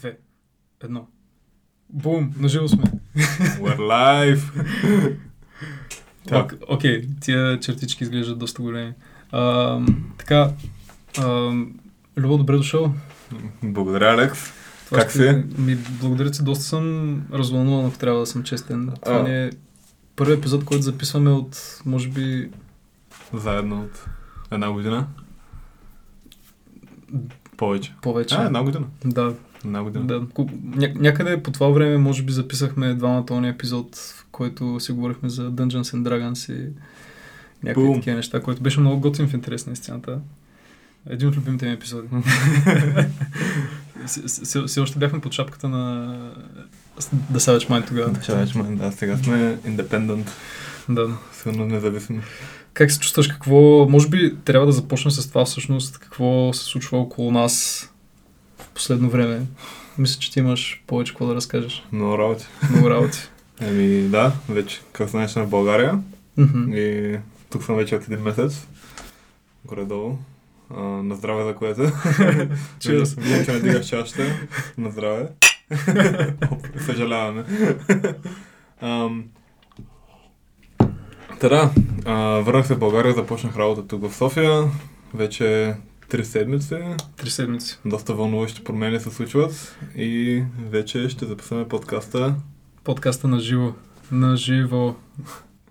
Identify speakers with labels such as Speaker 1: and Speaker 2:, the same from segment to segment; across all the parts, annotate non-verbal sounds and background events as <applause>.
Speaker 1: две, едно. Бум, наживо сме.
Speaker 2: We're live!
Speaker 1: Ок-
Speaker 2: Да.
Speaker 1: Окей, тия чертички изглеждат доста големи. А, така, а, Любо, добре дошъл.
Speaker 2: Благодаря, Алекс.
Speaker 1: Това
Speaker 2: Как си?
Speaker 1: Ми, благодаря ти, доста съм развълнуван, ако трябва да съм честен. Това
Speaker 2: А.
Speaker 1: ни е първият епизод, който записваме от, може би,
Speaker 2: Заедно от една година. Повече.
Speaker 1: повече.
Speaker 2: А, една година.
Speaker 1: Да,
Speaker 2: Една година.
Speaker 1: да. Ку- Ня- някъде по това време, може би, записахме двамата тони епизод, в който си говорихме за Dungeons and Dragons и някакви
Speaker 2: Бум.
Speaker 1: такива неща, което беше много готин в интерес на истината. Един от любимите ми <laughs> епизоди. С- с- с- Все още бяхме под шапката на The Savage Mind тогава.
Speaker 2: Да, вече, ма, да, сега сме independent,
Speaker 1: Да.
Speaker 2: силно независими.
Speaker 1: Как се чувстваш? Какво... Може би трябва да започнем с това всъщност. Какво се случва около нас в последно време? Мисля, че ти имаш повече какво да разкажеш.
Speaker 2: Много работи.
Speaker 1: Много работи. <laughs>
Speaker 2: Еми, да, вече, как знаеш, съм в България
Speaker 1: Мгм.
Speaker 2: и тук съм вече от един месец. Горе-долу. А, на здраве за
Speaker 1: <laughs>
Speaker 2: което.
Speaker 1: Cheers.
Speaker 2: Виждам, че надигаш чашата. На здраве. <laughs> Оп, Съжаляваме. Ам, Та да, а, върнах се в България, започнах работа тук в София. Вече три седмици.
Speaker 1: Три седмици.
Speaker 2: Доста вълнуващи промени се случват. И вече ще записваме подкаста.
Speaker 1: Подкаста на живо. На живо.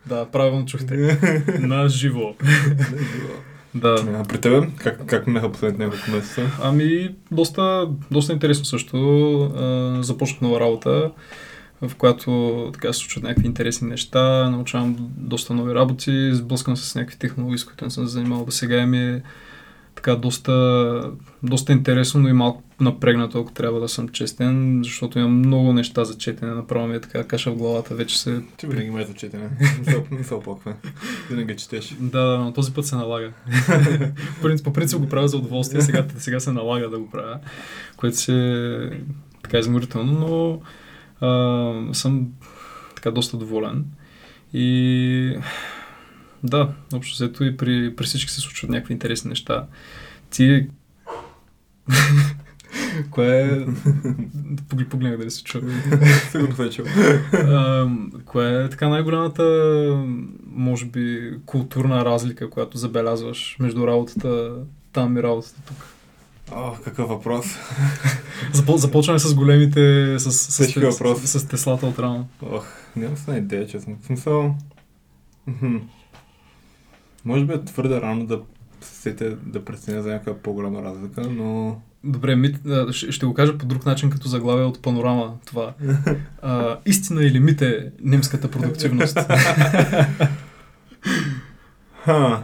Speaker 1: Да, правилно чухте. На
Speaker 2: <laughs>
Speaker 1: живо. Да.
Speaker 2: А, При тебе, как, как минаха последните няколко месеца?
Speaker 1: Ами, доста, доста интересно също. А, Започнах нова работа, в която така се случват някакви интересни неща, научавам доста нови работи, сблъскам се с някакви технологии, с които не съм се занимавал до сега и ми е така доста, доста интересно, но и малко напрегнато, ако трябва да съм честен, защото имам много неща за четене, направо ми е така каша в главата, вече се...
Speaker 2: Ти винаги ме е четене. Не се оплаквай. Винаги четеш.
Speaker 1: Да, да, но този път се налага. По принцип- по принцип го правя за удоволствие, сега, сега се налага да го правя, което си е така изморително, но а, съм така доста доволен. И да, общо взето и при, при всички се случват някакви интересни неща. Ти... <laughs> Кое е... Погли- Погледнах дали се чува.
Speaker 2: Сигурно се е чул.
Speaker 1: Ам, Коя е така най-голямата, може би, културна разлика, която забелязваш между работата там и работата тук?
Speaker 2: О, какъв въпрос.
Speaker 1: Запо- Започваме с големите, с, с, с,
Speaker 2: Тежки въпрос.
Speaker 1: с, с Теслата от рано.
Speaker 2: Ох, нямам с една идея, честно. В смисъл... мхм. Може би е твърде рано да се сетя да преценя за някаква по-голяма разлика, но...
Speaker 1: Добре, мит, а, ще, ще го кажа по друг начин, като заглавие от панорама
Speaker 2: <laughs>
Speaker 1: това. А, истина или мит е немската
Speaker 2: <laughs>
Speaker 1: продуктивност?
Speaker 2: Ха.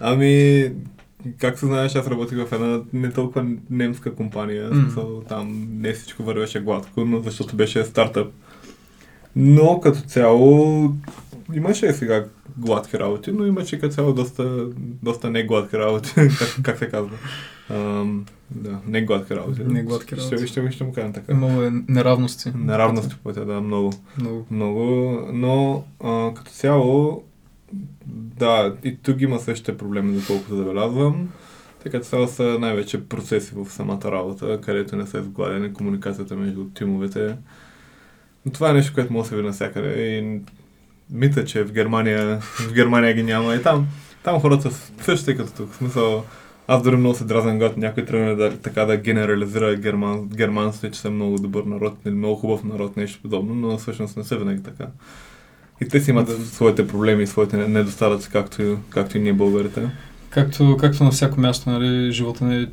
Speaker 2: ами, както знаеш, аз работих в една не толкова немска компания. в
Speaker 1: Мм.
Speaker 2: Смисъл, там не всичко вървеше гладко, но защото беше стартъп. Но като цяло имаше и сега гладки работи, но имаше като цяло доста, доста не гладки работи, <laughs> как, как се казва. Ам, да, не гладки работи.
Speaker 1: Не гладки работи.
Speaker 2: Ще, ще, ще му кажем така.
Speaker 1: Имало е неравности.
Speaker 2: Неравности по пътя, да, много.
Speaker 1: Много.
Speaker 2: Много, но а, като цяло, да, и тук има същите проблеми, доколкото забелязвам. Така че сега са най-вече процеси в самата работа, където не са изгладени комуникацията между тимовете. Но това е нещо, което може да се види навсякъде. И мита, че в Германия, в Германия ги няма и там. Там хората са същите като тук. В смисъл, аз дори много се дразня, когато някой тръгне да, така да генерализира герман, германците, че са много добър народ или много хубав народ, нещо подобно, но всъщност не са винаги така. И те си имат своите проблеми и своите недостатъци, както, както и ние българите.
Speaker 1: Както, както на всяко място, нали, живота не е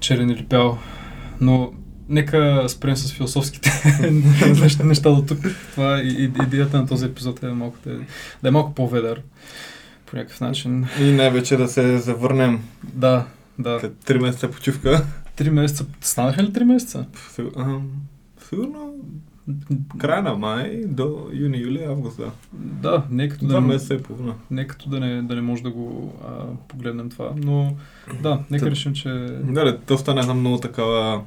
Speaker 1: черен или бял. Но нека спрем с
Speaker 2: <laughs>
Speaker 1: философските <laughs> неща, неща до тук. Това и, и, идеята на този епизод е малко да, е- да е малко по-ведър. По някакъв начин.
Speaker 2: И най-вече да се завърнем
Speaker 1: Да, да.
Speaker 2: след 3 месеца почивка.
Speaker 1: Три месеца. Станаха ли три месеца?
Speaker 2: Сигур- ам, Сигурно края на май до юни, юли, август, да.
Speaker 1: Да, не е като
Speaker 2: Два
Speaker 1: да, не,
Speaker 2: месеца и половина.
Speaker 1: не, е като да не, да не може да го а, погледнем това. Но да, нека
Speaker 2: Та-
Speaker 1: решим, че
Speaker 2: Да, да, то стана една много такава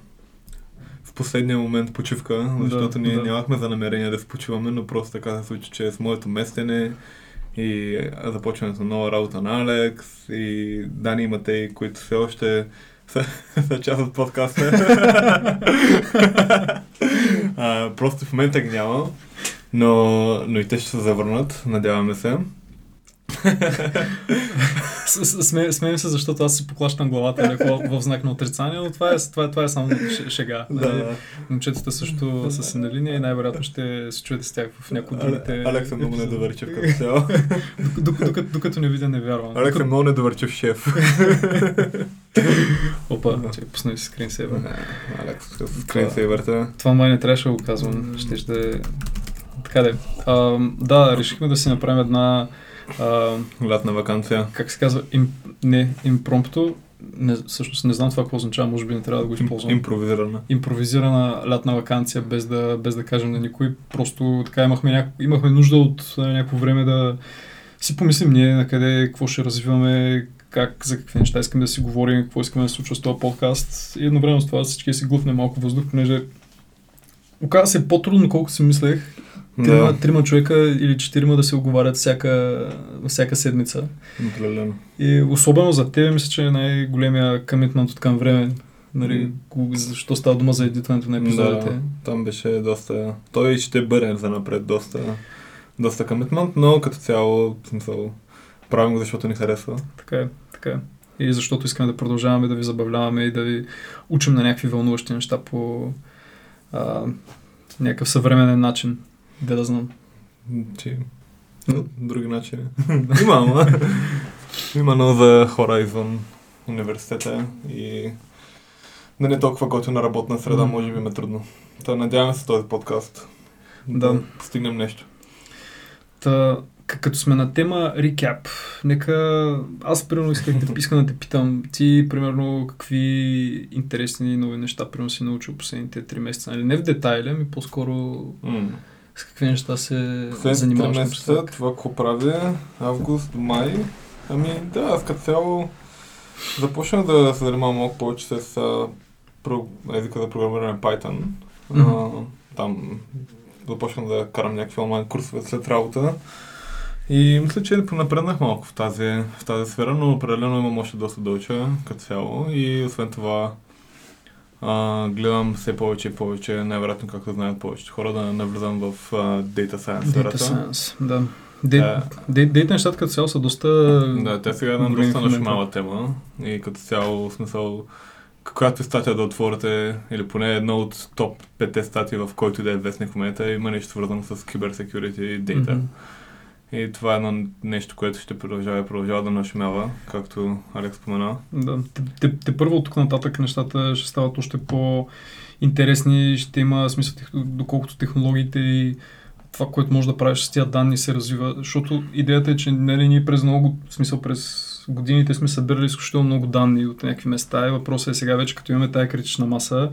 Speaker 2: в последния момент почивка,
Speaker 1: Да,
Speaker 2: защото ние
Speaker 1: да.
Speaker 2: нямахме за намерение да се почиваме, но просто така се случи, че е с моето местене и започването на нова работа на Алекс и Дани и Матей, които все още са, <laughs> са част от подкаста. <laughs> а, просто в момента ги няма, но, но и те ще се завърнат, надяваме се.
Speaker 1: С- с- Смеем смеем се, защото аз си поклащам главата леко в знак на отрицание, но това е, това е, това е само ш- шега. нали.
Speaker 2: да.
Speaker 1: Момчетата също са си на линия и най-вероятно ще се чуете с тях в някои от другите.
Speaker 2: А- Алекс е много
Speaker 1: епизоди.
Speaker 2: недоверчив
Speaker 1: <laughs>
Speaker 2: като цяло.
Speaker 1: Док- док- Докато, докато не видя, не вярвам.
Speaker 2: Алекс е много
Speaker 1: <laughs>
Speaker 2: недоверчив шеф.
Speaker 1: Опа, че е пусна си скринсейвър.
Speaker 2: Алекс, скринсейвърта.
Speaker 1: Това май не трябваше да го казвам. Ще ще... Така да. е. А, да, решихме да си направим една... А,
Speaker 2: Лятна вакансия.
Speaker 1: как се казва? Им, не, импромпто. Не, всъщност не знам това какво означава. Може би не трябва да го използвам.
Speaker 2: Импровизирана.
Speaker 1: импровизирана лятна вакансия, без да, без да кажем на никой. Просто така имахме, няко, имахме нужда от а, някакво време да си помислим ние на къде, какво ще развиваме, как, за какви неща искаме да си говорим, какво искаме да се случва с този подкаст. И едновременно с това всички си глътнем малко въздух, понеже оказа се по-трудно, колкото си мислех. Трима,
Speaker 2: Да,
Speaker 1: трима човека или четирима да се оговарят всяка, всяка седмица.
Speaker 2: определено.
Speaker 1: И особено за тебе мисля, че е най-големия къмитнат от към време. Нали,
Speaker 2: М.
Speaker 1: ко- защо става дума за едитването на епизодите.
Speaker 2: Да, там беше доста... Той ще бъде занапред доста, доста commitment, но като цяло в смисъл, правим го, защото ни харесва.
Speaker 1: Така е, така е. И защото искаме да продължаваме да ви забавляваме и да ви учим на някакви вълнуващи неща по а, някакъв съвременен начин. Де да знам.
Speaker 2: М, Че... по Други начини. <laughs> Има, ама. Има много за хора извън университета и да не е толкова готина работна
Speaker 1: М.
Speaker 2: среда, може би им е трудно. Та надяваме се този подкаст.
Speaker 1: Да.
Speaker 2: Стигнем нещо.
Speaker 1: Та, к- като сме на тема рекап, нека аз примерно исках
Speaker 2: <laughs>
Speaker 1: да, искам да те питам, ти примерно какви интересни нови неща примерно си научил последните три месеца, нали не в детайли, ами по-скоро
Speaker 2: М.
Speaker 1: с какви неща се
Speaker 2: Последните три
Speaker 1: Е, занимаваш
Speaker 2: месеца,
Speaker 1: напоследък?
Speaker 2: това какво правя, август, май. Ами да, аз като цяло започнах да се занимавам малко повече с а, про, езика за програмиране Python. А,
Speaker 1: Мгм.
Speaker 2: там започнах да карам някакви онлайн курсове след работа. И мисля, че понапреднах малко в тази, в тази сфера, но определено имам още доста да уча като цяло. И освен това, а, гледам все повече и повече, най-вероятно, както знаят повечето хора, да навлизам в а, Data
Speaker 1: Data
Speaker 2: Science е сферата. Е.
Speaker 1: Science, да.
Speaker 2: Да.
Speaker 1: Дейт нещата като цяло са доста...
Speaker 2: Да, те сега е една
Speaker 1: големи в
Speaker 2: доста
Speaker 1: момента.
Speaker 2: нашумала тема и като цяло в смисъл к- която и статия да отворите, или поне една от топ 5 статии, в който и да е вестник в момента, има нещо свързано с киберсекюрити и дейта.
Speaker 1: Мгм.
Speaker 2: И това е едно нещо, което ще продължава и продължава да нашумява, както Алекс спомена.
Speaker 1: Да, те, те, те първо от тук нататък нещата ще стават още по-интересни, ще има смисъл, тех- доколкото технологиите и това, което можеш да правиш с тия данни се развива, защото идеята е, че нали, ние през много, в смисъл през годините сме събирали изключително много данни от някакви места и въпросът е сега вече, като имаме тая критична маса,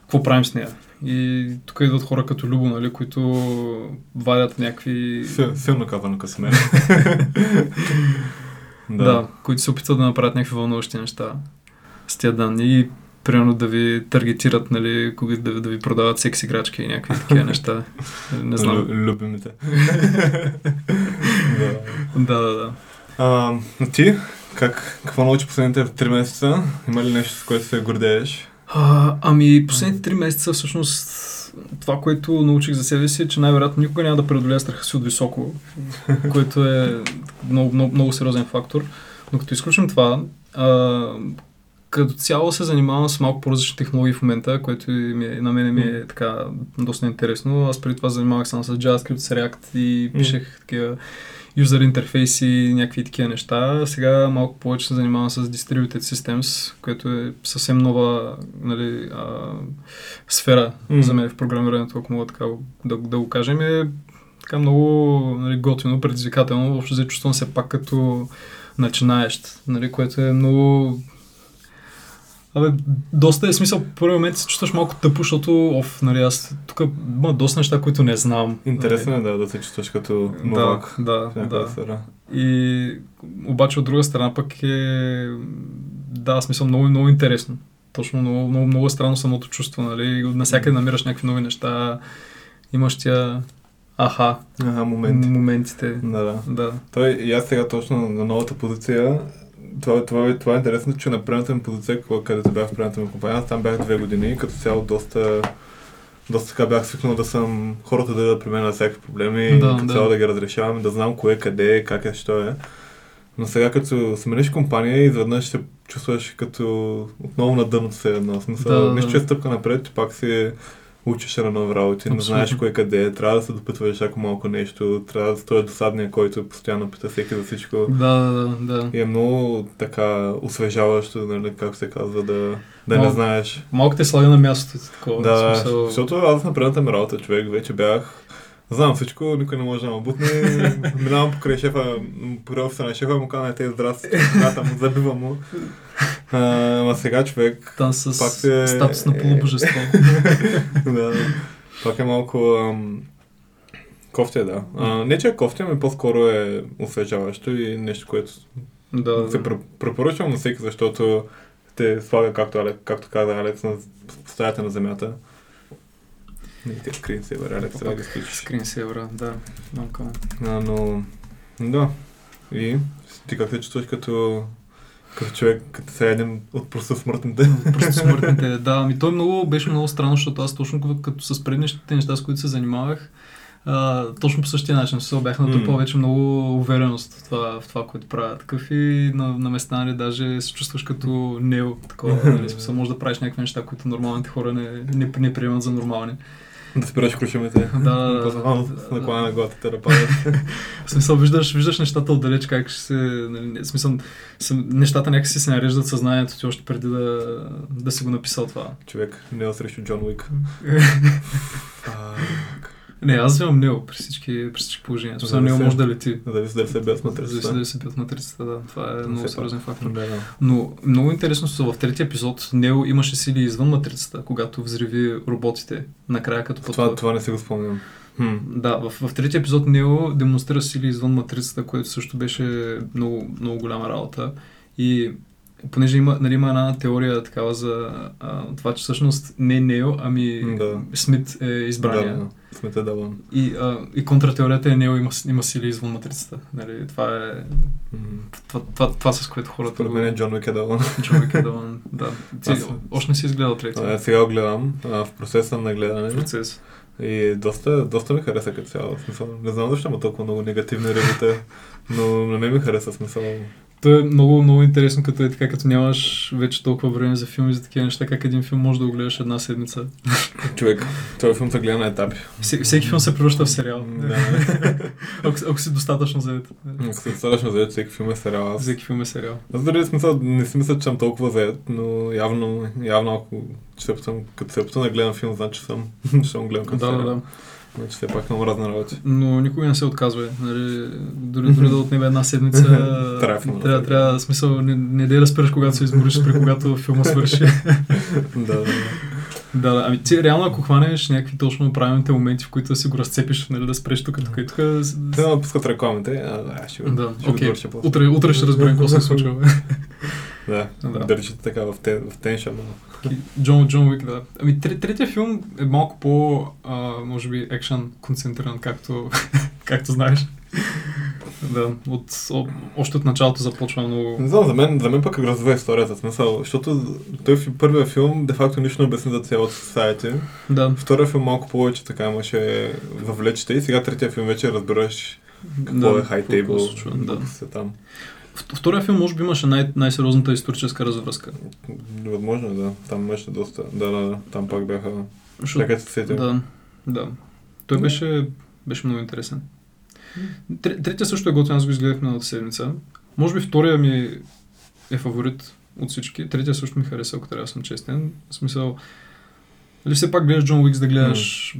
Speaker 1: какво правим с нея? И тук идват хора като Любо, нали, които вадят някакви...
Speaker 2: Сил- Силно казано като мен.
Speaker 1: Да. да, които се опитват да направят някакви вълнуващи неща с тия данни и примерно да ви таргетират, нали, кога- да, ви- да ви продават секс играчки и някакви такива неща. Не знам.
Speaker 2: Лю- любимите. да.
Speaker 1: <laughs> да, да, да.
Speaker 2: А, а ти, как, какво научи последните 3 месеца? Има ли нещо, с което се гордееш?
Speaker 1: А, ами, последните три месеца всъщност това, което научих за себе си е, че най-вероятно никога няма да преодоля страха си от високо, което е много, много, много сериозен фактор. Но като изключим това, а, като цяло се занимавам с малко по-различни технологии в момента, което и ми, е- на мен ми е така доста интересно. Аз преди това се занимавах само с JavaScript, с React и
Speaker 2: М.
Speaker 1: пишех такива юзер интерфейси и някакви такива неща. Сега малко повече се занимавам с Distributed Systems, което е съвсем нова нали, а, сфера
Speaker 2: М.
Speaker 1: за мен в програмирането, ако мога така го- да, да го кажем. Е така много нали, готино, предизвикателно. Въобще се чувствам се пак като начинаещ, нали, което е много... Абе, доста е смисъл. В първи момент се чувстваш малко тъпо, защото оф, нали, аз тук има доста неща, които не знам.
Speaker 2: Интересно е да, да се чувстваш като
Speaker 1: нали.
Speaker 2: новак.
Speaker 1: Да,
Speaker 2: в
Speaker 1: да,
Speaker 2: някаква
Speaker 1: да.
Speaker 2: сфера.
Speaker 1: И обаче от друга страна пък е... Да, в смисъл много, много интересно. Точно много, много, много е странно самото чувство, нали? Насякъде намираш някакви нови неща, имаш тя аха
Speaker 2: Ага, момент.
Speaker 1: моментите.
Speaker 2: Да, да.
Speaker 1: Да.
Speaker 2: Той и аз сега точно на новата позиция това, това, това е интересно, че на предната ми позиция, кога- където бях в предната ми компания, аз там бях две години и като цяло доста, доста така бях свикнал да съм хората да дадат при мен на всякакви проблеми,
Speaker 1: Да,
Speaker 2: да, като
Speaker 1: да.
Speaker 2: цяло да ги разрешавам, да знам кое, къде, как е, що е. Но сега като смениш компания, изведнъж се чувстваш като отново на дъното се едно. В
Speaker 1: Да,
Speaker 2: Смисъл,
Speaker 1: да,
Speaker 2: да, нищо
Speaker 1: да.
Speaker 2: е стъпка напред, ти пак си учиш на нови работи, не
Speaker 1: Абсолютно.
Speaker 2: знаеш кое къде е, трябва да се допитваш всяко малко нещо, трябва да стоиш досадния, който постоянно пита всеки за всичко.
Speaker 1: Да, да, да, да.
Speaker 2: И е много така освежаващо, нали, как се казва, да, да не
Speaker 1: Малко
Speaker 2: знаеш.
Speaker 1: Малко те слага на мястото ти такова.
Speaker 2: Да,
Speaker 1: в смисъл-
Speaker 2: защото аз на предната ми работа човек вече бях Знам всичко, никой не може да ме бутне.
Speaker 1: <laughs>
Speaker 2: Минавам покрай шефа, покрай офиса на шефа и му казвам, е, те здрасти, брата му, забивам му. А, Ма сега човек
Speaker 1: Там с
Speaker 2: пак е-
Speaker 1: статус на
Speaker 2: <laughs>
Speaker 1: полубожество.
Speaker 2: да. Пак е малко... Ам... Кофте, да. А, не, че е кофте, ами по-скоро е освежаващо и нещо, което
Speaker 1: да, да.
Speaker 2: се пр- препоръчвам на всеки, защото те слага, както, Алек, както каза Алекс, на стаята на земята. Не, те скрин се, бе, Алекс, сега ги изключиш.
Speaker 1: Скрин севера, да. Много към.
Speaker 2: А, но... Да. И ти как се чувстваш като, като човек, като се един от просто смъртните?
Speaker 1: Просто смъртните. Да, ами той много, беше много странно, защото аз точно като- като с предишните неща, с които се занимавах, а, точно по същия начин се бях натрупал
Speaker 2: Мм.
Speaker 1: вече много увереност в това, в това което правя. Такъв и на, на места нали, даже се чувстваш като нео. Такова, нали, смисъл, може да правиш някакви неща, които нормалните хора не, не, не приемат за нормални.
Speaker 2: <laughs> да спираш крушимите.
Speaker 1: Да, да, да.
Speaker 2: Позвам с наклана на главата да падат.
Speaker 1: В смисъл, виждаш, виждаш нещата отдалеч, как ще се... Нали, не- в смисъл, с- нещата някакси се нареждат в съзнанието ти още преди да, да си го написал това.
Speaker 2: Човек не е срещу Джон Уик. Фак.
Speaker 1: не, аз вземам Нео при всички, при всички положения. В Смисъл,
Speaker 2: За да
Speaker 1: Нео
Speaker 2: се-
Speaker 1: може да лети.
Speaker 2: Зависи дали се без
Speaker 1: За да
Speaker 2: матрицата.
Speaker 1: да се бият матрицата, да. Това е
Speaker 2: Все
Speaker 1: много
Speaker 2: пак.
Speaker 1: сериозен фактор.
Speaker 2: Да, да.
Speaker 1: Но много интересно са в третия епизод Нео имаше сили извън матрицата, когато взриви роботите. Накрая като
Speaker 2: Това,
Speaker 1: пътува.
Speaker 2: това не си го спомням. Хм.
Speaker 1: Да, в, в третия епизод Нео демонстрира сили извън матрицата, което също беше много, много голяма работа. И понеже има, нали, има една теория такава за а, това, че всъщност не Нео, ами
Speaker 2: Да.
Speaker 1: Смит е избрания.
Speaker 2: Да, е да. Сме те даван.
Speaker 1: И, а, и контратеорията е Нео има, с- има сили извън матрицата. Нали, това е
Speaker 2: М.
Speaker 1: това, това, това, с което хората
Speaker 2: Според
Speaker 1: го
Speaker 2: мен е Джон Уик е даван.
Speaker 1: човек е
Speaker 2: <laughs>
Speaker 1: даван. Да. Ти,
Speaker 2: Аз- е
Speaker 1: още не си изгледал третия
Speaker 2: А, Сега го гледам. а, В процеса на гледане.
Speaker 1: процес.
Speaker 2: И доста, доста ми хареса като цяло. В Смисъл, не знам защо има толкова много негативни ревюта, но на мен ми хареса смисъл.
Speaker 1: То е много, много интересно, като е така, като нямаш вече толкова време за филми, за такива неща, как един филм може да го гледаш една седмица.
Speaker 2: Човек, този филм се гледа на етапи.
Speaker 1: Всеки, всеки филм се превръща в сериал.
Speaker 2: Да.
Speaker 1: <laughs> ако, ако си достатъчно заед.
Speaker 2: Ако се достатъчно заед, всеки филм е сериал. Аз,
Speaker 1: Всеки филм е сериал.
Speaker 2: аз дори смисъл, не си мисля, че съм толкова заед, но явно, явно ако че се пътам, като се пътам да гледам филм, значи съм, <laughs> ще му гледам
Speaker 1: Да,
Speaker 2: като
Speaker 1: да,
Speaker 2: сериал.
Speaker 1: да.
Speaker 2: Значи все пак много разни работи.
Speaker 1: Но никога не се отказва. Нали, дори, дори да отнеме една седмица,
Speaker 2: <laughs> Трябва
Speaker 1: трябва,
Speaker 2: филма да
Speaker 1: трябва,
Speaker 2: се
Speaker 1: трябва смисъл, не, не да я разпираш, когато се избориш, при когато филма свърши.
Speaker 2: <laughs> да, да.
Speaker 1: Да, да, ами ти реално ако хванеш някакви точно правилните моменти, в които да си го разцепиш, нали, да спреш тук, тук и тук. с-
Speaker 2: Те ме пускат рекламите, а да, ще го,
Speaker 1: Да,
Speaker 2: ще го
Speaker 1: окей.
Speaker 2: довърша после.
Speaker 1: Утре, утре ще разберем какво се е случва.
Speaker 2: <laughs>
Speaker 1: бе.
Speaker 2: Да,
Speaker 1: Да.
Speaker 2: да. държите така в, те, в теншън.
Speaker 1: Ки- Джон, Джон Уик, да. Ами тре- третия филм е малко по, а, може би, екшън концентриран, както, <laughs> както знаеш. да, от, от, още от началото започва много...
Speaker 2: Не знам, за мен, за мен пък е грозова историята, в смисъл, защото той в първия филм де-факто нищо не обясни за цялото society.
Speaker 1: Да.
Speaker 2: Втория филм малко повече така имаше въвлечете и сега третия филм вече разбираш какво
Speaker 1: да,
Speaker 2: е High
Speaker 1: какво се
Speaker 2: Table,
Speaker 1: случва, Да.
Speaker 2: се там.
Speaker 1: В- Втория филм може би имаше най- най-сериозната историческа развръзка.
Speaker 2: Възможно е, да, там имаше доста, да, да, да, там пак бяха,
Speaker 1: Защото
Speaker 2: така се сетя.
Speaker 1: Да, да. Той
Speaker 2: Да.
Speaker 1: беше, беше много интересен. Тре- Третия също е готин, аз го изгледах миналата седмица. Може би втория ми е фаворит от всички. Третия също ми хареса, ако трябва да съм честен. В смисъл, нали все пак гледаш Джон Уикс да гледаш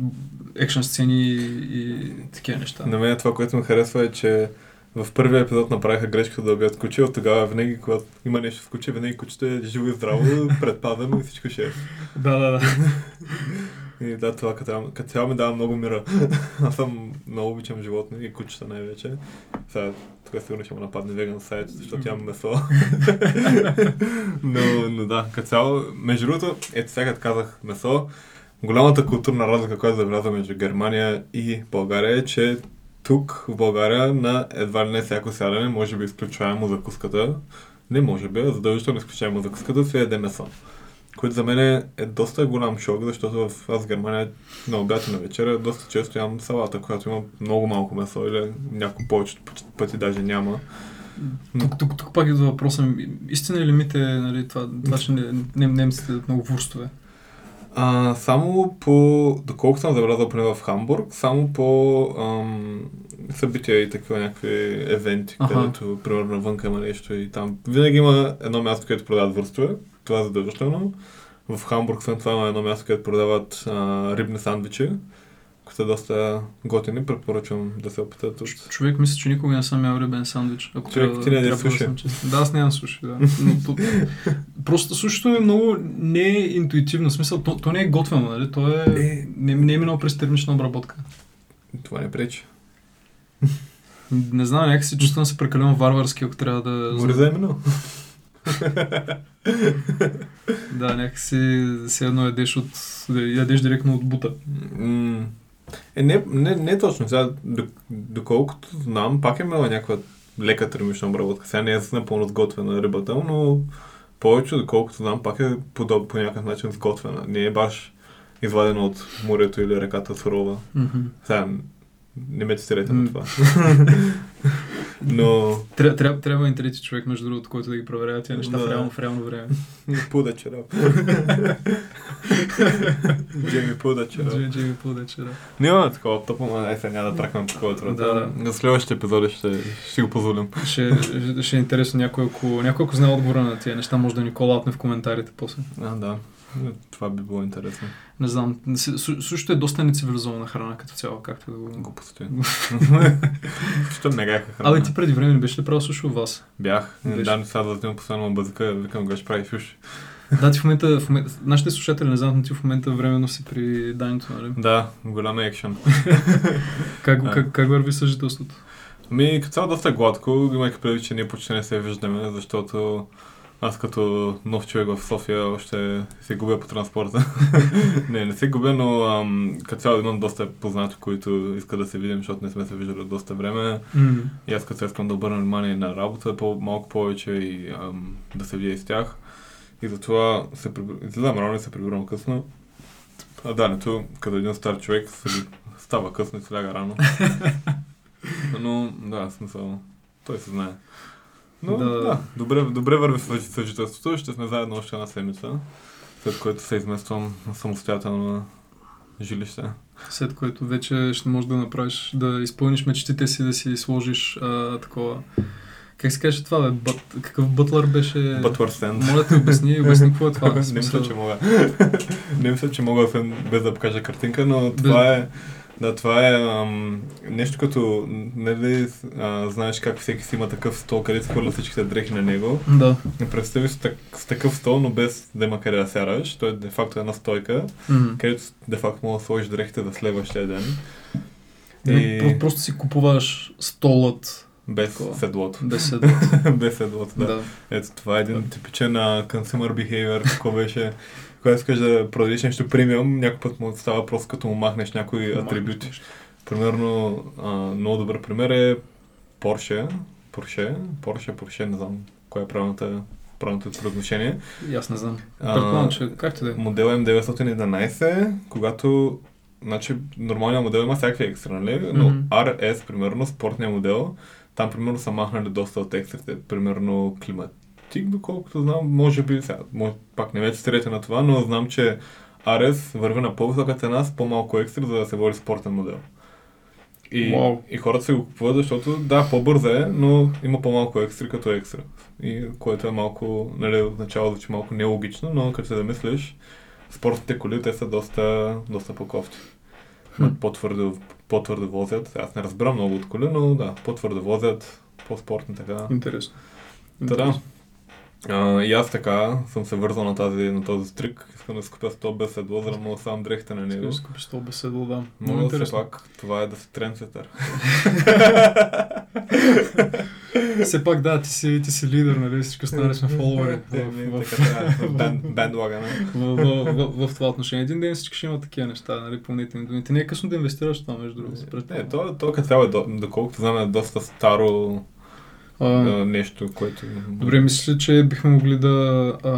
Speaker 1: екшен сцени и, и такива неща.
Speaker 2: На мен това, което ми харесва е, че в първия епизод направиха грешка да убият куче, от тогава винаги, когато има нещо в куче, винаги кучето е живо и здраво, <laughs> предпадам и всичко ще е.
Speaker 1: Да, да, да.
Speaker 2: И да, това като, цяло- като цяло ми дава много мира. <laughs> Аз съм много обичам животни и кучета най-вече. Сега, тук сигурно ще му нападне веган сайт, защото имам месо. <laughs> но, но да, като цяло, между другото, ето сега като казах месо, голямата културна разлика, която забелязва между Германия и България е, че тук в България на едва ли не всяко сядане, може би изключаемо закуската, Не може би, задължително изключаем закуската си яде месо. Което за мен е доста голям шок, защото в аз в Германия на обяд и на вечеря доста често ям салата, която има много малко месо или някои повечето пъти- пъти даже няма.
Speaker 1: Тук, тук, тук пак идва въпроса ми. Истина ли мите нали, това, това, че не- нем- немците ядат много вурстове?
Speaker 2: А, само по, доколко съм забелязал поне в Хамбург, само по ам, събития и такива някакви евенти,
Speaker 1: Аха.
Speaker 2: където примерно навънка има нещо и там. Винаги има едно място, където продават върстове, това е задължително. В Хамбург след това има едно място, където продават а, рибни сандвичи, които са доста готини, препоръчвам да се опитат от...
Speaker 1: Човек мисля, че никога не съм ял рибен сандвич. Ако
Speaker 2: Човек,
Speaker 1: трябва,
Speaker 2: ти не
Speaker 1: да
Speaker 2: ядеш
Speaker 1: трябва да
Speaker 2: суши.
Speaker 1: съм честен. Да, аз нямам суши, да. Но, то, просто сушито е много не е интуитивно. В смисъл, то, то не е готвено, нали? То е,
Speaker 2: Е.
Speaker 1: не, не е минало през термична обработка.
Speaker 2: Това не пречи.
Speaker 1: Не знам, някакси чувствам се прекалено варварски, ако трябва да...
Speaker 2: Море за имено.
Speaker 1: Да, някакси все едно ядеш, от, ядеш директно от бута.
Speaker 2: М, Е, не, не, не точно. Сега, док- доколкото знам, пак е имала някаква лека термична обработка. Сега не е с напълно сготвена рибата, но повече, доколкото знам, пак е подоб, по някакъв начин сготвена. Не е баш извадена от морето или реката сурова. Сега, не ме цитирайте на
Speaker 1: М.
Speaker 2: това. <laughs> но
Speaker 1: Тря, тря, трябва и трети човек, между другото, който да ги проверява тези неща в,
Speaker 2: Да.
Speaker 1: реално, в реално време.
Speaker 2: пуда чарап. <laughs> Джейми пуда чарап.
Speaker 1: Джей- Джей ми подече, да.
Speaker 2: Нямаме такова тъпо, но ай сега няма да тракваме такова
Speaker 1: Да, да.
Speaker 2: труда. На следващите епизоди ще, ще го позволим.
Speaker 1: Ще, ще- ще е интересно някой, ако, някой, ако знае отговора на тези неща, може да ни колапне в коментарите после.
Speaker 2: А, да. Това би било интересно.
Speaker 1: Не знам, с- су- сушито е доста нецивилизована храна като цяло, както и да го...
Speaker 2: Глупости. <laughs> Защо не гаха храна?
Speaker 1: Абе, ти преди време не беше ли правил суши у вас?
Speaker 2: Бях.
Speaker 1: Беше.
Speaker 2: Да, сега да снимам постоянно на базика, викам го ще прави суши.
Speaker 1: Да, ти в момента, в момента... Нашите слушатели не знаят, но ти в момента временно си при дането, нали?
Speaker 2: Да, голям екшен.
Speaker 1: Как,
Speaker 2: Да.
Speaker 1: как, как върви съжителството?
Speaker 2: Ми, Ами, като цяло доста гладко, имайки предвид, че ние почти не се виждаме, защото аз като нов човек в София още се губя по транспорта. не, не се губя, но ам, като цяло имам доста познати, които искат да се видим, защото не сме се виждали от доста време.
Speaker 1: Mm.
Speaker 2: И аз като цяло искам да обърна внимание на работа по- малко повече и ам, да се видя и с тях. И затова се приб... излизам рано и се прибирам късно. А дането, като един стар човек, се... става късно и се ляга рано. Но да, в смисъл, той се знае. Но
Speaker 1: Да.
Speaker 2: да, да добре, добре върви съж- съжителството, ще сме заедно още една седмица, след което се измествам на самостоятелно жилище.
Speaker 1: След което вече ще можеш да направиш, да изпълниш мечтите си, да си сложиш а, такова... Как се каже това, бе? Бът, какъв бътлър беше?
Speaker 2: Бътвър стенд.
Speaker 1: Моля те,
Speaker 2: <laughs>
Speaker 1: обясни, обясни какво е това. В
Speaker 2: не
Speaker 1: смисъл,
Speaker 2: мисля, че мога. <laughs> не мисля, че мога освен без да покажа картинка, но
Speaker 1: Без-
Speaker 2: това е... Да, това е ам, нещо като, нали, а, знаеш как всеки си има такъв стол, където се хвърлят всичките дрехи на него.
Speaker 1: Да.
Speaker 2: Представи си так, с такъв стол, но без да има къде да сяраш. Той е де факто една стойка,
Speaker 1: М.
Speaker 2: където де факто мога да сложиш дрехите за следващия ден.
Speaker 1: Или
Speaker 2: И
Speaker 1: Нали, про- Просто си купуваш столът
Speaker 2: без
Speaker 1: такова.
Speaker 2: седлото. <laughs>
Speaker 1: беседа.
Speaker 2: без седлото, да.
Speaker 1: да.
Speaker 2: Ето, това е един типичен а, consumer behavior, какво беше. Когато искаш да продадеш нещо премиум, някой път му става просто като му махнеш някои атрибути. Примерно, а, много добър пример е Porsche. Porsche, Porsche, Porsche, не знам кое е правилната, правилното произношение.
Speaker 1: И Аз не знам.
Speaker 2: А,
Speaker 1: Предполагам, че както да е.
Speaker 2: Модел М911, когато Значи, нормалният модел има всякакви екстри, нали? Но
Speaker 1: Мгм.
Speaker 2: RS, примерно, спортния модел, там, примерно, са махнали доста от екстрите. Примерно, климатик, доколкото знам, може би, сега, може, пак не ме цитирайте на това, но знам, че RS върви на по-висока цена с по-малко екстри, за да се води спортен модел. И,
Speaker 1: Вау.
Speaker 2: и хората се го купуват, защото да, по-бърза е, но има по-малко екстри като екстра. И, което е малко, нали, отначало звучи малко нелогично, но като се замислиш, спортните коли, те са доста, доста по-кофти. Имат по-твърдо, по-твърдо возят. Аз не разбирам много от коли, но да, по-твърдо возят, по-спортни така.
Speaker 1: Интересно.
Speaker 2: Та да. А, и аз така съм се вързал на, тази, на този трик. Искам да си купя 100 без седло, за да мога сам дрехите на него.
Speaker 1: Искаш да си купиш стол беседа, да. Много
Speaker 2: Но все
Speaker 1: интересно.
Speaker 2: пак това е да си трендсетър.
Speaker 1: Все пак, да, ти си, ти си лидер, нали? Всички останали
Speaker 2: <laughs>
Speaker 1: сме фолуари.
Speaker 2: Е,
Speaker 1: в-
Speaker 2: ми,
Speaker 1: в-
Speaker 2: така трябва, бен- нали? Бендлагана.
Speaker 1: <laughs> в, в, в, в това отношение. Един ден всички ще имат такива неща, нали, помните ми думите. Не е късно да инвестираш в това, между другото.
Speaker 2: Не,
Speaker 1: предполагам.
Speaker 2: то, то като цяло, е до- доколкото знам, е доста старо
Speaker 1: А,
Speaker 2: а, нещо, което...
Speaker 1: Добре, мисля, че бихме могли да а,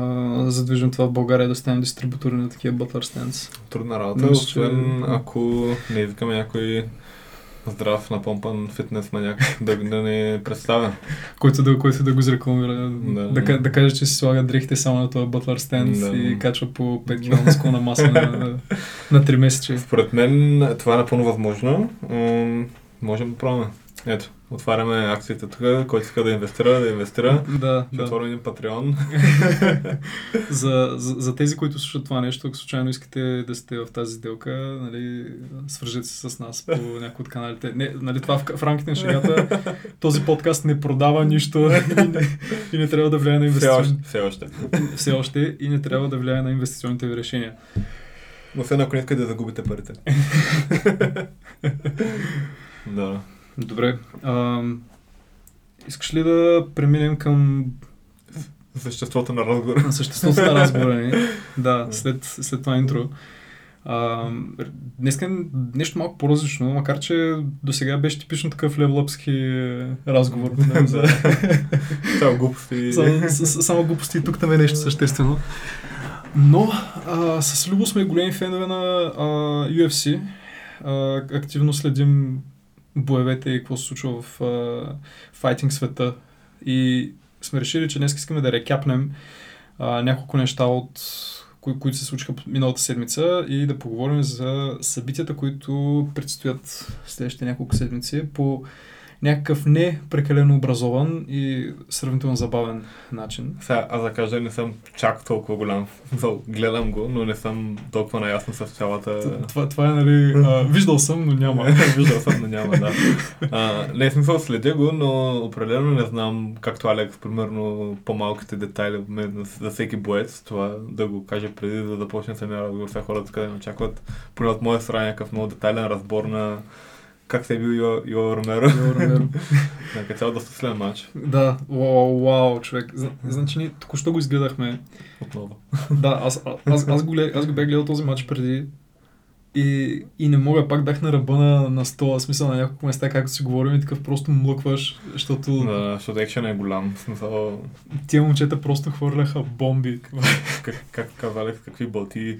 Speaker 1: задвижим това в България, да станем дистрибутори на такива Butler Stands.
Speaker 2: Трудна работа,
Speaker 1: Мисля, че-
Speaker 2: освен ако не искаме някой здрав, напомпан фитнес на някак да, да ни представя.
Speaker 1: Който да, който да го зарекламира, да,
Speaker 2: Да.
Speaker 1: да, ка- да каже, че си слага дрехите само на този Butler Stands
Speaker 2: Да.
Speaker 1: и качва по 5 кг склона маса на, на, на 3 месече.
Speaker 2: Според мен това е напълно възможно. М, можем да пробваме. Ето, отваряме акцията тук, който иска да инвестира, да инвестира.
Speaker 1: Да,
Speaker 2: Ще
Speaker 1: да.
Speaker 2: отворим един патреон.
Speaker 1: <laughs> За, за, за тези, които слушат това нещо, ако случайно искате да сте в тази сделка, нали, свържете се с нас
Speaker 2: <laughs>
Speaker 1: по някои от каналите. Не, нали, това в, в рамките на шегата този подкаст не продава
Speaker 2: <laughs>
Speaker 1: нищо и не, и не трябва да влияе на
Speaker 2: Все
Speaker 1: инвестиционните
Speaker 2: още. Все още.
Speaker 1: все още и не трябва да влияе на инвестиционните ви решения.
Speaker 2: Но освен ако не искате да загубите парите. <laughs> да.
Speaker 1: Добре. А, искаш ли да преминем към
Speaker 2: Съществото на разговора.
Speaker 1: на съществото на разговора ни. Да, след, след това интро. А, днес е нещо малко по-различно, макар че до сега беше типично такъв левлъпски разговор. нали, за-
Speaker 2: Това
Speaker 1: <laughs>
Speaker 2: глупости.
Speaker 1: само, с- с- само глупости и тук там е нещо съществено. Но а, с Любо сме големи фенове на а, UFC. А, активно следим боевете и какво се случва в а, файтинг света. И сме решили, че днес искаме да рекапнем а, няколко неща от кои, които се случиха миналата седмица и да поговорим за събитията, които предстоят следващите няколко седмици по някакъв не прекалено образован и сравнително забавен начин.
Speaker 2: Сега, аз да кажа, не съм чак толкова голям. футбол. Гледам го, но не съм толкова наясно с цялата...
Speaker 1: Т- Това, това е, нали, а, виждал съм, но няма.
Speaker 2: <laughs> Виждал съм, но няма, да. А, не, в смисъл следя го, но определено не знам, както Алекс, примерно, по-малките детайли от мен за всеки боец, това да го каже преди да започне самия разговор. Сега хората къде ме очакват, поне от моя страна е някакъв много детайлен разбор на как се е бил Йо, Йо Ромеро.
Speaker 1: Йо
Speaker 2: <laughs>
Speaker 1: Ромеро.
Speaker 2: Някакъв цял доста слен матч,
Speaker 1: <laughs> Да, вау, вау, човек. Зна- Значи ние току-що го изгледахме.
Speaker 2: отново.
Speaker 1: Да, аз, а- аз, аз, го, гледах- аз го бях гледал този матч преди и, и не мога, пак бях на ръба на, на стола, в смисъл на няколко места, както си говорим и такъв просто млъкваш, защото да.
Speaker 2: Да, защото екшен е голям. В Смисъл,
Speaker 1: тия момчета просто хвърляха бомби.
Speaker 2: как, как каза Алекс, какви бълти.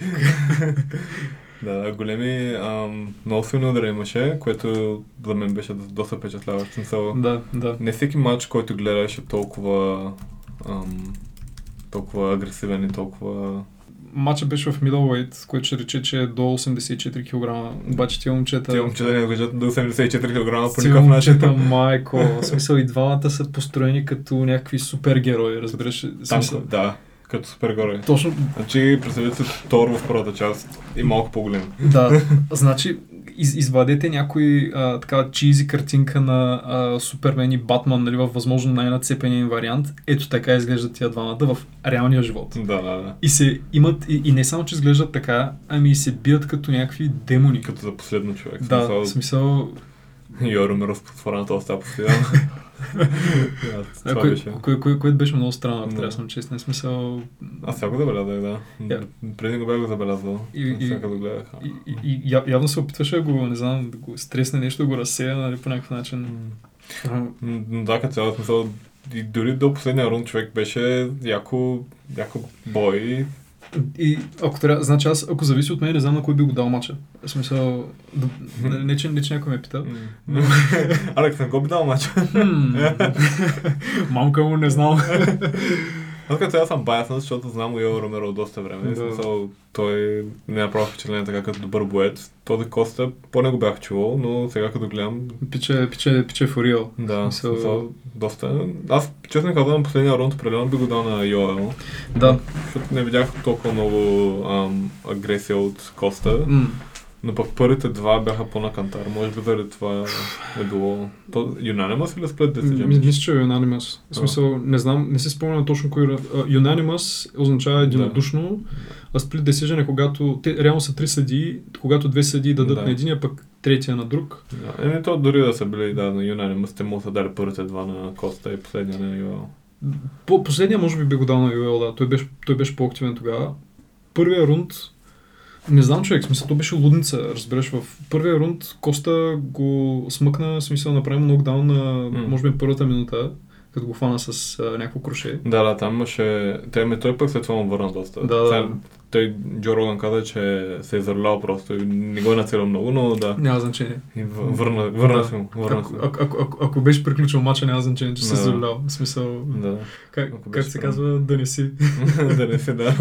Speaker 2: да, големи, ам, много силни удара имаше, което за мен беше до- доста впечатляващо. В Смисъл,
Speaker 1: да, да.
Speaker 2: не всеки матч, който гледаш е толкова, ам, толкова агресивен и толкова...
Speaker 1: Матчът беше в middleweight, което ще рече, че е до 84 кг. Обаче тия момчета...
Speaker 2: Те момчета не държат до 84 кг по
Speaker 1: Тия
Speaker 2: никакъв начин.
Speaker 1: момчета, майко. В смисъл и двамата са построени като някакви супергерои, разбираш? ли? В
Speaker 2: Танко,
Speaker 1: Смисъл,
Speaker 2: да, като супер горе.
Speaker 1: точно,
Speaker 2: Значи, представете се Тор в първата част и малко по-голям.
Speaker 1: да. Значи, из, извадете някой а, така чизи картинка на а, Супермен и Батман, нали, във възможно най-нацепения им вариант. Ето така изглеждат тия двамата в реалния живот.
Speaker 2: Да, да, да.
Speaker 1: И се имат, и, и не само, че изглеждат така, ами и се бият като някакви демони.
Speaker 2: Като за последно човек.
Speaker 1: Да,
Speaker 2: Смисъл,
Speaker 1: в смисъл,
Speaker 2: Йоро ме разпотвора на този стап.
Speaker 1: а,
Speaker 2: <laughs> Това
Speaker 1: кое,
Speaker 2: беше.
Speaker 1: кое- кое- което беше много странно, ако
Speaker 2: Да.
Speaker 1: трябва да съм честен. В смисъл,
Speaker 2: Аз сега го забелязах, да.
Speaker 1: Я.
Speaker 2: Преди не го бях го забелязал.
Speaker 1: И- и-
Speaker 2: Сега го гледах.
Speaker 1: И, и, и я- явно се опитваше да го, не знам, да го стресне нещо, да го разсея, нали, по някакъв начин. А,
Speaker 2: М, Но да, като цяло смисъл. И дори до последния рунд човек беше яко, яко бой.
Speaker 1: И ако трябва, значи аз, ако зависи от мен, не знам на кой би го дал мача. В смисъл, да, нали, не, че, не, че някой ме пита.
Speaker 2: М. <laughs> Алекс, не го би дал матча.
Speaker 1: Хм, Мамка му не знам.
Speaker 2: Аз като цяло съм баясен, защото знам Йо Ромеро от доста време.
Speaker 1: Да.
Speaker 2: В Смисъл, той не направи впечатление така като добър боец. Този Коста, по-не го бях чувал, но сега като гледам,
Speaker 1: Пиче, пиче, пиче for real.
Speaker 2: Да,
Speaker 1: Смисъл-
Speaker 2: смисъл, доста. Аз честно казвам, последния рунд определено би го дал на Йоел,
Speaker 1: Да.
Speaker 2: защото не видях толкова много ам, агресия от Коста,
Speaker 1: М,
Speaker 2: но пък първите два бяха по-на кантар. Може би заради това е било... То, Юнанимас или сплет
Speaker 1: м-
Speaker 2: decision?
Speaker 1: Мисля, че е Unanimous. В смисъл, не знам, не си спомням точно кой... ра- а, Unanimous означава единодушно, а Split Decision е когато... Те реално са три съдии, когато две съдии дадат
Speaker 2: Да.
Speaker 1: на единия, пък третия на друг.
Speaker 2: Да. Еми то дори да са били да, на Юнанимас, те му са дали първите два на Коста и последния на Йоел.
Speaker 1: По- Последния може би би го дал на Юел, да. Той беше, той беше по-активен тогава. Първия рунд, не знам човек, в смисъл, то беше лудница, разбираш. В първия рунд Коста го смъкна, в смисъл, направи нокдаун на,
Speaker 2: М.
Speaker 1: може би, първата минута. като го хвана с а, някакво круше.
Speaker 2: Да, да, там имаше... Те ме той пък след това му върна доста.
Speaker 1: Да, да.
Speaker 2: той Джо Роган каза, че се е зарлял просто и не го е нацелил много, но да.
Speaker 1: Няма значение.
Speaker 2: И въ- върна, върна
Speaker 1: Да.
Speaker 2: се му. Върна се.
Speaker 1: Ако, ако, ако, ако, ако беше приключил матча, няма значение, че си
Speaker 2: Да.
Speaker 1: завлял. В смисъл,
Speaker 2: Да. <laughs>
Speaker 1: как,
Speaker 2: Ако беше
Speaker 1: как се
Speaker 2: спрямо.
Speaker 1: казва, да не си.
Speaker 2: да не се да.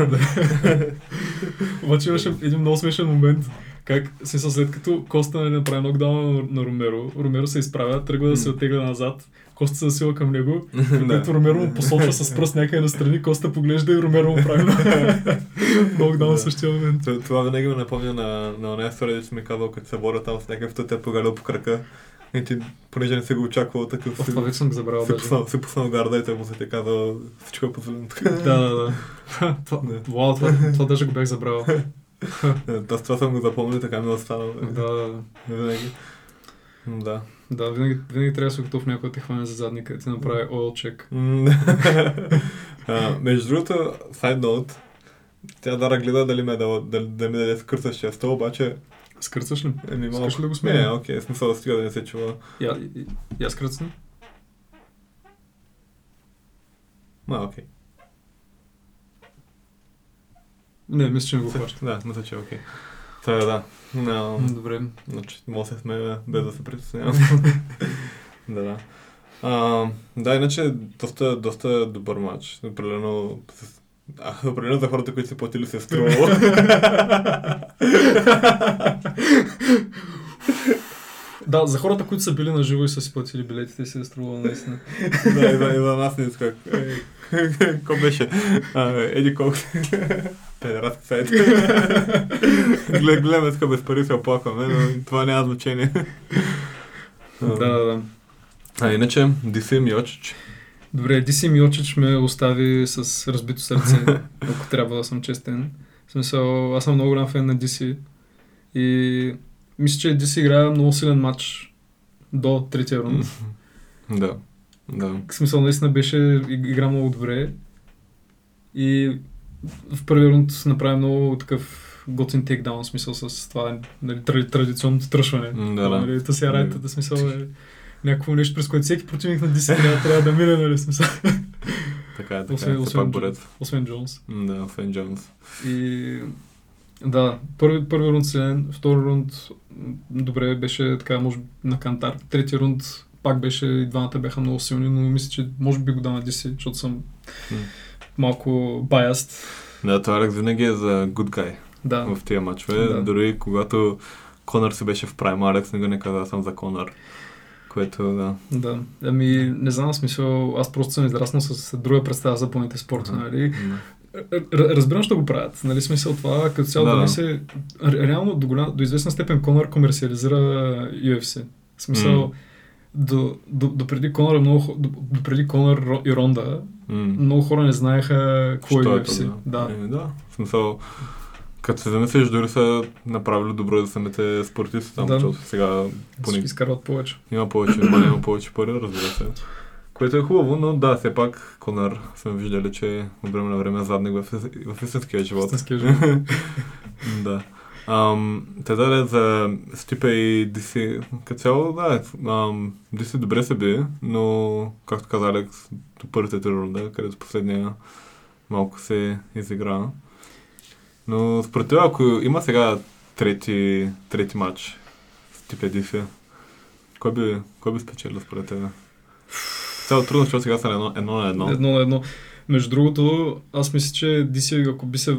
Speaker 1: Обаче имаше един много смешен момент. Как, в смисъл, след като Коста нали, направи нокдаун на, на Ромеро, Ромеро се изправя, тръгва да се
Speaker 2: М.
Speaker 1: оттегля назад, Коста се засила към него, <laughs>
Speaker 2: да.
Speaker 1: Като Ромеро му посочва с пръст някъде настрани, Коста поглежда и Ромеро му
Speaker 2: <laughs>
Speaker 1: прави нокдаун
Speaker 2: Да.
Speaker 1: в същия момент.
Speaker 2: Т- Това винаги ме напомня на, на оная история, дето си ми казал, като се боря там с някакъв, той те е погалял по крака. И ти, понеже не се го очаквал, такъв си,
Speaker 1: вече съм го забравял
Speaker 2: си, пуснал, си пуснал гарда и той му се те каза, всичко е позволено.
Speaker 1: Да, да, да. <laughs> Това-
Speaker 2: Да.
Speaker 1: Вау, това, това даже го бях забравил.
Speaker 2: Аз Е, това съм го запомнил, така ми е останало.
Speaker 1: Да, да, да.
Speaker 2: Винаги. М, Да.
Speaker 1: да винаги, винаги трябва да си готов някой да те хване за задника, да ти направи oil check.
Speaker 2: М, <laughs> а, между другото, side note, тя Дара гледа дали ме е дала- дали, да ми даде скърсащия стол, обаче
Speaker 1: Скърцаш ли?
Speaker 2: еми малко...
Speaker 1: Искаш ли да го
Speaker 2: Не,
Speaker 1: сменя?
Speaker 2: е окей, смисъл стига да не се чува.
Speaker 1: Я, и- я скръцна.
Speaker 2: Ма, окей.
Speaker 1: Не, мисля, че не го хваща.
Speaker 2: Да, мисля, че е окей. Та, да. Но,
Speaker 1: М, Добре.
Speaker 2: значи, може да се смея без да се притеснявам. <laughs> да, да. А, да, иначе доста, доста добър матч. Определено, с- а, определено за хората, които са платили се е струвало.
Speaker 1: Да, за хората, които са били на живо и са си платили билетите, се е струвало наистина.
Speaker 2: да, и за, и за нас не исках. Ко беше? А, еди колко. Педерат сайт. Глед- Гледаме тук без пари се оплакваме, но това няма значение.
Speaker 1: да, да, да.
Speaker 2: А иначе, DC Миочич.
Speaker 1: Добре, Диси Милчич ме остави с разбито сърце, ако трябва да съм честен. В смисъл, аз съм много голям фен на Диси. И мисля, че Диси играе много силен матч до третия рунд.
Speaker 2: Да. Да.
Speaker 1: В смисъл, наистина беше и- игра много добре. И в първия рунд направи много такъв готин тейкдаун, в смисъл с това нали, тради- традиционното тръшване.
Speaker 2: М, да, да.
Speaker 1: Нали, та сега райтата, в смисъл е някакво нещо, през което всеки противник на Диси
Speaker 2: <laughs>
Speaker 1: трябва, трябва да мине, нали, в смисъл.
Speaker 2: Така е,
Speaker 1: Освен-
Speaker 2: така е. Все
Speaker 1: освен
Speaker 2: пак борец.
Speaker 1: Освен Джонс.
Speaker 2: М, Да, Фен Джонс.
Speaker 1: И да, първи, първи рунд силен, втори рунд м, добре беше така, може би на кантар. Трети рунд пак беше, и двамата бяха много силни, но мисля, че може би го дам на DC, защото съм
Speaker 2: М.
Speaker 1: малко баяст.
Speaker 2: Да, Туарекс винаги е за good guy
Speaker 1: Да,
Speaker 2: в тия матчове.
Speaker 1: Да.
Speaker 2: Дори когато Конър си беше в прайм, Алекс не го не каза, аз съм за Конър. Което, да.
Speaker 1: да. Ами, не знам в смисъл, аз просто съм израснал с друга представа за бойните спорта,
Speaker 2: Мгм.
Speaker 1: нали?
Speaker 2: М,
Speaker 1: Р- Разбирам, що го правят. Нали, смисъл това, като цяло
Speaker 2: Да,
Speaker 1: да,
Speaker 2: да.
Speaker 1: дали се... ре- Реално до, голям, до известна степен Конор комерциализира е, UFC. В смисъл,
Speaker 2: М.
Speaker 1: до, до, до преди Конор е много... хо- До, до преди Конор Ро- и Ронда,
Speaker 2: м.
Speaker 1: много хора не знаеха какво е
Speaker 2: Що
Speaker 1: UFC.
Speaker 2: то,
Speaker 1: да.
Speaker 2: Еми, да. В смисъл, като се замислиш, дори са направили добро за самите спортисти там,
Speaker 1: Да.
Speaker 2: защото сега
Speaker 1: Пони...
Speaker 2: поне
Speaker 1: Изкарват повече.
Speaker 2: има повече внимание, има повече пари, разбира се. Което е хубаво, но да, все пак Конър сме виждали, че от време на време е задник в, в истинския живот.
Speaker 1: Истинския живот.
Speaker 2: <laughs> да. Ам, те даде за Стипе и DC. Като цяло, да, ам, DC добре се бие, но, както каза Алекс, до първите три рунда, където последния малко се изигра. Но според теб, ако има сега трети, трети матч Стипе DC, кой би, кой би спечелил според теб? Цяло трудно, защото сега са на едно, едно на едно.
Speaker 1: Едно на едно. Между другото, аз мисля, че DC, ако би се...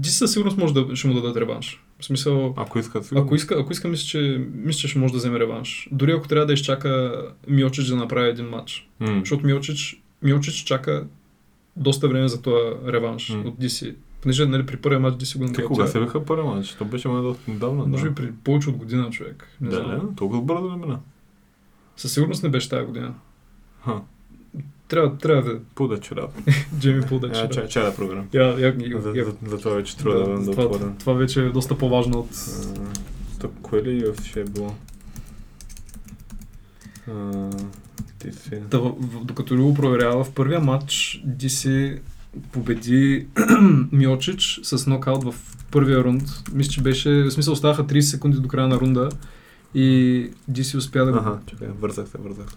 Speaker 1: DC със сигурност може да, ще му дадат реванш. В смисъл,
Speaker 2: Ако искат, сигурно.
Speaker 1: Ако иска, ако иска мисля, че, мисля, че ще може да вземе реванш. Дори ако трябва да изчака Миочич да направи един матч.
Speaker 2: М.
Speaker 1: Защото Миочич, Миочич чака доста време за този реванш
Speaker 2: М.
Speaker 1: от DC. Понеже нали, при първия матч DC го
Speaker 2: Те
Speaker 1: нокаутира.
Speaker 2: кога се биха първи матч? То беше май доста недавно.
Speaker 1: Може
Speaker 2: да.
Speaker 1: би при повече от година човек. Не
Speaker 2: да,
Speaker 1: знам.
Speaker 2: да, толкова бързо не мина.
Speaker 1: Със сигурност не беше тази година.
Speaker 2: Ха,
Speaker 1: Трябва, трябва да
Speaker 2: пуда чера.
Speaker 1: Джейми Пулда
Speaker 2: Е, чай, чай да проверим.
Speaker 1: Я, я, я,
Speaker 2: За,
Speaker 1: я,
Speaker 2: за, за това вече трябва да, да,
Speaker 1: това,
Speaker 2: отворя.
Speaker 1: това вече е доста по-важно от...
Speaker 2: А, То кое ли UFC ще е било? А, Ти си...
Speaker 1: Да, в- в- докато го проверява, в първия матч DC победи <clears throat> Миочич с нокаут в първия рунд. Мисля, че беше... В смисъл оставаха 30 секунди до края на рунда и DC успя да... го-
Speaker 2: Аха, чакай, вързах се, вързах се.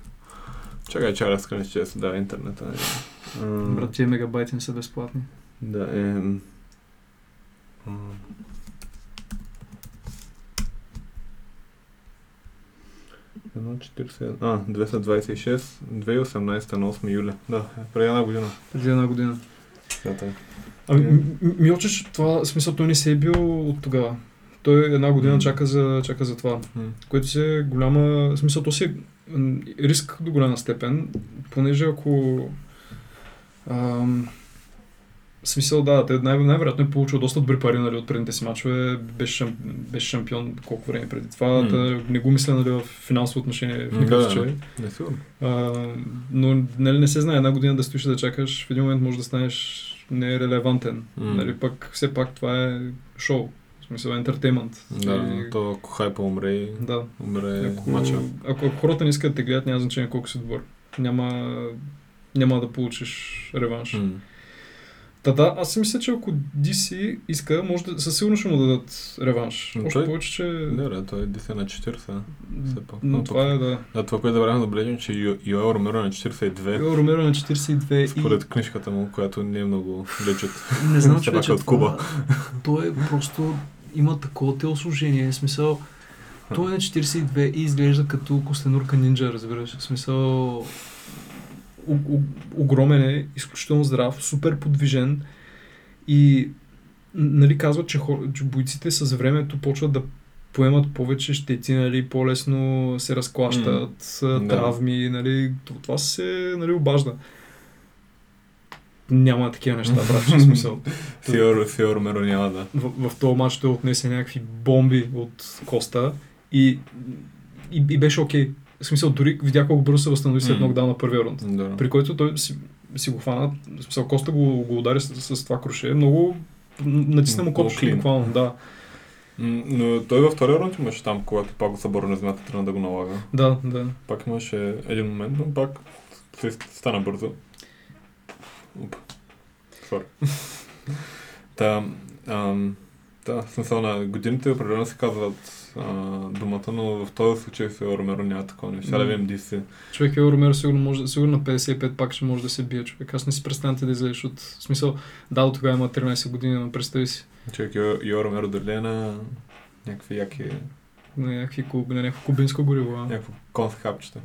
Speaker 2: Чакай, че разкажеш, че се дава интернета. Е. М,
Speaker 1: Брат, тия мегабайти не са безплатни.
Speaker 2: Да, е... м. М. Едно 41. А, 226, 2018 на 8 юля. Да, е преди една година.
Speaker 1: Преди една година.
Speaker 2: Да,
Speaker 1: Ами,
Speaker 2: Е.
Speaker 1: М- М- Милчич, това в смисъл, той не се е бил от тогава. Той една година
Speaker 2: М.
Speaker 1: чака, за, чака за това,
Speaker 2: М.
Speaker 1: което си е голяма... В смисъл, то си е м, риск до голяма степен, понеже ако... Ам, в смисъл, да, те най- най-вероятно е получил доста добри пари нали, от предните си мачове. Беше, шам, беше шампион колко време преди това.
Speaker 2: М.
Speaker 1: Та, не го мисля нали, в финансово отношение в
Speaker 2: М,
Speaker 1: никакъв
Speaker 2: да, да.
Speaker 1: случай.
Speaker 2: Не сигурно.
Speaker 1: А, но нали, не се знае една година да стоиш и да чакаш, в един момент може да станеш нерелевантен.
Speaker 2: М.
Speaker 1: Нали, пък все пак това е шоу, в смисъл ентертеймънт.
Speaker 2: Да,
Speaker 1: И-
Speaker 2: то ако хайпа умре,
Speaker 1: да.
Speaker 2: умре
Speaker 1: Ако,
Speaker 2: мача.
Speaker 1: ако, ако, хората не искат да те гледат, няма значение колко си добър. Няма, няма да получиш реванш.
Speaker 2: М.
Speaker 1: Та да, аз си мисля, че ако DC иска, може да, със сигурност ще му дадат реванш.
Speaker 2: Но
Speaker 1: Още
Speaker 2: той-
Speaker 1: повече, че...
Speaker 2: Да, да, той е дисе на 40. все пак.
Speaker 1: Но
Speaker 2: Но
Speaker 1: това е, да.
Speaker 2: Да, това, което забравяме да отбележим, че Йо- Йоел Ромеро на 42,
Speaker 1: Йо Ромеро на 42
Speaker 2: според книжката му, която не е много
Speaker 1: <laughs>
Speaker 2: лечат.
Speaker 3: Не знам,
Speaker 2: Все
Speaker 3: че
Speaker 2: пак е от Куба.
Speaker 3: Той просто има такова телосложение. В смисъл, той е на 42 и изглежда като костенурка нинджа, разбираш. В смисъл,
Speaker 1: о- о- огромен е, изключително здрав, супер подвижен и н- нали казват, че, хор, че бойците с времето почват да поемат повече щети, нали, по-лесно се разклащат,
Speaker 2: Да.
Speaker 1: mm. травми, нали, т- това се нали, обажда. Няма такива неща, брат, в смисъл.
Speaker 2: С Йоел с Йоел Ромеро няма да.
Speaker 1: В, в този матч той отнесе някакви бомби от Коста и, и, и беше окей. В смисъл, дори видя колко бързо се възстанови след
Speaker 2: Мгм.
Speaker 1: нокдаун на първия рунд
Speaker 2: Да.
Speaker 1: при който той си, си го фана, в смисъл Коста го, го удари с, с това круше, много м, натисна му
Speaker 2: Много
Speaker 1: копчето
Speaker 2: клин.
Speaker 1: буквално, да.
Speaker 2: М, Но той във втория рунд имаше там, когато пак го събора на земята, трябва да го налага.
Speaker 1: Да, да.
Speaker 2: Пак имаше един момент, но пак се стана бързо. Уп.
Speaker 1: <laughs>
Speaker 2: Сори. Та, ам, да, в смисъл на годините определено се казват а, думата, но в този случай с Йоел Ромеро няма такова нещо. Сега да
Speaker 1: М.
Speaker 2: видим DC.
Speaker 1: Човек е Ромеро сигурно, може, сигурно на 55 пак ще може да се бие човек. Аз не си представяте да излезеш от... В смисъл, да, до тогава има 13 години, но представи си
Speaker 2: Човек Йо- Йоел Ромеро дали е на някакви яки
Speaker 1: на, някакви, куб- на някакво кубинско гориво. а.
Speaker 2: Някакво конски хапчета.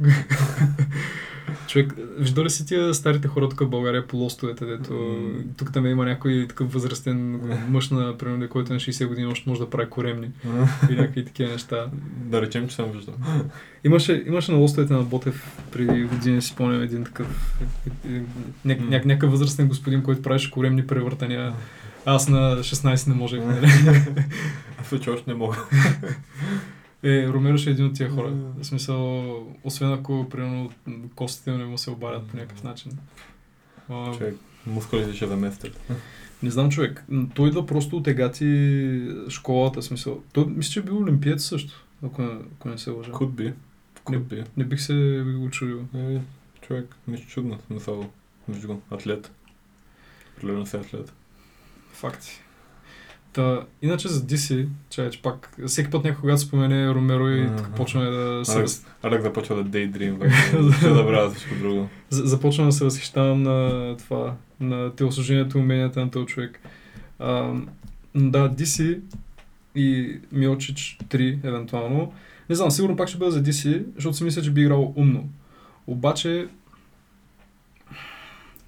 Speaker 1: Човек, вижда ли си тия старите хора тук в България по лостовете, дето
Speaker 2: М.
Speaker 1: тук там има някой такъв възрастен мъж, на, примерно, който е на 60 години още може да прави коремни и някакви такива неща.
Speaker 2: да речем, че съм виждал.
Speaker 1: Имаше, имаше на лостовете на Ботев преди години, си спомням един такъв е, е, ня, ня, някакъв възрастен господин, който правеше коремни превъртания. Аз на 16 не можех. Нали?
Speaker 2: <laughs> Аз вече още не мога.
Speaker 1: Е, Ромеро ще е един от тия хора.
Speaker 2: М.
Speaker 1: В смисъл, освен ако, примерно, костите не му се обадят по някакъв начин. А,
Speaker 2: Човек, мускулите ще заместят.
Speaker 1: не знам човек. М, Той идва просто от егати школата, в смисъл. Той мисля, че е бил олимпиец също, ако не, ако не се лъжа.
Speaker 2: Could be. Could be.
Speaker 1: Не бих се очудил.
Speaker 2: Е, човек, нищо чудно, смисъл. Виж го, атлет. Определено си атлет.
Speaker 1: Факти. Та, иначе за DC, чай, че пак, всеки път някой, когато спомене Ромеро и
Speaker 2: Мгм.
Speaker 1: така почваме да се,
Speaker 2: Алекс.
Speaker 1: раз...
Speaker 2: Алек започва да daydream, вече. ще забравя всичко друго.
Speaker 1: за- започвам да се възхищавам на това, на телосложението и уменията на този човек. А, да, DC и Милчич 3, евентуално. Не знам, сигурно пак ще бъда за DC, защото си мисля, че би играл умно. Обаче,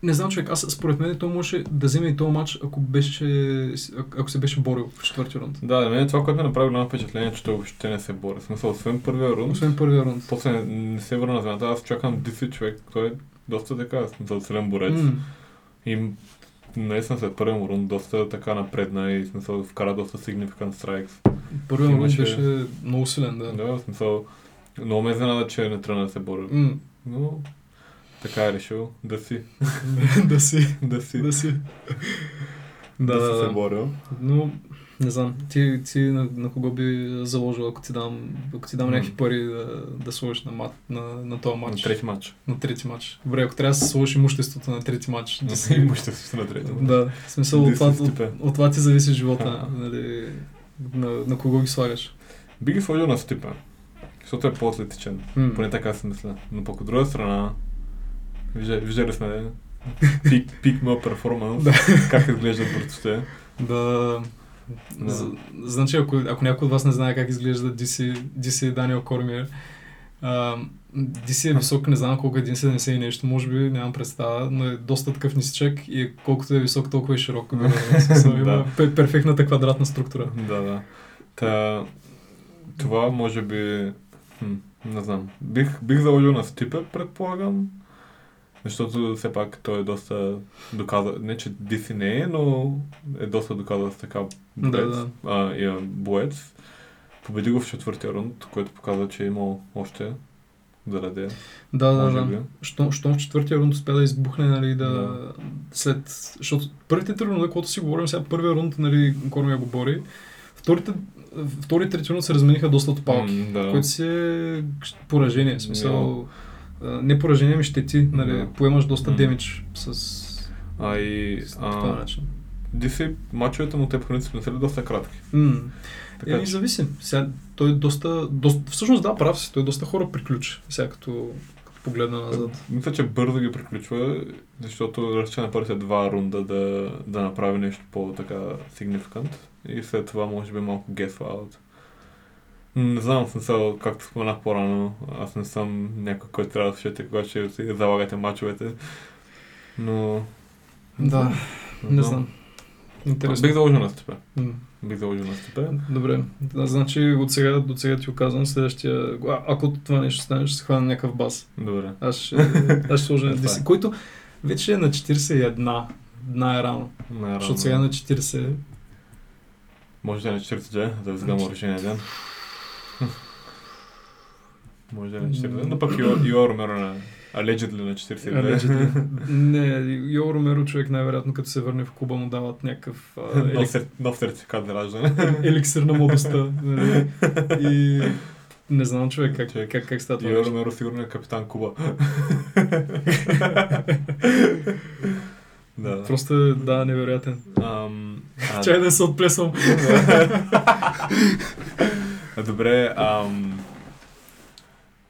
Speaker 1: не знам човек, аз според мен той можеше да вземе и този матч, ако, беше, ако се беше борил в четвърти рунд.
Speaker 2: Да, на мен това, което ме направи голямо впечатление, е, че той въобще не се бори. В Смисъл, освен първия рунд,
Speaker 1: Освен първия рунд.
Speaker 2: после не, не се върна на земята. Аз чакам DC човек, той е доста така, за силен борец.
Speaker 1: М,
Speaker 2: И наистина след първия му рунд доста така напредна и в смисъл вкара доста significant strikes.
Speaker 1: Първият рунд
Speaker 2: Имаше-
Speaker 1: беше много силен, да.
Speaker 2: Да, в смисъл много ме изненада, че не трябва да се боря.
Speaker 1: М, <laughs>
Speaker 2: Но така е решил да си,
Speaker 1: да си,
Speaker 2: да си,
Speaker 1: да си. Да,
Speaker 2: да си
Speaker 1: да,
Speaker 2: се
Speaker 1: да.
Speaker 2: борил.
Speaker 1: Но, не знам, ти, ти на, на кого би заложил, ако ти дам, ако ти дам
Speaker 2: М.
Speaker 1: някакви пари да, да сложиш на, мат, на, на този
Speaker 2: На
Speaker 1: матч?
Speaker 2: трети матч.
Speaker 1: На трети матч. Добре, ако трябва да се сложиш имуществото на трети матч, да си...
Speaker 2: Имуществото си на трети матч.
Speaker 1: да, в смисъл от
Speaker 2: Да си
Speaker 1: това,
Speaker 2: в
Speaker 1: от,
Speaker 2: степе.
Speaker 1: от това ти зависи живота,
Speaker 2: Ха.
Speaker 1: нали, на, на кого ги слагаш.
Speaker 2: Би ги сложил на стипа, защото е по-атлетичен.
Speaker 1: М.
Speaker 2: Поне така си мисля. Но пък от друга страна, Вижда- Виждали сме пик, пик моя перформанс, как изглеждат борците.
Speaker 1: Да.
Speaker 2: Да.
Speaker 1: З- Значи, ако, ако някой от вас не знае как изглежда DC, DC е Даниел Кормиер, а, DC е висок, не знам колко е 1,70 и нещо, може би нямам представа, но е доста такъв нисичък и колкото е висок, толкова е широк. В смисъл, Има
Speaker 2: Да.
Speaker 1: пе- перфектната квадратна структура.
Speaker 2: Да, да. Та, това може би... Хм, не знам. Бих, бих заложил на Стипе, предполагам. Защото все пак той е доста доказал, не че DC не е, но е доста доказал с така
Speaker 1: Да,
Speaker 2: боец.
Speaker 1: да.
Speaker 2: А, и, а, боец. Победи го в четвъртия рунд, което показва, че е имал още да раде.
Speaker 1: Да, да,
Speaker 2: може
Speaker 1: да.
Speaker 2: би.
Speaker 1: Щом, щом в четвъртия рунд успя да избухне, нали, да...
Speaker 2: Да.
Speaker 1: След... Защото първите три рунда, когато си говорим сега, първия рунд, нали, Кормия го бори, вторите, втори и трети рунд се размениха доста от палки.
Speaker 2: М, да.
Speaker 1: което си е поражение, в смисъл, а, не поражение, ми щети, нали,
Speaker 2: Да.
Speaker 1: поемаш доста
Speaker 2: М.
Speaker 1: демидж с,
Speaker 2: А и
Speaker 1: с по този
Speaker 2: а,
Speaker 1: начин.
Speaker 2: DC мачовете му те по принцип не са ли доста кратки.
Speaker 1: М.
Speaker 2: Така
Speaker 1: Еми,
Speaker 2: че,
Speaker 1: зависи. Сега, той е доста, доста, всъщност да, прав си, той доста хора приключи, сега като, като погледна назад.
Speaker 2: мисля, че бързо ги приключва, защото разче на първите два рунда да, да направи нещо по-така significant. И след това може би малко guess out. Не знам, в смисъл, както споменах по-рано, аз не съм някой, който трябва да слушате, кога ще си залагате мачовете. Но...
Speaker 1: Да, не знам. Интересно.
Speaker 2: Бих заложил на степе.
Speaker 1: М.
Speaker 2: Бих заложил на степе.
Speaker 1: Добре, да, значи от сега до сега ти оказвам следващия. А, ако това нещо стане, ще се хвана някакъв бас.
Speaker 2: Добре.
Speaker 1: Аз
Speaker 2: <laughs>
Speaker 1: ще, аз ще сложа на
Speaker 2: Това е.
Speaker 1: 10, който вече е на 41. Една е рано.
Speaker 2: Най-рано.
Speaker 1: Защото сега е на 40.
Speaker 2: Може да е на 40, да
Speaker 1: Значи-
Speaker 2: взгам
Speaker 1: <laughs>
Speaker 2: решение ден. Може да е на 40, но пък Йо, Йо Ромеро на Allegedly на 40. <laughs>
Speaker 1: Allegedly. Не, Йо Ромеро човек най-вероятно като се върне в Куба му дават някакъв а,
Speaker 2: <laughs> Нов,
Speaker 1: елик-
Speaker 2: сер, нов сертификат за раждане.
Speaker 1: <laughs> еликсир на младостта. нали? И не знам човек как,
Speaker 2: Човек.
Speaker 1: как, как става това.
Speaker 2: Йо
Speaker 1: нещо.
Speaker 2: Ромеро сигурно е капитан
Speaker 1: <laughs>
Speaker 2: Куба. да.
Speaker 1: Просто е, да, невероятен.
Speaker 2: Ам, а,
Speaker 1: <laughs> Чай да се
Speaker 2: <laughs>
Speaker 1: отплесвам.
Speaker 2: а, добре, ам...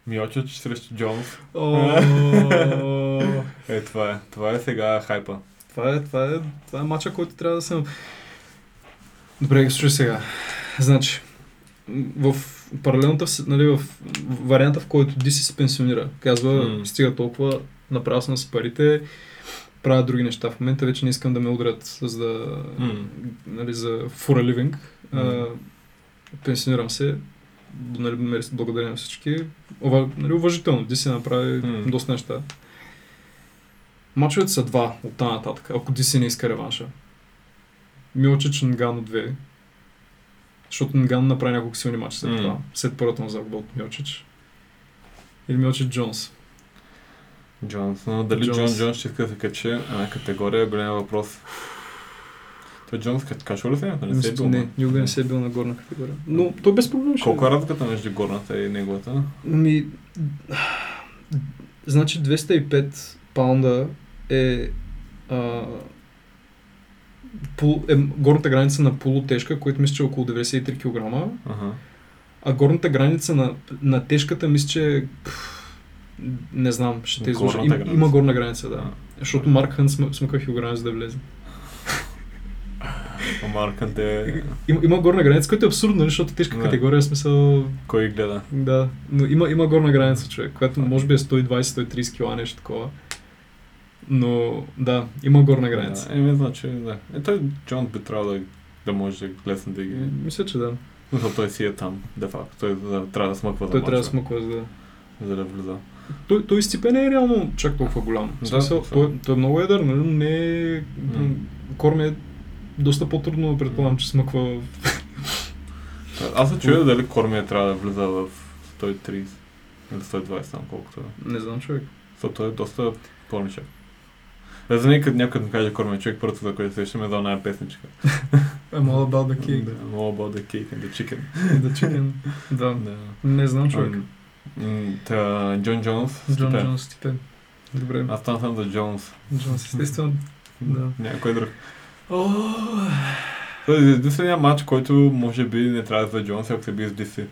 Speaker 2: Миочич срещу Джонс.
Speaker 1: О,
Speaker 2: Е, това е. Това е сега хайпа.
Speaker 1: Това е, това е, това е матча, който трябва да съм. Добре, слушай сега. Значи, в паралелната, вс- нали, в варианта, в който DC се пенсионира, казва,
Speaker 2: М.
Speaker 1: стига толкова, направил съм с парите, правя други неща. В момента вече не искам да ме удрят, за да,
Speaker 2: М.
Speaker 1: нали, за for a living.
Speaker 2: М.
Speaker 1: А, пенсионирам се, нали, мерс- благодаря на всички. Ова, нали, уважително, DC направи
Speaker 2: М.
Speaker 1: доста неща. Мачовете са два от тази нататък, ако DC не иска реванша. Милчич Нгано 2. Защото Нган направи няколко силни мача след
Speaker 2: М.
Speaker 1: това. След първата му загуба от Милчич. Или Милчич Джонс.
Speaker 2: Джонс. Но дали
Speaker 1: Джонс.
Speaker 2: Джон Джонс ще иска да се качи една категория е голям въпрос. Той Джонс кат- качва ли се някъде? Не се е бил,
Speaker 1: не,
Speaker 2: ма?
Speaker 1: никога не се е бил на горна категория. Но той без проблем ще
Speaker 2: Колко е разликата между горната и неговата?
Speaker 1: Ми, Ами, значи 205 паунда е, а, пул, е горната граница на полутежка, което мисля, че е около 93 кг.
Speaker 2: Ага.
Speaker 1: А горната граница на, на тежката мисля, че е, пф, не знам, ще те изложа.
Speaker 2: Горната
Speaker 1: Има,
Speaker 2: граница.
Speaker 1: има горна граница, да.
Speaker 2: А.
Speaker 1: Защото Марк Хън см, смъка килограми за да влезе.
Speaker 2: А маркът е...
Speaker 1: Има, има горна граница, което е абсурдно, защото тежка
Speaker 2: Да.
Speaker 1: категория е смисъл
Speaker 2: Кой гледа?
Speaker 1: Да, но има, има горна граница, човек, която може би е 120-130 кила, нещо такова. Но да, има горна граница.
Speaker 2: Да, еми, значи, да. Е, той Джон би трябвало да, да може да е лесно да ги...
Speaker 1: Мисля, че да.
Speaker 2: Защото той си е там, де факто. Той да, трябва да смъква за
Speaker 1: Той трябва да
Speaker 2: мача,
Speaker 1: смъква, за да.
Speaker 2: За да влиза.
Speaker 1: Той, той степен е реално чак толкова голям.
Speaker 2: Да,
Speaker 1: Да, смисъл,
Speaker 2: това е.
Speaker 1: той, той, е много едър, но не е...
Speaker 2: М.
Speaker 1: Корми е доста по-трудно, предполагам, че смъква. в-
Speaker 2: А- Аз се чуя дали Кормия трябва да влиза в 130 или 120 там, колкото е.
Speaker 1: Не знам, човек.
Speaker 2: Защото той е доста по-ничък. Да за някъде някъде му каже Кормен човек, първото за което се сещаме за оная песничка.
Speaker 1: Е,
Speaker 2: Е,
Speaker 1: I'm all about the cake.
Speaker 2: Да, All about the cake and the chicken.
Speaker 1: the chicken. Да.
Speaker 2: Да.
Speaker 1: Не знам, човек.
Speaker 2: Ам, м, Та, Джон Джонс.
Speaker 1: Джон
Speaker 2: Степе.
Speaker 1: Джонс степен. Добре.
Speaker 2: Аз там съм за Джонс.
Speaker 1: Джонс, естествено. Да.
Speaker 2: Някой друг.
Speaker 1: О,
Speaker 2: Това е единствения матч, който може би не трябва за Джонс, ако се бие
Speaker 1: <laughs>
Speaker 2: с DC.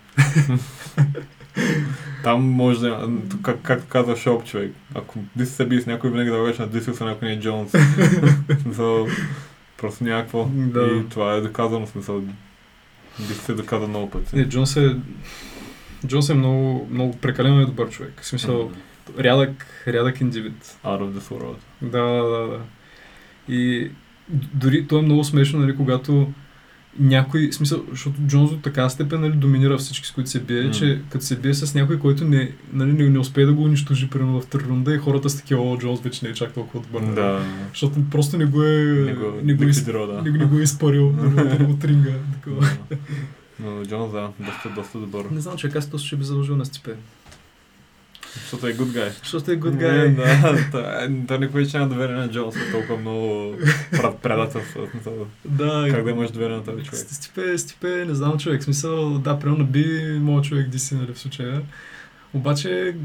Speaker 2: Там може да... Как, как казва Шоп, човек. Ако DC се бие с някой, винаги да вървеш на DC, освен ако не
Speaker 1: <laughs>
Speaker 2: е Джонс. so, просто някакво.
Speaker 1: Да.
Speaker 2: И това е доказано в смисъл. DC се доказа много пъти.
Speaker 1: Не, Джонс е... Джонс е много, много прекалено е добър човек. В смисъл, рядък, рядък индивид.
Speaker 2: Out of this world.
Speaker 1: Да, да, да. И д- дори то е много смешно, нали, когато някой, в смисъл, защото Джонс до така степен нали, доминира всички, с които се бие,
Speaker 2: М.
Speaker 1: че като се бие с някой, който не, нали, не, не успее да го унищожи, примерно в трунда и хората са такива, о, Джонс вече не е чак толкова добър. нали».
Speaker 2: Да.
Speaker 1: Защото просто не го е,
Speaker 2: Не го,
Speaker 1: не го, из,
Speaker 2: ликвидира, да.
Speaker 1: не, го- не го е изпарил нали, от ринга. Такова.
Speaker 2: Да. Но Джонс, да, доста, доста добър.
Speaker 1: Не знам, че аз точно ще би заложил на Стипе.
Speaker 2: Защото е good guy.
Speaker 1: Защото е good guy.
Speaker 2: Не, да, та- е, той никой вече няма доверие на Джонс, е толкова много пред- предателство. в смисъл.
Speaker 1: да,
Speaker 2: Как да имаш доверие на този човек?
Speaker 1: Ст- Стипе, стипе, не знам човек. В смисъл, да, примерно би моят човек DC, нали, в случая. Обаче,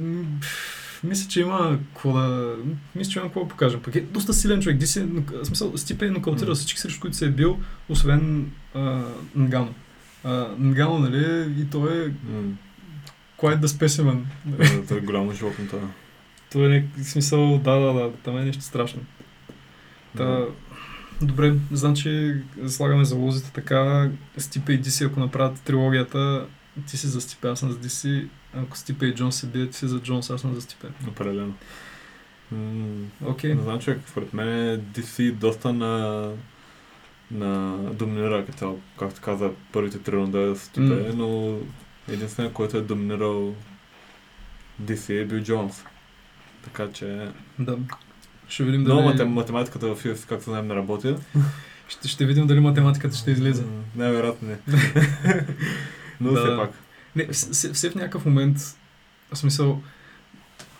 Speaker 1: м, пф, мисля, че има какво да... Мисля, че има какво да покажем. Пък е доста силен човек. DC, е нок- в смисъл, Стипе е нокаутирал
Speaker 2: М.
Speaker 1: всички, срещу които се е бил, освен а, Нгано. А, Нгано, нали, и той е
Speaker 2: М,
Speaker 1: quite the specimen.
Speaker 2: да, Той е голямо животно това.
Speaker 1: Той е някак- в смисъл, да, да, да, там е нещо страшно. Та, добре, значи слагаме залозите така. Стипе и Диси, ако направят трилогията, ти си за Стипе, аз съм за Диси. Ако Стипе и Джонс се бият, ти си за Джонс, аз съм за Стипе.
Speaker 2: Определено. М,
Speaker 1: Окей.
Speaker 2: Не знам, човек, според мен DC доста на на доминира като цяло, както каза, първите три рунда с Типе,
Speaker 1: М.
Speaker 2: но единствено, който е доминирал DC е бил Джонс. Така че...
Speaker 1: Да. Ще видим
Speaker 2: Но
Speaker 1: дали...
Speaker 2: мате- математиката в UFC, както знаем, не работи.
Speaker 1: Ще, ще видим дали математиката ще
Speaker 2: <laughs>
Speaker 1: излезе.
Speaker 2: М, Най-вероятно не. Но
Speaker 1: Да.
Speaker 2: все пак.
Speaker 1: Не, все, все в някакъв момент, в смисъл,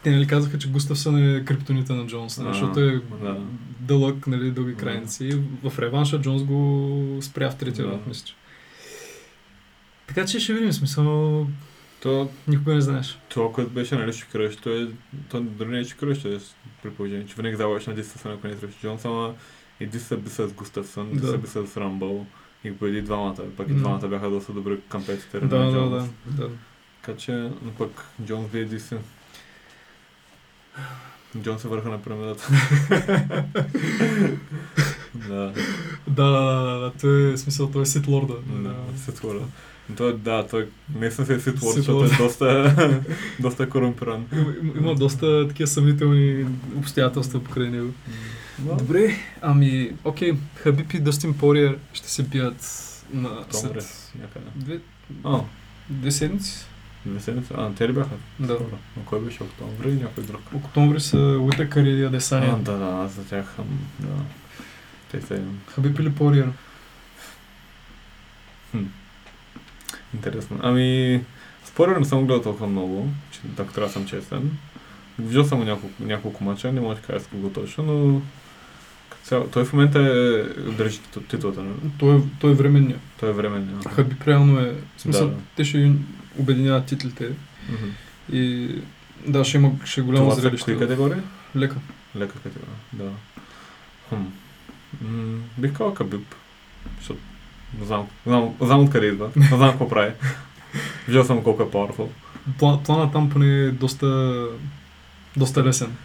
Speaker 1: те нали казаха, че Густавсън е криптонита на Джонс, нали,
Speaker 2: А,
Speaker 1: защото е
Speaker 2: да.
Speaker 1: дълъг, нали, дълги
Speaker 2: Да.
Speaker 1: крайници. И В реванша Джонс го спря в третия
Speaker 2: Да.
Speaker 1: раунд, мисля. че. Така че ще видим, в смисъл,
Speaker 2: То,
Speaker 1: никога не знаеш.
Speaker 2: това, което беше нали, шокиращо, е, то дори не е шокиращо, е с- при положение, че винаги залагаш на Дисъсън, ако не срещу Джонс, ама и Дисъсън би с Густавсън,
Speaker 1: Да.
Speaker 2: Дисъсън би с Рамбъл и победи двамата. Пак и
Speaker 1: М.
Speaker 2: двамата бяха доста добри компетитори
Speaker 1: Да,
Speaker 2: на
Speaker 1: да,
Speaker 2: Джонс.
Speaker 1: да, да. <laughs>
Speaker 2: Така че, но пък Джонс бие Дисън. Джонс е върха на пирамидата. да.
Speaker 1: Да, да, да, да, той е в смисъл, той е Сит Лорда.
Speaker 2: Да,
Speaker 1: Да.
Speaker 2: Сит Лорд. Той, да, той наистина се е Сит Лорд,
Speaker 1: Сит
Speaker 2: защото е
Speaker 1: Лорд.
Speaker 2: доста, <laughs> доста корумпиран.
Speaker 1: Има, има- има доста такива съмнителни обстоятелства покрай него.
Speaker 2: Но,
Speaker 1: Добре, ами, окей, Хабиб и Дъстин Пориер ще се бият на
Speaker 2: Добре,
Speaker 1: след
Speaker 2: някъде.
Speaker 1: две,
Speaker 2: А,
Speaker 1: две седмици.
Speaker 2: две седмици. А, те ли бяха?
Speaker 1: Да.
Speaker 2: Добре. Но кой беше октомври и някой друг?
Speaker 1: Октомври са Уитакър и
Speaker 2: А,
Speaker 1: Адесания.
Speaker 2: да, да, аз за тях. ам, Да. Те са
Speaker 1: Хабиб или Пориер?
Speaker 2: интересно. Ами, според не съм го гледал толкова много, че, ако трябва да съм честен. Виждал съм го няколко, няколко мача, не може да кажа с кого точно, но като цяло- той в момента е, държи титу- титлата. нали?
Speaker 1: Той, е- той е временния.
Speaker 2: Той е временен.
Speaker 1: Хабиб реално е... В смисъл,
Speaker 2: Да, да.
Speaker 1: те ще обединяват титлите
Speaker 2: Мгм.
Speaker 1: и да, ще има ще е голямо
Speaker 2: Това са кои
Speaker 1: зрелище.
Speaker 2: категории?
Speaker 1: Лека.
Speaker 2: Лека категория, да. Хм. М, бих казал Кабиб, защото не знам, знам, знам откъде идва, не знам какво прави. Виждал съм колко е powerful.
Speaker 1: Пла, плана там поне е доста, доста лесен.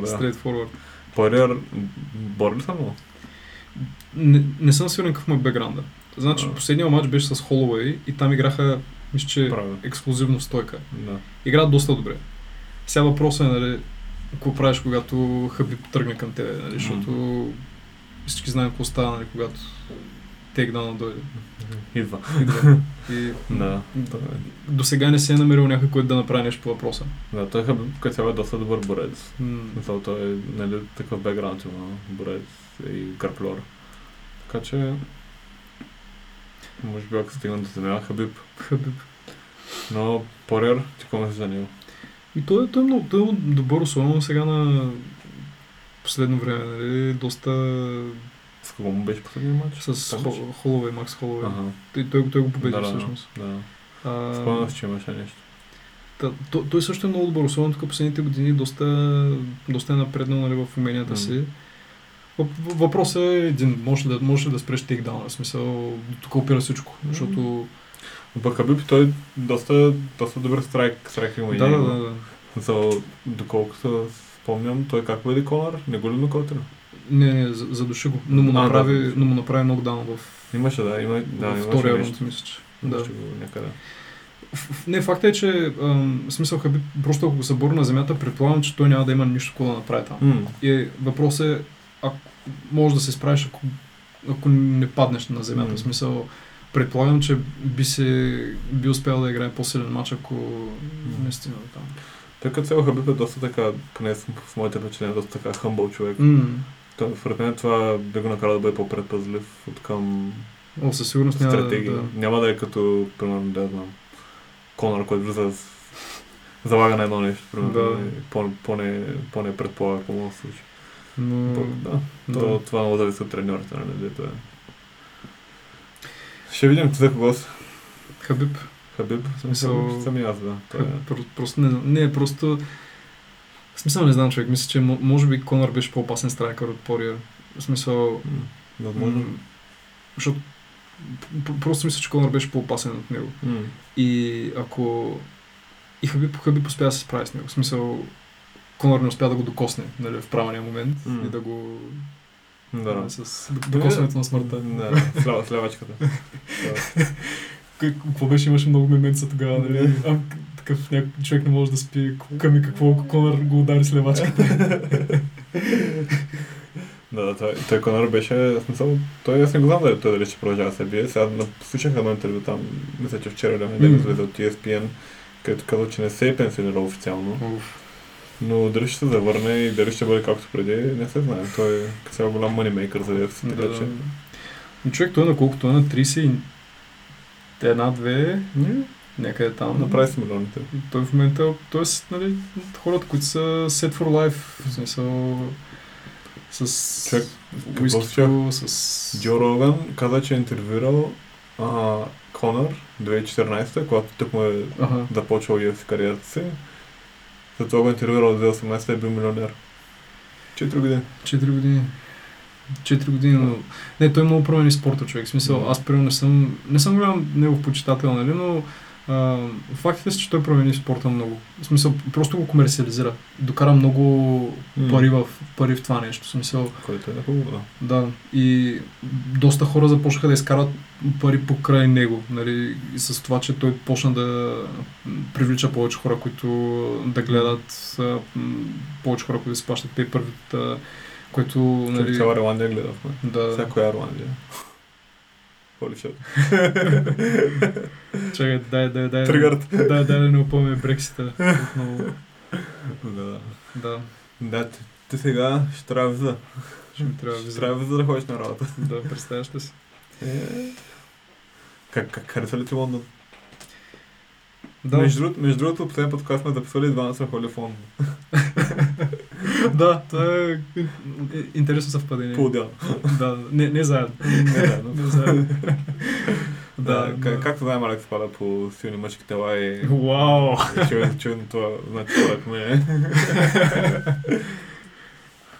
Speaker 1: Да.
Speaker 2: да.
Speaker 1: Straightforward.
Speaker 2: Warrior, борли са много.
Speaker 1: Не, не съм сигурен какъв му е бекграунда. Значи,
Speaker 2: А.
Speaker 1: последният матч беше с Холуей и там играха, мисля, че
Speaker 2: Правил.
Speaker 1: експлозивно стойка.
Speaker 2: Да.
Speaker 1: Играят доста добре. Сега въпросът е, нали, какво правиш, когато Хабиб тръгне към тебе, нали, защото всички знаем какво става, нали, когато тейкдауна
Speaker 2: <laughs>
Speaker 1: дойде.
Speaker 2: Идва.
Speaker 1: Идва. И
Speaker 2: Да.
Speaker 1: до сега не се е намерил някой, който да направи нещо по въпроса.
Speaker 2: Да, той Хабиб като цяло е доста добър борец.
Speaker 1: М,
Speaker 2: Мисъл, той е нали, такъв бекграунд има борец и гърплор. Така че... Може би ако стигна до земя, Хабиб.
Speaker 1: Хабиб.
Speaker 2: Но Порер, ти какво мислиш за него?
Speaker 1: И той, е- той, е много, той е добър, особено сега на последно време, нали, доста
Speaker 2: С кого му беше последния матч?
Speaker 1: с
Speaker 2: Как беше?
Speaker 1: Хо- Холовей, Макс Холовей.
Speaker 2: Ага,
Speaker 1: Той, той, го- той го победи
Speaker 2: да, да,
Speaker 1: всъщност.
Speaker 2: да.
Speaker 1: А,
Speaker 2: Спомням си, че имаше нещо.
Speaker 1: Та, то, той също е много добър, особено тук последните години доста, доста е напреднал нали, в уменията
Speaker 2: М.
Speaker 1: си. Въп- Въпросът е един. Може ли да, може ли да спреш тейкдауна? В смисъл, тук опира всичко. Защото...
Speaker 2: Но Пък Хабиб той доста, доста добър страйк, страйкинг
Speaker 1: Да, да, да. да.
Speaker 2: So, доколкото се спомням, той как бъде Конър? Не го ли нокаутира?
Speaker 1: Не, не, за- задуши го. Но му
Speaker 2: А,
Speaker 1: направи,
Speaker 2: да.
Speaker 1: но му направи нокдаун в
Speaker 2: Имаше, да, има, да,
Speaker 1: да,
Speaker 2: имаше
Speaker 1: втория
Speaker 2: нещо.
Speaker 1: раунд, мисля, че. Да.
Speaker 2: Имаше го някъде.
Speaker 1: В- в- Не, факта е, че ам, в смисъл Хабиб, просто ако го събори на земята, предполагам, че той няма да има нищо какво да направи там.
Speaker 2: М,
Speaker 1: И въпросът е, ако може да се справиш, ако, ако не паднеш на земята.
Speaker 2: Мгм.
Speaker 1: В смисъл, предполагам, че би, се, би успял да играе по-силен матч, ако не стигна до там.
Speaker 2: Той като цяло Хабиб е доста така, поне съм в моите впечатления, доста така хъмбъл човек.
Speaker 1: М,
Speaker 2: Той, според мен това би го накарал да бъде по-предпазлив от към
Speaker 1: О, със сигурност няма да,
Speaker 2: стратегия.
Speaker 1: да,
Speaker 2: Няма да е като, примерно, да знам, Конър, който влиза с... залага на едно нещо, примерно,
Speaker 1: Да.
Speaker 2: да. по, поне, поне предполага какво може да се случи.
Speaker 1: но...
Speaker 2: Да.
Speaker 1: да.
Speaker 2: То, това много зависи от треньорите, нали? Дето е. Ще видим за кого са.
Speaker 1: Хабиб,
Speaker 2: Хабиб, в
Speaker 1: Мисъл-
Speaker 2: смисъл, съм и аз, да. Той е.
Speaker 1: Хабиб, про- просто не, не, е просто... В смисъл не знам човек, мисля, че мо- може би Конър беше по-опасен страйкър от Пориер. В смисъл,
Speaker 2: М,
Speaker 1: М,
Speaker 2: Възможно.
Speaker 1: Защото п- п- просто мисля, че Конор беше по-опасен от него.
Speaker 2: М,
Speaker 1: И ако... И Хабиб, Хабиб успя да се справи с него. В смисъл, Конор не успя да го докосне нали, в правилния момент
Speaker 2: М.
Speaker 1: и да го...
Speaker 2: Да.
Speaker 1: С докосването на смъртта.
Speaker 2: Да, слява, слявачката.
Speaker 1: Как- Какво беше, имаше много меменца тогава, нали? А, к- такъв някой човек не може да спи. Към и какво, ако Конор го удари с левачката.
Speaker 2: <laughs> Да, да, той, той Конор беше, в смисъл, той аз не го знам дали той дали ще продължава да се бие. Сега на- слушах едно интервю там, мисля, че вчера или онзи ден
Speaker 1: М.
Speaker 2: излезе от ESPN, където каза, че не се е пенсионирал официално. Но дали ще се завърне и дали ще бъде както преди, не се знае. Той е като цяло голям манимейкър за UFC, така че...
Speaker 1: Но човек той е на колко? Той е на 30 и... Една-две,
Speaker 2: Ние
Speaker 1: някъде там.
Speaker 2: Направи си милионите.
Speaker 1: И Той в момента, т.е. нали, хората, които са set for life, в смисъл с
Speaker 2: Човек, какво
Speaker 1: уискито, с...
Speaker 2: Джо Роган каза, че е интервюирал а, Конър 2014, когато тук му е
Speaker 1: Ага.
Speaker 2: започвал UFC кариерата си. След това го е интервюирал в 2018 и е бил милионер. Четири години.
Speaker 1: 4 години. 4 години, но... Не, той много промени спорта, човек. В смисъл,
Speaker 2: Мгм.
Speaker 1: аз примерно не съм, не съм голям негов почитател, нали, но а, фактите са, че той промени спорта много. В смисъл, просто го комерциализира. Докара много
Speaker 2: Мгм.
Speaker 1: пари в, пари в това нещо. В смисъл,
Speaker 2: Което е хубаво. Да.
Speaker 1: Да, и доста хора започнаха да изкарат пари покрай него, нали, и с това, че той почна да привлича повече хора, които да гледат, а, м, повече хора, които да си плащат пейпървита, което,
Speaker 2: Нали...
Speaker 1: нали,
Speaker 2: Цяла Ирландия гледахме.
Speaker 1: да,
Speaker 2: Сега коя <laughs> Ирландия? Holy shit.
Speaker 1: чакай, дай, дай, дай,
Speaker 2: Тригърът.
Speaker 1: дай, дай, да не опъваме Брексита отново,
Speaker 2: Да.
Speaker 1: да,
Speaker 2: Да, ти, ти сега ще трябва виза.
Speaker 1: ще ми трябва
Speaker 2: Ще
Speaker 1: виза,
Speaker 2: трябва виза да ходиш на работа.
Speaker 1: да, представяш ли си?
Speaker 2: Е. Как, как хареса ли ти Лондон? Да.
Speaker 1: Да,
Speaker 2: Между, друг- между другото, последния път, когато сме записали, двама сме ходили в Лондон.
Speaker 1: да, това е интересно съвпадение.
Speaker 2: По отдел.
Speaker 1: Да, не, не заедно.
Speaker 2: Е. Не, <laughs> да, но-
Speaker 1: Не заедно.
Speaker 2: Да,
Speaker 1: Да,
Speaker 2: как, е?
Speaker 1: да.
Speaker 2: както знаем, Алекс пада по силни мъжки тела и... <laughs>
Speaker 1: Вау!
Speaker 2: Чудно, чудно това, значи това ме е.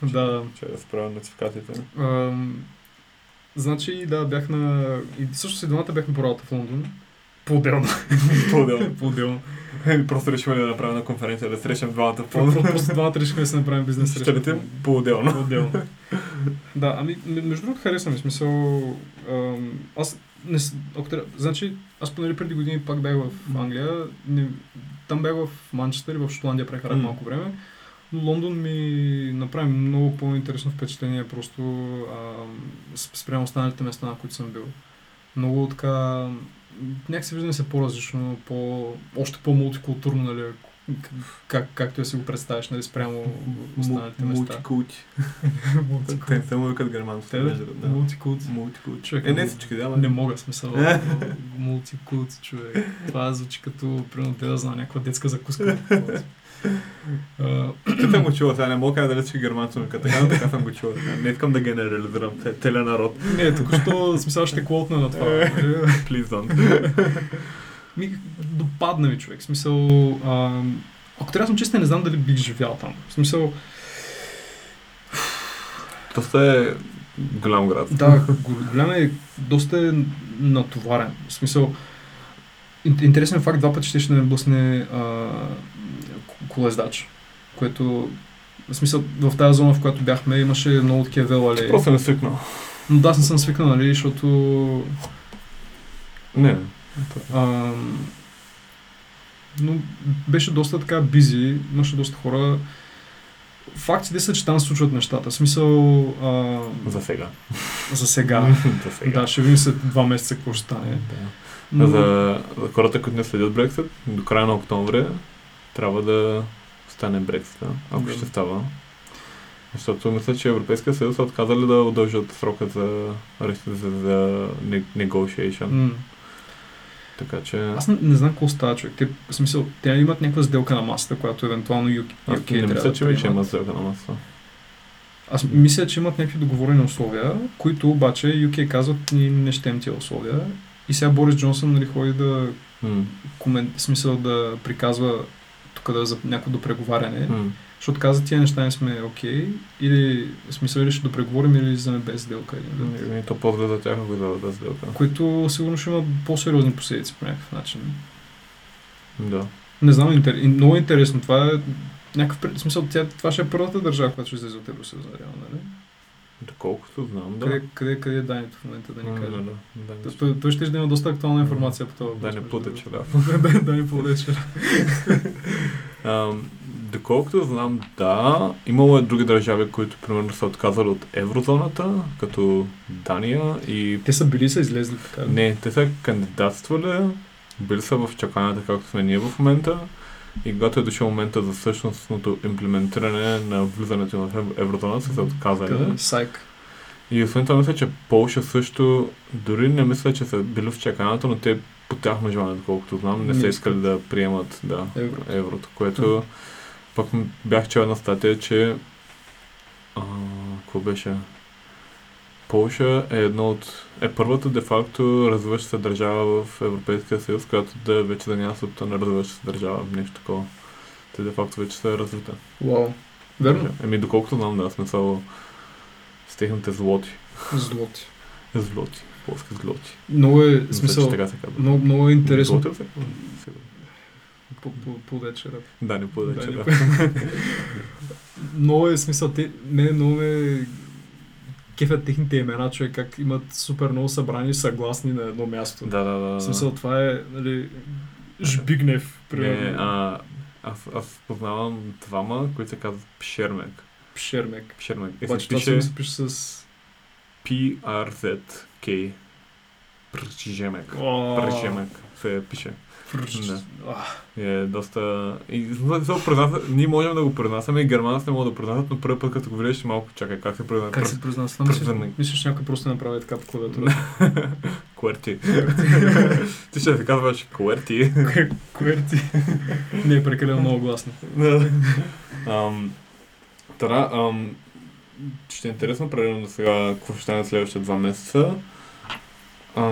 Speaker 1: Да.
Speaker 2: Че да справя нотификациите.
Speaker 1: Ам, значи, да, бях на... И всъщност и двамата бяхме по работа в Лондон. По-отделно.
Speaker 2: По-отделно.
Speaker 1: По-отделно.
Speaker 2: Или Просто решихме да направим една конференция, да срещам двамата по
Speaker 1: Просто, просто двамата решихме да се направим бизнес
Speaker 2: Ще
Speaker 1: среща.
Speaker 2: летим по-отделно.
Speaker 1: По-отделно. Да, ами, м- между другото, харесва ми в смисъл. Ам, аз не. с- Ако трябва, значи, аз поне преди години пак бях в Англия. Не, там бях в Манчестър и в Шотландия прекарах
Speaker 2: М.
Speaker 1: малко време. Но Лондон ми направи много по-интересно впечатление, просто ам, с- спрямо останалите места, на които съм бил. Много така. м, Някакси виждане се по-различно, по, още по-мултикултурно, нали, к- как, както я си го представиш, нали, спрямо останалите места.
Speaker 2: Мултикулти.
Speaker 1: Мултикулт.
Speaker 2: Те не са му викат германците.
Speaker 1: Те да?
Speaker 2: между другото, да.
Speaker 1: Мултикулт. Е.
Speaker 2: Мултикулти.
Speaker 1: Човек,
Speaker 2: Е, не
Speaker 1: мул-
Speaker 2: всички, да, ама-
Speaker 1: Не мога смисъл. Мултикулт, човек. Това звучи като, примерно, те да знам, някаква детска закуска. А,
Speaker 2: Тук съм го чувал, сега не мога да кажа дали всички германци му викат така, но така съм го чувал. Не искам да генерализирам, те- целия народ.
Speaker 1: Не, току-що смисъл ще клотна на
Speaker 2: е.
Speaker 1: това. нали?
Speaker 2: Please don't.
Speaker 1: Ми, допадна ми човек. В Смисъл, а, ако трябва да съм честен, не знам дали бих живял там. В смисъл,
Speaker 2: доста е голям град.
Speaker 1: Да, гол- голям е, доста е натоварен. В смисъл, ин- интересен факт, два пъти ще ме блъсне а, к- колездач, което в смисъл, в тази зона, в която бяхме, имаше много такива велали.
Speaker 2: Просто не свикнал.
Speaker 1: Но да, аз не съм свикнал, нали, защото...
Speaker 2: Не.
Speaker 1: А, но беше доста така бизи, имаше доста хора. Фактите са, че там се случват нещата. В смисъл, а,
Speaker 2: За сега.
Speaker 1: за сега.
Speaker 2: За сега.
Speaker 1: Да, ще видим след два месеца какво ще стане.
Speaker 2: Да.
Speaker 1: Но,
Speaker 2: За, за хората, които не следят Брексит, до края на октомври трябва да стане Брексита, ако
Speaker 1: Да.
Speaker 2: ще става. Защото мисля, че Европейския съюз са отказали да удължат срока за, за, за не- negotiation.
Speaker 1: м,
Speaker 2: Така че...
Speaker 1: Аз не, не знам какво става човек. Те, в смисъл, те имат някаква сделка на масата, която евентуално UK, UK
Speaker 2: Аз не
Speaker 1: трябва
Speaker 2: мисля,
Speaker 1: да
Speaker 2: че вече
Speaker 1: приемат.
Speaker 2: има сделка на маса.
Speaker 1: Аз мисля, че имат някакви договорени условия, които обаче UK казват, ние не щем тия условия. И сега Борис Джонсън нали, ходи да
Speaker 2: М,
Speaker 1: комен... в смисъл да приказва тук да е за някакво допреговаряне,
Speaker 2: м.
Speaker 1: защото каза тия неща не сме окей, или в смисъл или ще допреговорим или за без сделка. Или...
Speaker 2: М, И то по-зле за тях, ако да, да сделка.
Speaker 1: Което сигурно ще има по-сериозни последици по някакъв начин.
Speaker 2: Да.
Speaker 1: Не знам, интер... и много интересно. Това е някакъв пред- в смисъл, тя, това ще е първата държава, която ще излезе от Евросъюза, реално, нали?
Speaker 2: Доколкото знам, да.
Speaker 1: Да. Къде, къде, къде е Данито в момента, да
Speaker 2: М,
Speaker 1: ни
Speaker 2: да,
Speaker 1: каже?
Speaker 2: да, да, не-
Speaker 1: Той, той ще да има доста актуална информация по това.
Speaker 2: Да
Speaker 1: въпрос,
Speaker 2: не
Speaker 1: между
Speaker 2: пута,
Speaker 1: другото.
Speaker 2: че да.
Speaker 1: <laughs> Да, да не повече.
Speaker 2: Ам, Доколкото знам, да. Имало е други държави, които примерно са отказали от еврозоната, като Дания и...
Speaker 1: Те са били са излезли така. ли?
Speaker 2: Не, те са кандидатствали, били са в чаканата, както сме ние в момента. И когато е дошъл момента за същностното имплементиране на влизането в ев- еврозоната, са се отказали.
Speaker 1: Къде? Сайк.
Speaker 2: И освен това мисля, че Полша също, дори не мисля, че са били в чакането, но те по тяхно желание, доколкото знам, не
Speaker 1: Не
Speaker 2: са
Speaker 1: искат.
Speaker 2: искали да приемат да,
Speaker 1: Евро.
Speaker 2: еврото, което пък м- бях чел една статия, че а, какво беше? Полша е едно от... е първата де-факто развиваща се държава в Европейския съюз, която да вече да няма статута на развиваща се държава, нещо такова. Те де-факто вече са развита.
Speaker 1: Вау. Верно.
Speaker 2: Еми, доколкото знам, да, смисъл с техните злоти.
Speaker 1: Злоти.
Speaker 2: Злоти. Полски злоти.
Speaker 1: Много е,
Speaker 2: Мисля, че
Speaker 1: смисъл,
Speaker 2: така се казва.
Speaker 1: много, много е интересно
Speaker 2: Злоти ли се казва? Сигурно.
Speaker 1: по, по, по вечера.
Speaker 2: Да, не
Speaker 1: Да,
Speaker 2: подача,
Speaker 1: не
Speaker 2: да.
Speaker 1: <laughs> много е смисъл, те, не, много ме кефят техните имена, човек, как имат супер много събрани съгласни на едно място.
Speaker 2: <laughs> Да, да, да,
Speaker 1: В
Speaker 2: да.
Speaker 1: смисъл, това е, нали, Жбигнев,
Speaker 2: Не,
Speaker 1: примерно,
Speaker 2: Е, а, аз, аз познавам двама, които се казват Пшермек.
Speaker 1: Шермек.
Speaker 2: Пшермек. Е,
Speaker 1: Обаче
Speaker 2: се
Speaker 1: това се
Speaker 2: пише
Speaker 1: ми се пише с...
Speaker 2: PRZK. Пржемек.
Speaker 1: О,
Speaker 2: Пржемек се пише.
Speaker 1: прж-
Speaker 2: Да.
Speaker 1: Ах,
Speaker 2: Е, доста... И, за- за- произнася- ние можем да го произнасяме и германците могат да произнасят, но първи път като го видиш малко чакай как се произнася.
Speaker 1: Как се произнася? Мислиш-
Speaker 2: пръзвърнак.
Speaker 1: Мислиш, някой просто направи така по клавиатура.
Speaker 2: <laughs> Куерти. <laughs> Ти ще се казваш Куерти.
Speaker 1: Кверти. <laughs> Не е прекалено много гласно.
Speaker 2: <laughs> Ам, Тара, ам, ще е интересно преди да сега какво ще стане следващите два месеца. А,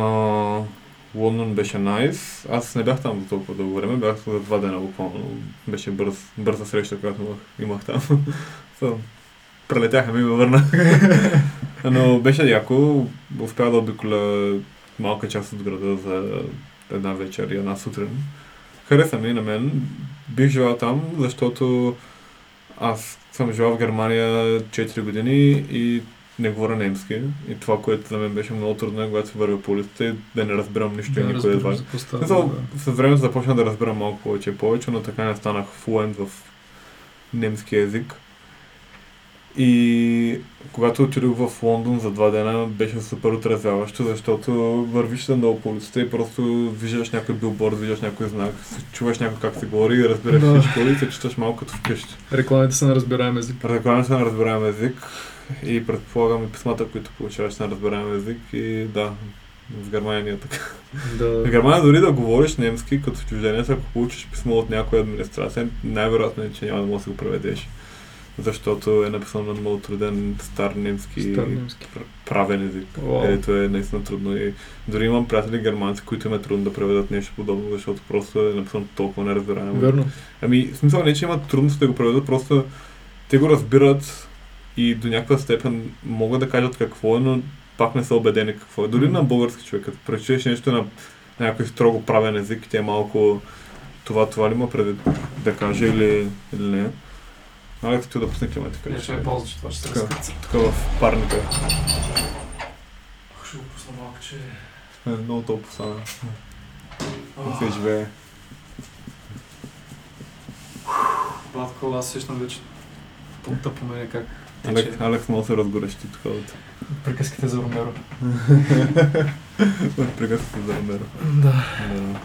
Speaker 2: Лондон беше найс. Аз не бях там за толкова дълго време, бях за два дена буквално. Беше бърз, бърза среща, която имах, имах там. So, прелетяха ми и ме върна. Но беше яко. Успях да обиколя малка част от града за една вечер и една сутрин. Хареса ми на мен. Бих живял там, защото аз съм живял в Германия 4 години и не говоря немски. И това, което за мен беше много трудно, е когато се вървя по улицата и да не разбирам нищо и
Speaker 1: Да,
Speaker 2: никой е едва.
Speaker 1: разбирам за какво става,
Speaker 2: Смисъл,
Speaker 1: да.
Speaker 2: с времето започна да разбера малко повече и повече, но така не станах флуент в немски язик. И когато отидох в Лондон за два дена, беше супер отразяващо, защото вървиш надолу по улицата и просто виждаш някой билборд, виждаш някой знак, с- чуваш някой как се говори и разбираш
Speaker 1: Да.
Speaker 2: всичко и се читаш малко като вкъщи.
Speaker 1: Рекламите са на разбираем език.
Speaker 2: Предполагам се на разбираем език и предполагам и писмата, които получаваш на разбираем език и да, в Германия ни е така. В
Speaker 1: Да.
Speaker 2: Германия дори да говориш немски като чужденец, ако получиш писмо от някоя администрация, най-вероятно е, че няма да можеш да го преведеш. Защото е написано на много труден стар немски
Speaker 1: Стар немски.
Speaker 2: пр- правен език.
Speaker 1: Вау.
Speaker 2: Където е наистина трудно. И дори имам приятели германци, които им е трудно да преведат нещо подобно, защото просто е написано толкова неразбираемо.
Speaker 1: Верно.
Speaker 2: Ами, в смисъл не, че имат трудност да го преведат, просто те го разбират и до някаква степен могат да кажат какво е, но пак не са убедени какво е. Дори
Speaker 1: Мгм.
Speaker 2: на български човек, като прочетеш нещо на някой строго правен език и те е малко това, това ли има предвид да каже или, или не. Алекс, ти да пусни климатика.
Speaker 4: Не, ще е ползва, че това ще се
Speaker 2: Така.
Speaker 4: разкъца.
Speaker 2: Тук в парника.
Speaker 4: Ще го пусна малко, че...
Speaker 2: Е, Много толкова стана. Не
Speaker 4: Ох,
Speaker 2: се живее.
Speaker 4: Батко, аз сещам вече пункта по мене как
Speaker 1: Ами,
Speaker 2: Алекс, Алекс може да се разгорещи тук от <laughs>
Speaker 4: Приказките за Ромеро.
Speaker 2: от приказката за Ромеро.
Speaker 3: Да.
Speaker 2: Да,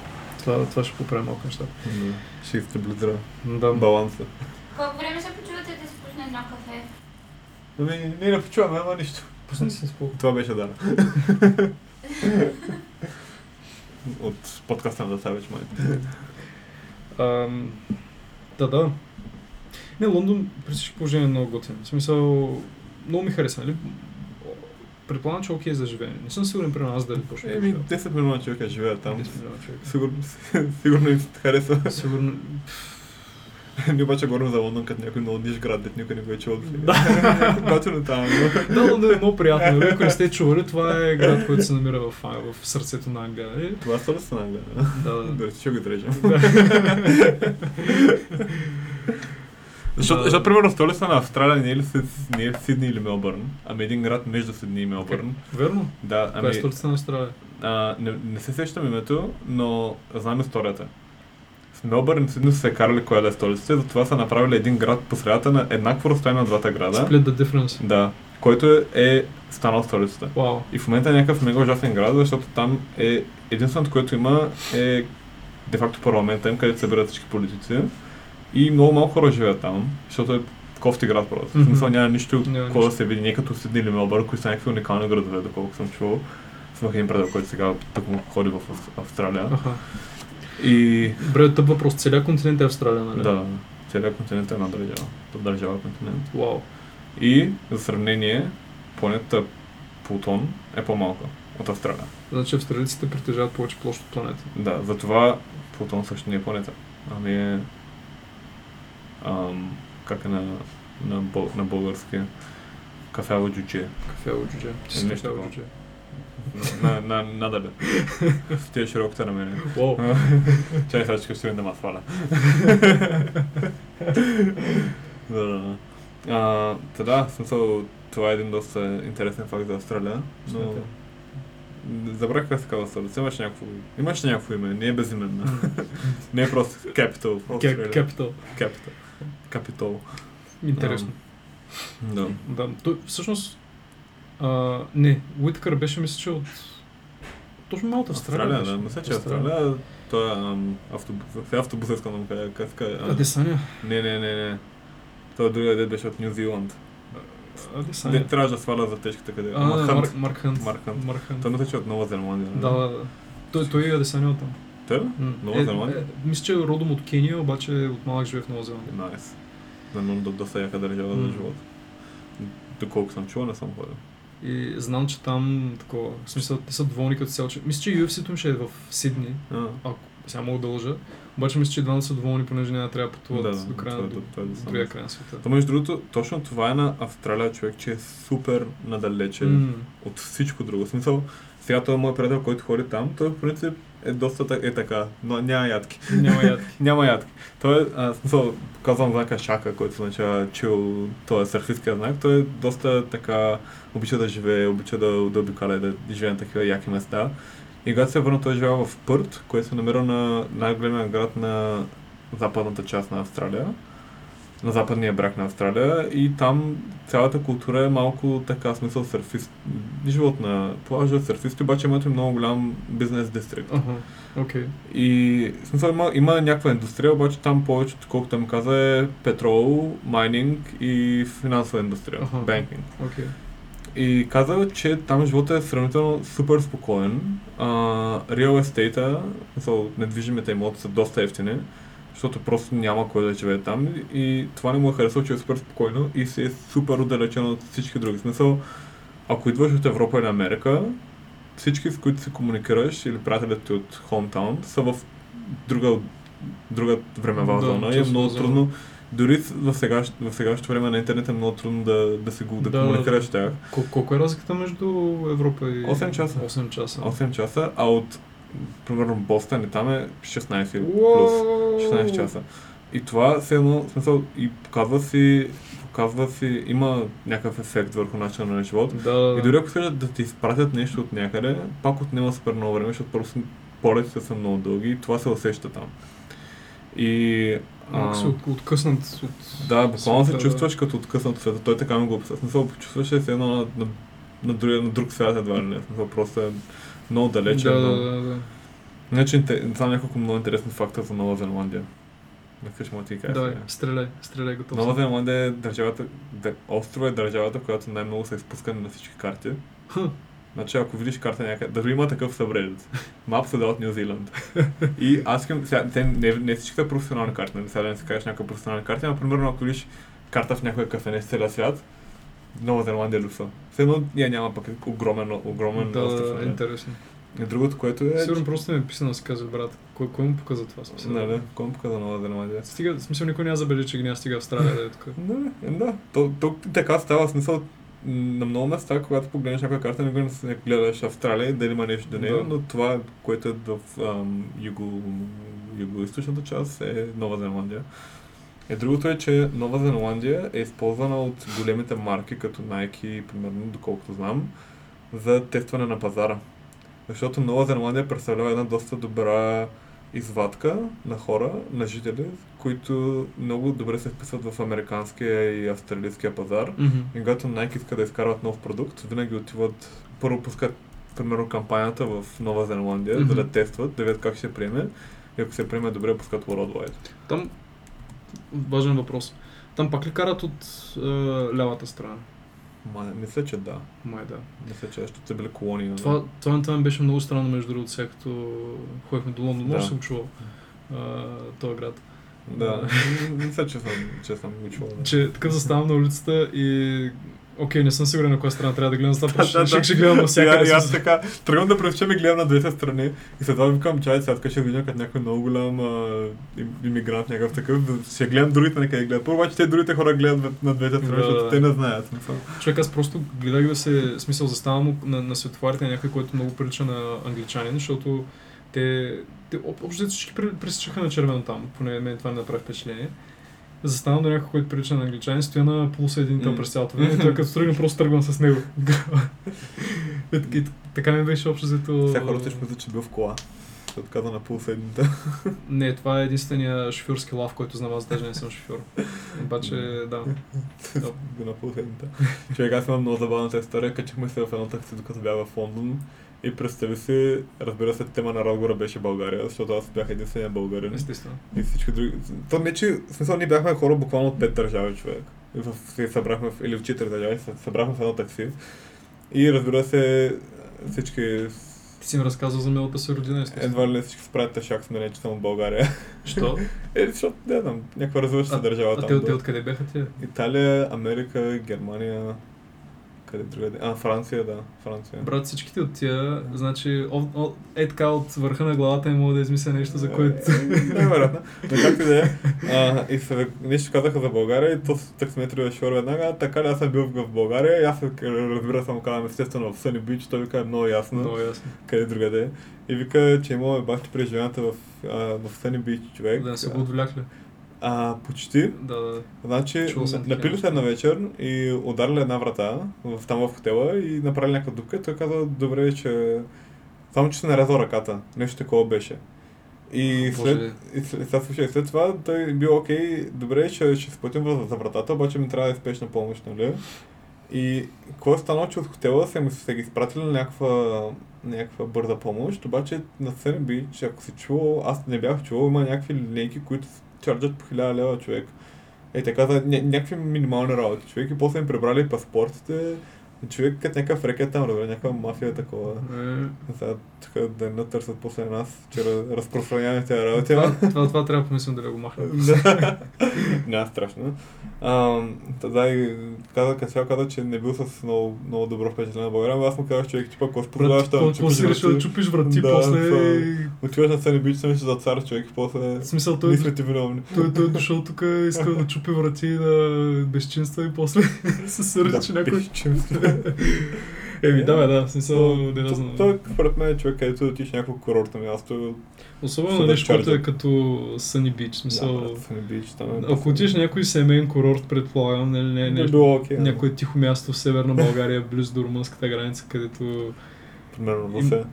Speaker 3: Това, това ще поправя малко неща.
Speaker 2: да. Ще изтабилизира
Speaker 3: Да.
Speaker 2: баланса.
Speaker 5: Колко време се почувате да си пусне едно кафе?
Speaker 2: Ами, ние не почуваме, ама нищо.
Speaker 3: Пусни си спол.
Speaker 2: Това
Speaker 1: <laughs>
Speaker 2: беше Дана. От подкаста на Дата вече май.
Speaker 1: Ам, да, да. Не, Лондон при всички положения е много готин. В смисъл, много ми хареса, нали? Предполагам, че е окей за живеене. Не съм сигурен при нас дали точно.
Speaker 2: Еми, 10 милиона човека живеят там.
Speaker 1: 10 милиона човека.
Speaker 2: Сигурно, <laughs> сигурно им се харесва.
Speaker 1: Сигурно.
Speaker 2: Ние обаче говорим за Лондон като някой много ниш град, дет никой не го е чул.
Speaker 1: Да.
Speaker 2: <laughs> Готино там. но-
Speaker 1: Да, Лондон е много приятно. нали? Ако не сте чували, това е град, който се намира в, Анг- в сърцето на Англия. нали?
Speaker 2: Това е са ли са нагледа?
Speaker 1: Да, да.
Speaker 2: Добре, ще го изрежем. <laughs>
Speaker 1: Да.
Speaker 2: Защото,
Speaker 1: Да.
Speaker 2: защото, примерно, столица на Австралия не е, ли Сид- не е Сидни или Мелбърн, ами един град между Сидни и Мелбърн.
Speaker 1: Верно?
Speaker 2: Да,
Speaker 1: Коя е
Speaker 2: ами,
Speaker 1: столицата на Австралия?
Speaker 2: а, не, не, се сещам името, но знам историята. В Мелбърн и Сидни са се карали коя да е столицата, и затова са направили един град по средата на еднакво разстояние на двата града.
Speaker 1: Split the difference.
Speaker 2: Да, който е, е станал столицата.
Speaker 1: Вау.
Speaker 2: И в момента е някакъв мега ужасен град, защото там е единственото, което има е де-факто парламента им, където се събират всички политици. И много малко хора живеят там, защото е кофти град просто.
Speaker 1: Мгм.
Speaker 2: В смисъл няма нищо,
Speaker 1: Няма
Speaker 2: какво да се види, не като Сидни или Мелбърн, които са някакви уникални градове, доколко съм чувал. С един предел, който сега тук му ходи в Ав- Австралия.
Speaker 1: Аха.
Speaker 2: И
Speaker 1: Добре, тъп въпрос. Целият континент е Австралия, нали?
Speaker 2: да, целият континент е една държава. Държава континент.
Speaker 1: Вау.
Speaker 2: И за сравнение, планетата Плутон е по-малка от Австралия.
Speaker 1: Значи австралийците притежават повече площ от планета.
Speaker 2: Да, затова Плутон също не е планета. Ами е... Ам, как е на, на, бъл- на български? Кафяво джуче.
Speaker 1: Кафе от джудже. Ти си
Speaker 2: Е, Нещо
Speaker 1: кафе от
Speaker 2: такова.
Speaker 1: джудже.
Speaker 2: На, на, надале. В тия широката на мене.
Speaker 1: Вау.
Speaker 2: <laughs> Чай сега, че ще да ма сваля. да, да, да. А, та да, в смисъл, това е един доста интересен факт за Австралия, но...
Speaker 1: Смятам.
Speaker 2: Забрах как се казва столица. Имаш някакво, имаш някакво име, не е безименна. не е просто Capital. Просто
Speaker 1: Кеп-
Speaker 2: Australia.
Speaker 1: Капитал.
Speaker 2: Capital. Capital.
Speaker 1: Интересно.
Speaker 2: Да.
Speaker 1: Да, той всъщност... А, не, Уиткър беше мисля, че от... Точно малата Австралия.
Speaker 2: Австралия, да.
Speaker 1: беше.
Speaker 2: Мисля, че Австралия. Той е ам, автобус. Сега автобус искам да му кажа. Как се казва? А,
Speaker 1: Адесаня.
Speaker 2: Не, не, не, не. Той е другия дед беше от Нью Зиланд.
Speaker 1: Адесаня.
Speaker 2: Не трябваше да сваля за тежката къде.
Speaker 1: А,
Speaker 2: Ама Хант.
Speaker 1: Марк, Марк Хънт.
Speaker 2: Марк Хънт.
Speaker 1: Марк Хънт.
Speaker 2: Той мисля, че е от Нова Зеландия.
Speaker 1: Да, да, да. Той, той е Адесаня от там.
Speaker 2: Той ли?
Speaker 1: М.
Speaker 2: Нова
Speaker 1: Е,
Speaker 2: Зеландия?
Speaker 1: е, Мисля, че е родом от Кения, обаче е от малък живее в Нова Зеландия.
Speaker 2: Найс. Да, но до- доста яка държава за
Speaker 1: М.
Speaker 2: живота. Доколко съм чувал, не съм ходил.
Speaker 1: И знам, че там такова. В смисъл, те са доволни като цяло. Че... Мисля, че UFC-то им ще е в Сидни.
Speaker 2: А,
Speaker 1: Сега мога да лъжа. Обаче мисля, че двамата са доволни, понеже няма да трябва да
Speaker 2: Да,
Speaker 1: пътуват
Speaker 2: да,
Speaker 1: до края на
Speaker 2: това е
Speaker 1: до,
Speaker 2: до- това е до
Speaker 1: до
Speaker 2: само
Speaker 1: другия
Speaker 2: за-
Speaker 1: край на света.
Speaker 2: То между другото, точно това е на Австралия човек, че е супер надалече
Speaker 1: М,
Speaker 2: от всичко друго. В смисъл, сега този мой приятел, който ходи там, той в принцип е доста так- е така, но няма ядки.
Speaker 1: Няма ядки.
Speaker 2: Няма ядки. Той е, а, в смисъл, казвам знака шака, който означава чил, той е сърфистския знак, той е доста така, обича да живее, обича да, да обикаля, и да живее на такива яки места. И когато се върна, той живява в Пърт, който се намира на най-големия град на западната част на Австралия, на западния бряг на Австралия и там цялата култура е малко така, в смисъл сърфист, живот на плажа, сърфисти, обаче имат и много голям бизнес дистрикт.
Speaker 1: Аха, окей.
Speaker 2: И в смисъл има, има някаква индустрия, обаче там повечето, колкото им каза, е петрол, майнинг и финансова индустрия,
Speaker 1: Аха.
Speaker 2: банкинг.
Speaker 1: Окей.
Speaker 2: И каза, че там живота е сравнително супер спокоен. Реал естейта, смисъл, недвижимите имоти са доста ефтини, защото просто няма кой да живее там. И това не му е харесало, че е супер спокойно и се е супер отдалечен от всички други. В Смисъл, ако идваш от Европа или Америка, всички, с които се комуникираш или приятелите от Hometown, са в друга, друга времева
Speaker 1: Да,
Speaker 2: зона и е
Speaker 1: часова
Speaker 2: много
Speaker 1: зона.
Speaker 2: трудно Дори с- в, сегаш, в сегашното време на интернет е много трудно да, да се го да,
Speaker 1: Да,
Speaker 2: комуникираш с тях.
Speaker 1: Кол- колко е разликата между Европа и...
Speaker 2: 8 часа.
Speaker 1: 8 часа.
Speaker 2: 8 часа, а от примерно Бостън и там е 16 или плюс.
Speaker 1: Уау!
Speaker 2: 16 часа. И това все едно, в смисъл, и показва си, показва си, има някакъв ефект върху начина на живот.
Speaker 1: Да.
Speaker 2: И дори ако искаш да ти изпратят нещо от някъде, пак отнема супер много време, защото просто полетите са много дълги и това се усеща там. И...
Speaker 1: Малко си от, откъснат от...
Speaker 2: Да, буквално се
Speaker 1: света,
Speaker 2: чувстваш като откъснат от света. Той така ми го описа. В Смисъл, чувстваш се едно на, на, на, друг, на друг свят едва ли не. В Смисъл, просто е много далече.
Speaker 1: Да,
Speaker 2: много...
Speaker 1: да, да, да.
Speaker 2: Иначе, инте- знам няколко много интересни факта за Нова Зеландия. Не искаш му да ти кажа.
Speaker 1: Давай,
Speaker 2: сега.
Speaker 1: стреляй, стреляй, готов
Speaker 2: Нова
Speaker 1: съм.
Speaker 2: Зеландия е държавата, дър- острова е държавата, която най-много са изпускани на всички карти.
Speaker 1: Хм.
Speaker 2: Значи, ако видиш карта някъде, дори има такъв събредец. Мап се да от Нью Зиланд. <laughs> И аз искам, сега, те не, не всички са професионални карти, нали? Сега да не си кажеш някаква професионална карта, но примерно ако видиш карта в някоя кафене с целия свят, Нова Зеландия е люса. Все едно я няма пък огромен, огромен
Speaker 1: Да,
Speaker 2: остров.
Speaker 1: да,
Speaker 2: нали?
Speaker 1: интересно.
Speaker 2: И другото, което е...
Speaker 1: Сигурно просто ми е писано да се казва брат. Кой, кой му показа това? Смисъл?
Speaker 2: Нали, кой му показа Нова Зеландия?
Speaker 1: Стига, в смисъл никой няма забележи, че ги няма стига Австралия да е тук.
Speaker 2: Да, е, да. То, то, така става в смисъл м, на много места, когато погледнеш някоя карта, не го не гледаш Австралия, дали има нещо до нея,
Speaker 1: Да.
Speaker 2: но това, което е в ам, юго, юго-источната част е Нова Зеландия. Е, другото е, че Нова Зеландия е използвана от големите марки, като Nike, примерно, доколкото знам, за тестване на пазара. Защото Нова Зеландия представлява една доста добра извадка на хора, на жители, които много добре се вписват в американския и австралийския пазар.
Speaker 3: Мгм.
Speaker 2: И когато Nike иска да изкарват нов продукт, винаги отиват, първо пускат, примерно, кампанията в Нова Зеландия, за да
Speaker 1: Мгм.
Speaker 2: тестват, да видят как ще приеме. И ако се приеме добре, пускат Worldwide.
Speaker 1: Там, важен въпрос. Там пак ли карат от е, лявата страна?
Speaker 2: Ма, мисля, че да.
Speaker 1: Май да.
Speaker 2: Мисля, че ще са били колония.
Speaker 1: Това, това, това ми беше много странно, между другото, сега като ходихме до Лондон, може
Speaker 2: Да.
Speaker 1: да. съм чувал е, този град.
Speaker 2: Да. <laughs> мисля, че съм, че съм го чувал. да.
Speaker 1: Че такъв заставам на улицата и... Окей, не съм сигурен на коя страна трябва да гледам, затова
Speaker 2: Да,
Speaker 1: просто
Speaker 2: да,
Speaker 1: ще,
Speaker 2: да.
Speaker 1: ще гледам на всяка.
Speaker 2: И, а- и аз така тръгвам да превчем и гледам на двете страни и след това викам, чай, сега така ще видя като някой много голям а, им- иммигрант, някакъв такъв, ще гледам другите на къде гледат. Първо обаче те другите хора гледат на двете страни,
Speaker 1: Да.
Speaker 2: защото те не знаят. не са.
Speaker 1: Човек, аз просто гледах да се, в смисъл, заставам на, на светофарите на някой, който много прилича на англичанин, защото те, те об- общо взето всички при- пресичаха на червено там, поне мен това не направи впечатление. Заставам до някой, който прилича на англичанин, стоя на полусъединител
Speaker 2: Мм.
Speaker 1: през цялото време и той като тръгне, просто тръгвам с
Speaker 2: <laughs>
Speaker 1: него. и, и, така ми беше общо взето...
Speaker 2: Сега хората ще мислят, че бил в кола. Се отказа на полуседмица.
Speaker 1: Не, това е единствения шофьорски лав, който знам, аз даже не съм шофьор. Обаче, да.
Speaker 2: Е,
Speaker 1: Да.
Speaker 2: <laughs> Бил на
Speaker 1: <laughs>
Speaker 2: полуседмица. Човек, аз имам много забавната история. Качихме се в едно такси, докато бях в Лондон. И представи си, разбира се, тема на разговора беше България, защото аз бях единствения българин.
Speaker 1: Естествено.
Speaker 2: И всички други. То не, че в смисъл ние бяхме хора буквално от пет държави човек. И в, се събрахме в, или в четири държави, се събрахме в едно такси. И разбира се, всички
Speaker 1: Ти си им разказал за милата си родина, естествено.
Speaker 2: едва ли не всички справят тъшак с мене, че съм от България. <laughs>
Speaker 1: Що?
Speaker 2: Е, защото не знам, някаква развиваща се държава
Speaker 1: А
Speaker 2: там.
Speaker 1: те, от-
Speaker 2: да.
Speaker 1: те откъде бяха тия?
Speaker 2: Италия, Америка, Германия, къде другаде? А, Франция, да, Франция.
Speaker 1: Брат, всичките от тия, значи, о, о, е така от върха на главата им мога да измисля нещо, за
Speaker 2: Е,
Speaker 1: което...
Speaker 2: Невероятно. Но както и да е. А, И се, нещо казаха за България и то с таксиметровия шофьор веднага, «А, така ли аз съм бил в България и аз се, разбира се му казвам естествено в Съни Бич, той вика е много ясно
Speaker 1: Много ясно.
Speaker 2: къде другаде е. И вика, че имаме бахти преживяванията в, а, в Съни Бич човек.
Speaker 1: Да не са го отвлякли.
Speaker 2: а, почти.
Speaker 1: Да, да.
Speaker 2: Значи,
Speaker 1: Чувал съм такива
Speaker 2: напили се
Speaker 1: неща.
Speaker 2: една вечер и ударили една врата в, там в хотела и направили някаква дупка. И той каза, добре, че... Само, че се нарязал ръката. Нещо такова беше. И
Speaker 3: Боже.
Speaker 2: след, и след, сега слушай, след това той е бил окей, добре, ще, ще сплатим за, за вратата, обаче ми трябва да е спешна помощ, нали? И какво е станало, че от хотела са, ми, са ги изпратили на някаква, някаква бърза помощ, обаче на Sunny Beach, ако си чувал, аз не бях чувал, има някакви линейки, които с- чарджат по 1000 лева човек. Е, така за ня- някакви минимални работи човек и после им прибрали паспортите, И човек като някакъв рекет там, добре, някаква мафия такова.
Speaker 1: Е,
Speaker 2: Сега тук да не търсят после нас, че ра- разпространяваме тези работи. ама-
Speaker 1: Това, това, това трябва да помислим дали го махнем.
Speaker 2: Да. Няма страшно. Ам, Та да, и каза, Касял каза, че не бил с много, много добро впечатление на България, но аз му казах, човек, типа, какво продаваш там?
Speaker 1: Какво си решил да чупиш врати
Speaker 2: Да,
Speaker 1: после?
Speaker 2: това е.
Speaker 1: и-
Speaker 2: Отиваш на сцена, бич, че за цар, човек, и после...
Speaker 1: В смисъл
Speaker 2: Ние
Speaker 1: той,
Speaker 2: сме ти виновни.
Speaker 1: той, той е дошъл тук, искал да чупи врати на безчинства и после <laughs> се сърди, че някой... Еми, да, бе, да, в смисъл, не да знам.
Speaker 2: Той, според мен, е човек, където да отиш в някакво ами курортно място,
Speaker 1: Особено
Speaker 2: Съдът
Speaker 1: нещо, което е
Speaker 2: Чарльз.
Speaker 1: като Sunny Beach, в смисъл...
Speaker 2: не бич, там. е-
Speaker 1: Ако отидеш на някой семейен курорт, предполагам, не, не,
Speaker 2: би
Speaker 1: не,
Speaker 2: било окей. ама,
Speaker 1: някое тихо място в Северна България, <laughs> близо до румънската граница,
Speaker 2: <laughs>
Speaker 1: където
Speaker 2: Примерно
Speaker 1: им-
Speaker 2: в се.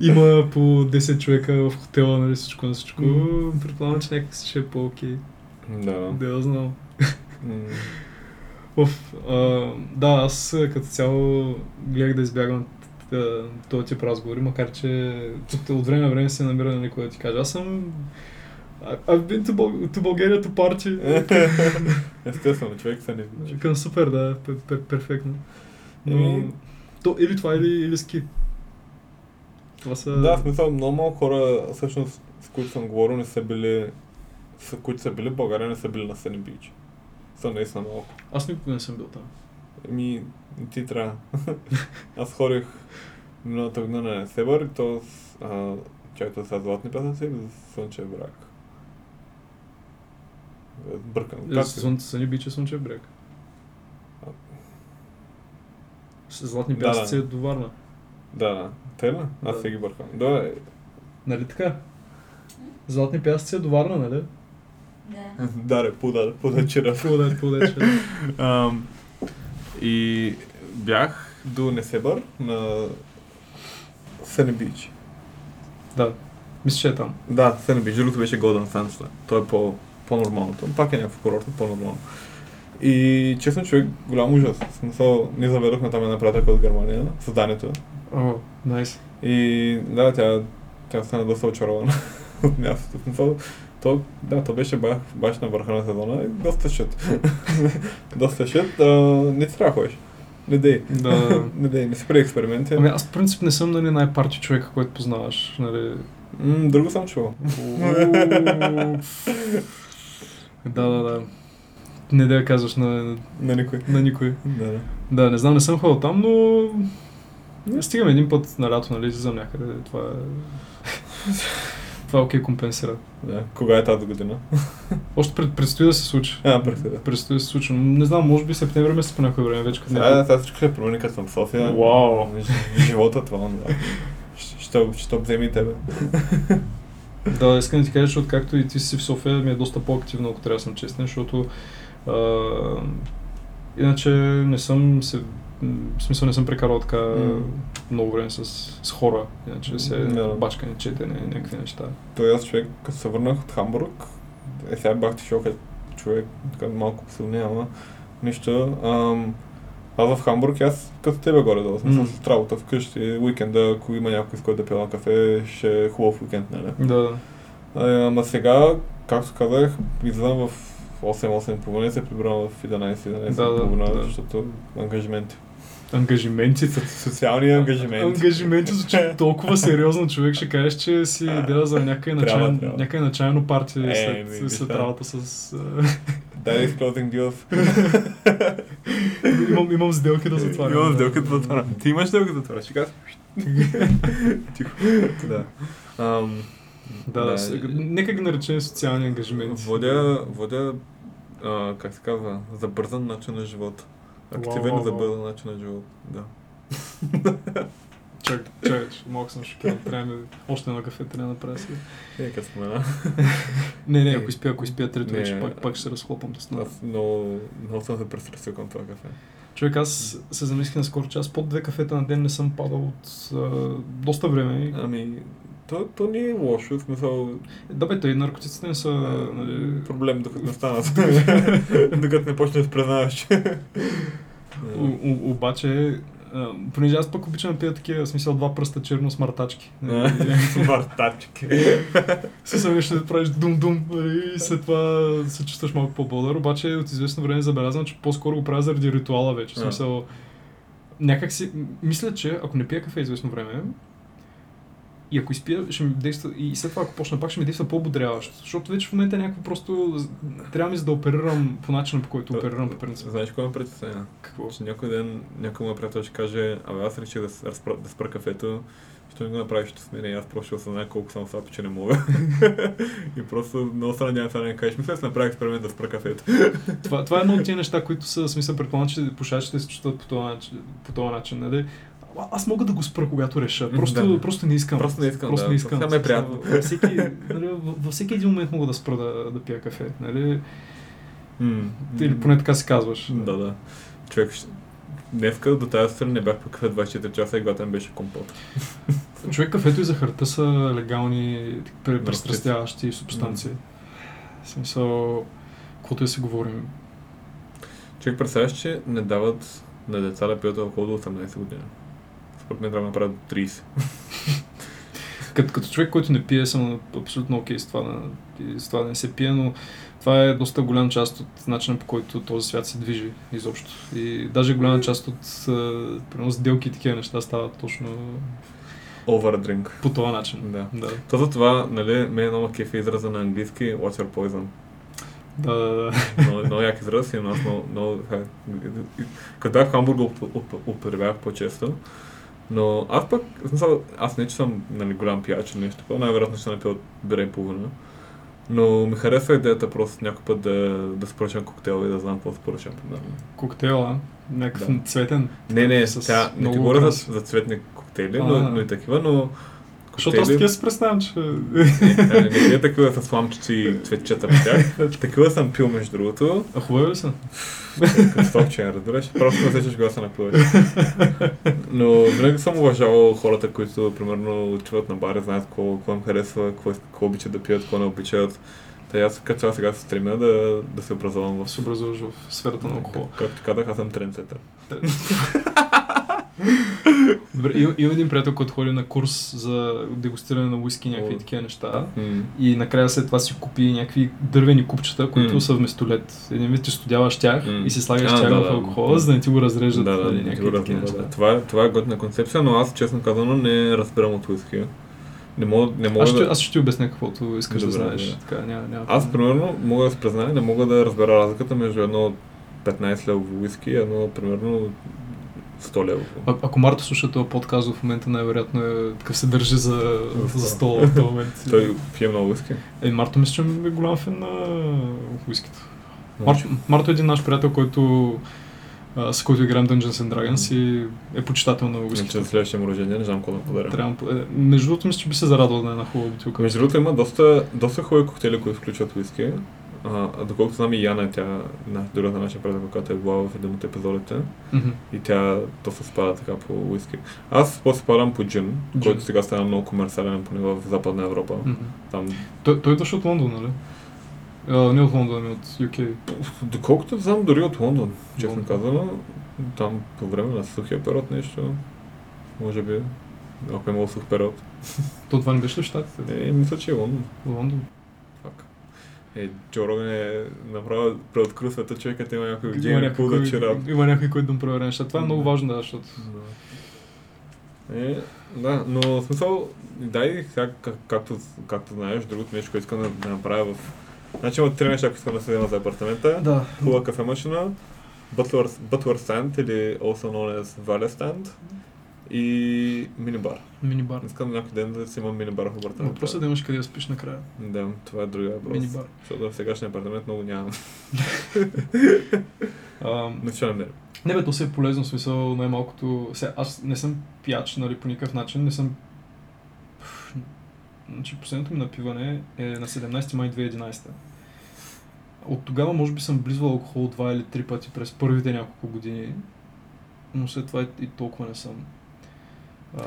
Speaker 1: има по 10 човека в хотела, нали, всичко на всичко. Предполагам, че някак ще е по-окей.
Speaker 2: Да.
Speaker 1: Да, я знам.
Speaker 2: М,
Speaker 1: В, а, да, аз а, като цяло гледах да избягвам т- т- този тип разговори, макар че от, от време на време се намира на някой да ти каже. Аз съм... I- I've been to, Bul- to Bulgaria to party.
Speaker 2: <laughs> Естествено, човек се не бич.
Speaker 1: Към супер, да, пер- пер- перфектно.
Speaker 2: Еми,
Speaker 1: Еми, то, или това, или, или ски. Това са...
Speaker 2: Да, в смисъл, много малко хора, всъщност, с които съм говорил, не са били, с които са били в България, не са били на Съни Бич. Са наистина малко.
Speaker 1: Аз никога не съм бил там.
Speaker 2: Еми, ти трябва. <laughs> Аз ходих миналата година на Себър и то с... А, чакайте, сега златни пясъци или за слънчев брак? Е, Бъркам.
Speaker 1: Е,
Speaker 2: Как-
Speaker 1: Слънце са ни бича Слънчев бряг.
Speaker 2: А.
Speaker 1: С Златни
Speaker 2: Да,
Speaker 1: пясъци
Speaker 2: да.
Speaker 1: е до Варна.
Speaker 2: Да, да. Те ли? Аз
Speaker 1: Да.
Speaker 2: се ги бъркам. Да,
Speaker 1: Нали така? Златни пясъци е до Варна, нали?
Speaker 5: Да.
Speaker 2: да, да, е пуда, пуда чира.
Speaker 1: Полудет, полудет.
Speaker 2: Ам, и бях до Несебър на Съни Бич.
Speaker 1: Да. Мисля, че е там.
Speaker 2: Да, Съни Бич. Другото беше Голден Санчета. То е по, по-нормалното. Пак е някакво курортно, по-нормално. И честно човек, голям ужас. В смисъл, ние заведохме там една приятелка от Германия, създанието.
Speaker 1: О, найс.
Speaker 2: И да, тя, тя стана доста очарована <laughs> от мястото. В смисъл, то, да, то беше баш, баш на върха на сезона и доста шит. <laughs> доста шит. А, не ти трябва да ходиш. Не дей.
Speaker 1: Да.
Speaker 2: <laughs> не дей, не си прави експерименти.
Speaker 1: Ами аз в принцип не съм нали, най-парти човека, който познаваш. Нали.
Speaker 2: М, друго съм чувал.
Speaker 1: да, да, да. Не да я казваш на,
Speaker 2: На никой.
Speaker 1: на никой.
Speaker 2: Да, да.
Speaker 1: Да, не знам, не съм ходил там, но... Не, стигам един път на лято, нали, излизам някъде. Това е... Това е окей, компенсира.
Speaker 2: да. Кога е тази година?
Speaker 1: Още пред, предстои да се случи.
Speaker 2: А, преди да.
Speaker 1: Предстои да се случи. но Не знам, може би септември месец по някое време вече. като
Speaker 2: Сега, сега всичко ще промени като съм в София.
Speaker 1: Уау.
Speaker 2: Ж- Живота това, да. Ще, ще, ще обземи и тебе.
Speaker 1: Да, искам да ти кажа, че откакто и ти си в София, ми е доста по-активно, ако трябва да съм честен, защото а, иначе не съм се, м, в смисъл не съм прекарал така
Speaker 2: М.
Speaker 1: много време с, с хора, иначе се
Speaker 2: Да.
Speaker 1: бачкане, четене, някакви неща.
Speaker 2: Той аз човек, като се върнах от Хамбург, е сега бах ти шока, човек, така малко посилни, ама нищо. Ам, аз в Хамбург, аз като тебе горе долу, съм
Speaker 1: Мм.
Speaker 2: mm. с работа вкъщи, уикенда, ако има някой с който да пия на кафе, ще е хубав уикенд, нали?
Speaker 1: Да,
Speaker 2: А, Ама сега, както казах, излизам в 8-8.30 и се прибирам в 11-11.30,
Speaker 1: Да, да, да.
Speaker 2: защото ангажименти.
Speaker 1: ангажименти.
Speaker 2: Со- Социални ангажименти.
Speaker 1: Ангажименти звучи
Speaker 2: <laughs>
Speaker 1: толкова сериозно, човек ще кажеш, че си идея за някъде
Speaker 2: Трябва,
Speaker 1: начайно,
Speaker 2: трябва.
Speaker 1: някъде начайно парти
Speaker 2: Е, ми,
Speaker 1: след,
Speaker 2: виж,
Speaker 1: след
Speaker 2: да.
Speaker 1: работа с...
Speaker 2: Direct closing deals.
Speaker 1: а, <laughs> имам, имам сделки да затварям.
Speaker 2: Имам
Speaker 1: да.
Speaker 2: сделка да затварям. Ти имаш сделка да
Speaker 1: <laughs>
Speaker 2: затваряш, така? Тихо. Да. Ам,
Speaker 1: <laughs> Да, да, с, нека ги наречем социални ангажименти.
Speaker 2: Водя, водя а, как се казва, забързан начин на живота. Активен
Speaker 1: Вау, вау,
Speaker 2: забързан начин на живота. Да.
Speaker 1: Чак, чак, малко съм шокиран. Трябва ми още едно кафе, трябва да направя сега.
Speaker 2: Е, като спомена.
Speaker 1: Не, не,
Speaker 2: Е,
Speaker 1: ако изпия, ако изпия трето
Speaker 2: не.
Speaker 1: вече, пак, пак ще се разхлопам с нас.
Speaker 2: Аз много, много съм се престрастил към това кафе.
Speaker 1: Човек, аз се замислих наскоро, че аз под две кафета на ден не съм падал от а, доста време.
Speaker 2: Ами, то, то не е лошо, в смисъл,
Speaker 1: Да бе, тъй наркотиците не са...
Speaker 2: а,
Speaker 1: нали,
Speaker 2: проблем докато
Speaker 1: <laughs>
Speaker 2: не станат. <laughs> докато не почнеш да се признаваш.
Speaker 1: о- о- Обаче, а, понеже аз пък обичам да пия такива, в смисъл два пръста черно с мартачки.
Speaker 2: <laughs> Вартачки.
Speaker 1: Със нещо да правиш дум-дум нали, и след това се чувстваш малко по-бодър, обаче от известно време забелязвам, че по-скоро го правя заради ритуала вече. В
Speaker 2: Да.
Speaker 1: смисъл, някак си, м- мисля, че ако не пия кафе известно време, и ако изпия, ще ми действа, и след това ако почна пак, ще ми действа по-бодряващо. Защото вече в момента е някакво просто, трябва ми за да оперирам по начина, по който оперирам по принцип.
Speaker 2: Знаеш какво ме притеснява?
Speaker 1: Какво?
Speaker 2: Че някой ден някой мой приятел ще каже, абе аз реших да, с- разпра, да спра кафето, ще не го направиш с мен и аз просто ще осъзная колко съм слаб, и че не мога. <laughs> и просто много се надявам сега да не кажеш, мисля, че направих експеримент да спра кафето.
Speaker 1: Това, това е едно от тия неща, които са, в смисъл, предполагам, че пушачите се чувстват по този начин. По този начин нали? А- Аз мога да го спра, когато реша. Просто,
Speaker 2: Да.
Speaker 1: просто не искам.
Speaker 2: Просто не искам,
Speaker 1: Просто
Speaker 2: да.
Speaker 1: не искам.
Speaker 2: Сега ме е приятно.
Speaker 1: Във всеки, нали, във- във всеки един момент мога да спра да, да пия кафе. Нали?
Speaker 2: М,
Speaker 1: Или поне така се казваш.
Speaker 2: Да, да. Човек, ще- днеска до тази сутрин не бях по кафе 24 часа и главата ми беше компот.
Speaker 1: Човек кафето и захарта са легални так- пре- престрастяващи субстанции. В смисъл, каквото и да си говорим.
Speaker 2: Човек, представяш, че не дават на деца да пият алкохол до 18 година. Според мен трябва да направят до 30.
Speaker 1: Като, като човек, който не пие, съм абсолютно окей с това, да, и с това да не се пие, но това е доста голям част от начина по който този свят се движи изобщо. И даже голяма част от а, примерно, сделки и такива неща стават точно
Speaker 2: Overdrink.
Speaker 1: по този начин.
Speaker 2: Да.
Speaker 1: Да,
Speaker 2: То за това, нали, ме е много кефи израза на английски Watch your poison.
Speaker 1: да,
Speaker 2: Много, много як израз и аз много, много... Като бях в Хамбург, го уп- уп- употребявах по-често. Но аз пък, в смисъл, аз не че съм нали, голям пияч или нещо такова, най-вероятно ще напия от бира и половина. Но ми харесва идеята просто някой път да, да споръчам коктейл и да знам какво споръчам. примерно.
Speaker 1: коктейла, някакъв
Speaker 2: Да.
Speaker 1: цветен.
Speaker 2: Не, не,
Speaker 1: С
Speaker 2: тя, не ти
Speaker 1: много
Speaker 2: говоря
Speaker 1: украс.
Speaker 2: за, за цветни коктейли,
Speaker 1: А.
Speaker 2: но, но и такива, но...
Speaker 1: Защото аз
Speaker 2: коктейли-
Speaker 1: такива се представям, че...
Speaker 2: Не, не, не, не такива с сламчици и цветчета в тях.
Speaker 1: <laughs>
Speaker 2: Такива съм пил, между другото.
Speaker 1: А хубави ли са?
Speaker 2: Като стокчен, разбираш? Просто не усещаш гласа на плъвеш. Но винаги съм уважавал хората, които, примерно, отиват на бара, знаят какво, какво им харесва, какво, искат- какво обичат да пият, какво не обичат. Та и аз като цяло сега се стремя да, да се образувам в нали?
Speaker 1: Се образуваш в сферата на алкохола.
Speaker 2: Как- Както казах, аз съм трендсетър.
Speaker 1: Добре, им- имам един приятел, който ходи на курс за дегустиране на уиски и някакви
Speaker 2: О.
Speaker 1: такива неща. И накрая след това си купи някакви дървени купчета, които
Speaker 2: М.
Speaker 1: са вместолет. Един вид ти студяваш тях
Speaker 2: М.
Speaker 1: и си слагаш
Speaker 2: А,
Speaker 1: тях
Speaker 2: да,
Speaker 1: в
Speaker 2: да.
Speaker 1: алкохола, за да не ти го разреждат
Speaker 2: Да, да,
Speaker 1: нали,
Speaker 2: да,
Speaker 1: някакви такива
Speaker 2: сигурно, да,
Speaker 1: неща.
Speaker 2: да. Това, е, това е готина концепция, но аз, честно казано, не разбирам от уиски. Не мога, не мога
Speaker 1: Аз, ще,
Speaker 2: да...
Speaker 1: аз ще ти обясня каквото искаш да
Speaker 2: Добре,
Speaker 1: знаеш.
Speaker 2: добре.
Speaker 1: Така, няма, няма
Speaker 2: Аз,
Speaker 1: проблем.
Speaker 2: примерно, мога да се призная, не мога да разбера разликата между едно 15 лево уиски и едно, примерно, 100 лево.
Speaker 1: а, ако Марто слуша този подкаст в момента, най-вероятно е, такъв се държи за,
Speaker 2: Да.
Speaker 1: за стола в този момент.
Speaker 2: <laughs> Той пие много уиски.
Speaker 1: Е, Марто мисля, че е голям фен на уискито.
Speaker 2: Значи-
Speaker 1: Мар, Марто е един наш приятел, който а, с който играем Dungeons and Dragons и е почитател на
Speaker 2: Иначе
Speaker 1: уискито.
Speaker 2: за следващия му рождение не знам какво да му подаря. Ами,
Speaker 1: Трябва, да по- е, между другото, мисля, че би се зарадвал на една хубава бутилка.
Speaker 2: Между другото има доста, доста хубави коктейли, които включват уиски. А, а доколкото знам и Яна, е тя, на, другата наша приятелка, която е била в един от епизодите,
Speaker 1: Мгм.
Speaker 2: и тя доста спада така по уиски. Аз после спадам по джин,
Speaker 1: Джин.
Speaker 2: който сега стана много комерциален, поне в Западна Европа.
Speaker 1: Мгм.
Speaker 2: Там
Speaker 1: Той, той идваше от Лондон, нали? А, не от Лондон, ами от UK.
Speaker 2: Доколкото знам, дори от Лондон, честно
Speaker 1: Лондон.
Speaker 2: казано, там по време на сухия период нещо, може би, ако е имало сух период.
Speaker 1: То това не беше ли в Штатите?
Speaker 2: Е, мисля, че е Лондон.
Speaker 1: Лондон.
Speaker 2: Фак. Е, Джо Роган е направил преоткрил света човекът, има някой
Speaker 1: Има
Speaker 2: Джейми
Speaker 1: някой,
Speaker 2: Пул да
Speaker 1: кой-
Speaker 2: чира.
Speaker 1: има някой, който да му проверя неща. Това е много
Speaker 2: Да.
Speaker 1: важно, да, защото...
Speaker 2: Е, да, но в смисъл, дай сега, как- както, както знаеш, другото нещо, което искам да, да направя в... Значи има три неща, които искам да се взема за апартамента.
Speaker 1: Да.
Speaker 2: Хубава кафе машина, Butler, Butler Stand или also known as Valley Stand и минибар.
Speaker 1: Минибар.
Speaker 2: Искам някой ден да си имам минибар в апартамента.
Speaker 1: Въпросът е да имаш къде да спиш накрая.
Speaker 2: Да, това е другия въпрос.
Speaker 1: Минибар.
Speaker 2: Защото в сегашния апартамент много нямам.
Speaker 1: А,
Speaker 2: Но ще намеря.
Speaker 1: Не бе, то се е полезно, в смисъл най-малкото... Сега, аз не съм пияч, нали, по никакъв начин, не съм... Пф, Значи последното ми напиване е на 17 май 2011. От тогава може би съм близвал алкохол два или три пъти през първите няколко години, но след това и, и толкова не съм. А,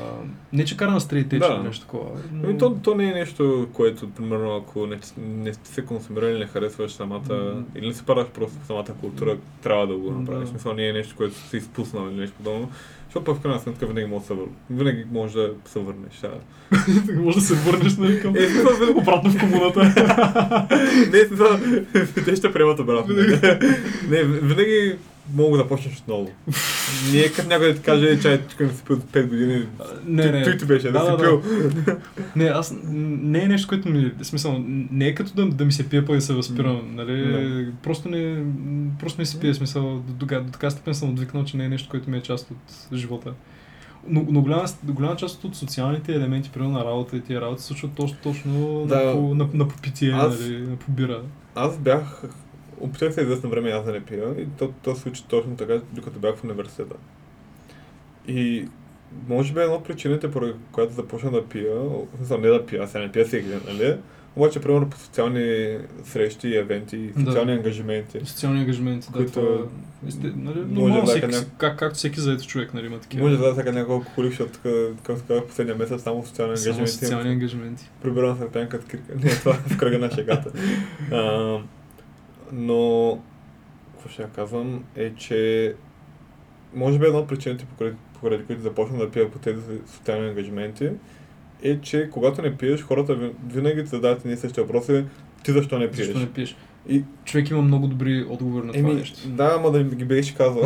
Speaker 1: не, че кара на стрейт edge
Speaker 2: Да.
Speaker 1: или нещо такова.
Speaker 2: Но... То, то не е нещо, което, примерно, ако не, не сте се консумирали, не харесваш самата,
Speaker 1: М.
Speaker 2: или не се параш просто по самата култура, трябва да го направиш.
Speaker 1: Да.
Speaker 2: Смисъл, не е нещо, което си изпуснал или нещо подобно. Защото пък в крайна сметка винаги може да се вър- винаги може да се върнеш. Да.
Speaker 1: Може да се върнеш нали, към...
Speaker 2: Е, в смисъл, винаги-
Speaker 1: Обратно в комуната.
Speaker 2: <laughs> не, в смисъл, те ще приемат обратно. <laughs> не, винаги мога да почнеш
Speaker 1: <laughs>
Speaker 2: отново. Не е като някой да ти каже, че тук не си пил 5 години.
Speaker 1: <laughs> не, не.
Speaker 2: Той ти беше, да,
Speaker 1: Да, да,
Speaker 2: си
Speaker 1: да.
Speaker 2: пил.
Speaker 1: Не, аз н- не е нещо, което ми. в Смисъл, не е като да, да ми се пие, пък да се възпирам. Нали?
Speaker 2: Не.
Speaker 1: Просто, не, просто не се пие. в Смисъл, до, тога- до така степен съм отвикнал, че не е нещо, което ми е част от живота. Но, но голяма, голяма част от социалните елементи, примерно на работа и тия работи, се случват точно, точно
Speaker 2: Да.
Speaker 1: на, по- на, на попитие,
Speaker 2: Аз-
Speaker 1: нали, на побира.
Speaker 2: Аз бях... Опитах се известно време аз да не пия и то, то се случи точно така, докато бях в университета. И може би една от причините, поради която започна да пия, в смисъл не да пия, аз сега не пия всеки ден, нали? Обаче, примерно по социални срещи, евенти,
Speaker 1: Да.
Speaker 2: социални ангажименти.
Speaker 1: Социални ангажименти, да,
Speaker 2: Които-
Speaker 1: това е- Есте, нали,
Speaker 2: Може
Speaker 1: нормално,
Speaker 2: да
Speaker 1: всеки,
Speaker 2: е
Speaker 1: как, както всеки заед човек, нали, има такива.
Speaker 2: Може да сега няколко колик, защото, тук, както казах, последния месец само социални
Speaker 1: Само
Speaker 2: ангажименти.
Speaker 1: социални ангажименти.
Speaker 2: Прибирам се пиянка с крика. Не, това е в кръга на шегата. А, но, какво ще я казвам, е, че може би една от причините, покради, покради които започна да пия по тези социални ангажименти, е, че когато не пиеш, хората ви- винаги ти задават едни и същи въпроси. Ти защо не пиеш?
Speaker 1: Защо не пиеш?
Speaker 2: И-
Speaker 1: Човек има много добри отговори на това
Speaker 2: Еми,
Speaker 1: нещо.
Speaker 2: да, ама да ми ги беше казал.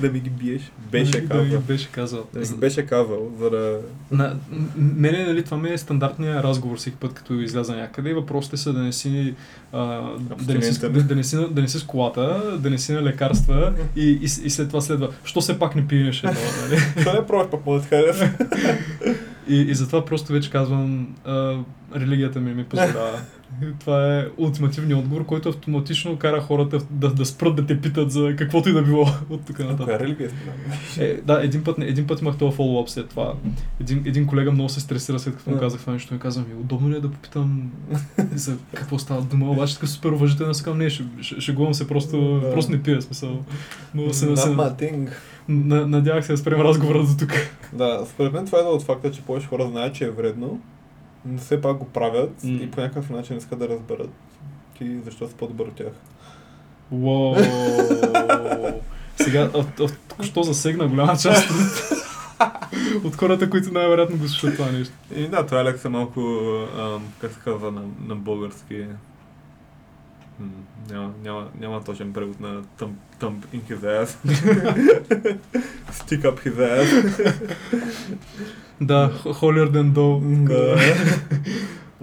Speaker 2: да ми ги биеш. Беше
Speaker 1: Да, да,
Speaker 2: казал. Е,
Speaker 1: Беше казал.
Speaker 2: Да ми ги беше казал, за да...
Speaker 1: На, м- мене, нали, това ми е стандартният разговор всеки път, като изляза някъде. И въпросите са да не си, а, да, не си,
Speaker 2: Абстинентен.
Speaker 1: да, не си, на- да не си с колата, да не си на лекарства и, и, с- и след това следва. Що все пак не пиеш
Speaker 2: <laughs>
Speaker 1: едно, нали?
Speaker 2: Това не пробваш, пък му да ти хареса.
Speaker 1: И, и затова просто вече казвам, а, религията ми ми
Speaker 2: <laughs>
Speaker 1: позволява. Това е ултимативният отговор, който автоматично кара хората да, да спрат да те питат за каквото и да било от тук нататък.
Speaker 2: Коя религия споменаваш?
Speaker 1: Е, да, един път, един път имах този фоллоуап след това. Един, един колега много се стресира след като му
Speaker 2: Да.
Speaker 1: казах това нещо. Ми каза ми, удобно ли е да
Speaker 2: <laughs>
Speaker 1: попитам за какво става дума, обаче така супер уважително си казвам, не, ще, ще, шегувам се, просто,
Speaker 2: Да.
Speaker 1: просто не пия смисъл. Но се,
Speaker 2: Not
Speaker 1: се,
Speaker 2: my thing.
Speaker 1: на, надявах се да спрем разговора до тук.
Speaker 2: Да, според мен това е от факта, че повече хора знаят, че е вредно, но все пак го правят
Speaker 1: М.
Speaker 2: и по някакъв начин искат да разберат ти защо си по-добър от тях.
Speaker 1: Уоу! <laughs> Сега, а- а- току-що засегна голяма част от,
Speaker 2: <laughs>
Speaker 1: от хората, които най-вероятно го слушат това нещо.
Speaker 2: И да, това е лекса малко, ам, как се казва на, на български, М, няма, няма, няма точен превод на thump, thump in his <laughs> ass. Stick up his ass.
Speaker 1: Да, ho- holier than thou.
Speaker 2: Да. <laughs>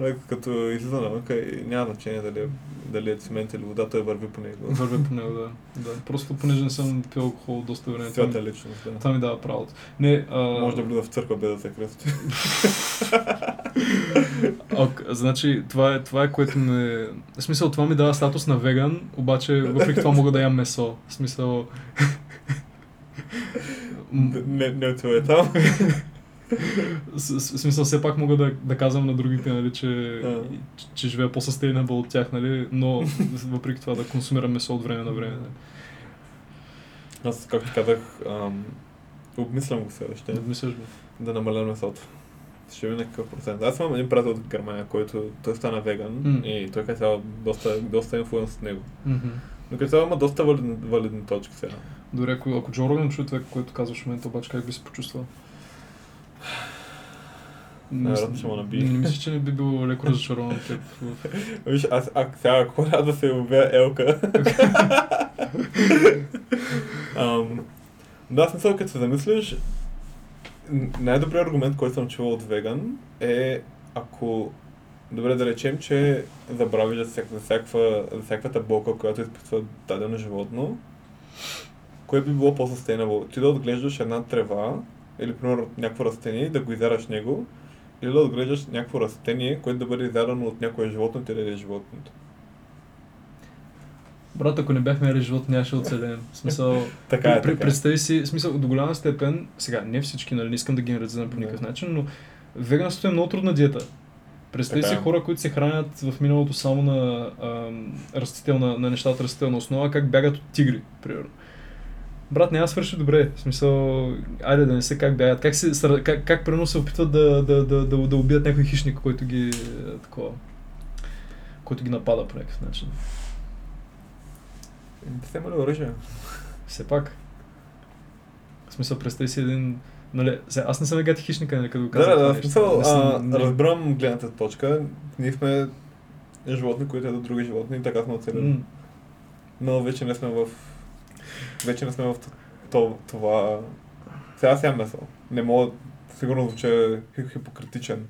Speaker 2: Леко Е, като излиза навънка и няма значение дали, е- дали е цимент или вода, той върви по него.
Speaker 1: Вървя по него, да. да. Просто понеже не съм пил алкохол доста време. това ми-
Speaker 2: Свята личност, да.
Speaker 1: Това ми дава правото. Не, а...
Speaker 2: Може да влиза в църква без да се кръсти.
Speaker 1: Ок, значи, това е, това е което ме... В смисъл, това ми дава статус на веган, обаче въпреки това мога да ям месо. В смисъл... М-
Speaker 2: не, не отивай там.
Speaker 1: с- с- В смисъл, все пак мога да, да казвам на другите, нали, че,
Speaker 2: Да.
Speaker 1: че, че живея по-състейнабъл от тях, нали, но въпреки това да консумирам месо от време на време. Нали.
Speaker 2: Аз, както казах, ам, обмислям го все още.
Speaker 1: Да мислиш го.
Speaker 2: Да намаля месото. Ще видя на какъв процент. Аз имам един приятел от Германия, който той стана веган
Speaker 1: М.
Speaker 2: и той като цяло доста, доста инфлуенс от него.
Speaker 1: Мгм.
Speaker 2: Но като цяло има доста валидни, валидни точки сега.
Speaker 1: Дори ако, ако Джо Роган чуе това, което казваш в момента, обаче как би се почувствал? Не
Speaker 2: Вероятно
Speaker 1: мисля-
Speaker 2: ще му набие.
Speaker 1: Не, не мисля, че не би било леко разочарован от теб. в-
Speaker 2: Виж, аз а, сега ако трябва да се убия Елка. Ам, да, смисъл, като се замислиш, н- най-добрият аргумент, който съм чувал от веган е ако Добре, да речем, че забравиш за, всяк, за, всяква, за всяквата болка, която изпитва дадено животно, кое би било по-sustainable? Ти да отглеждаш една трева, или примерно някакво растение, и да го изяраш него, или да отглеждаш някакво растение, което да бъде изярано от някое животно, и ти да ядеш животното.
Speaker 1: Брат, ако не бяхме яли живот, нямаше да оцелеем. В Смисъл,
Speaker 2: Така е,
Speaker 1: при-
Speaker 2: така е.
Speaker 1: Представи си, в смисъл, до голяма степен, сега не всички, нали, не искам да генерализирам по никакъв
Speaker 2: Да.
Speaker 1: начин, но веганството е много трудна диета. Представи
Speaker 2: Така
Speaker 1: си
Speaker 2: е.
Speaker 1: хора, които се хранят в миналото само на, ам, растителна, на нещата от растителна основа, как бягат от тигри, примерно. Брат, не аз свърши добре. В смисъл, айде да не се как бягат. Как, се, сра- как, как примерно се опитват да, да, да, да, да убият някой хищник, който ги, е, такова, който ги напада по някакъв начин.
Speaker 2: Не сте имали оръжие.
Speaker 1: Все пак. В смисъл, представи си един... Нали, сега, аз не съм агати хищника, нали, като го
Speaker 2: Да,
Speaker 1: казвам
Speaker 2: да,
Speaker 1: това
Speaker 2: да, в
Speaker 1: нещо.
Speaker 2: смисъл,
Speaker 1: Не
Speaker 2: а,
Speaker 1: съм- не-
Speaker 2: разбирам гледната точка. Ние сме животни, които ядат други животни и така сме оцелени.
Speaker 1: М,
Speaker 2: Но вече не сме в... Вече не сме в то- това... Сега аз ям месо. Не мога... Сигурно звуча хи- хипокритичен.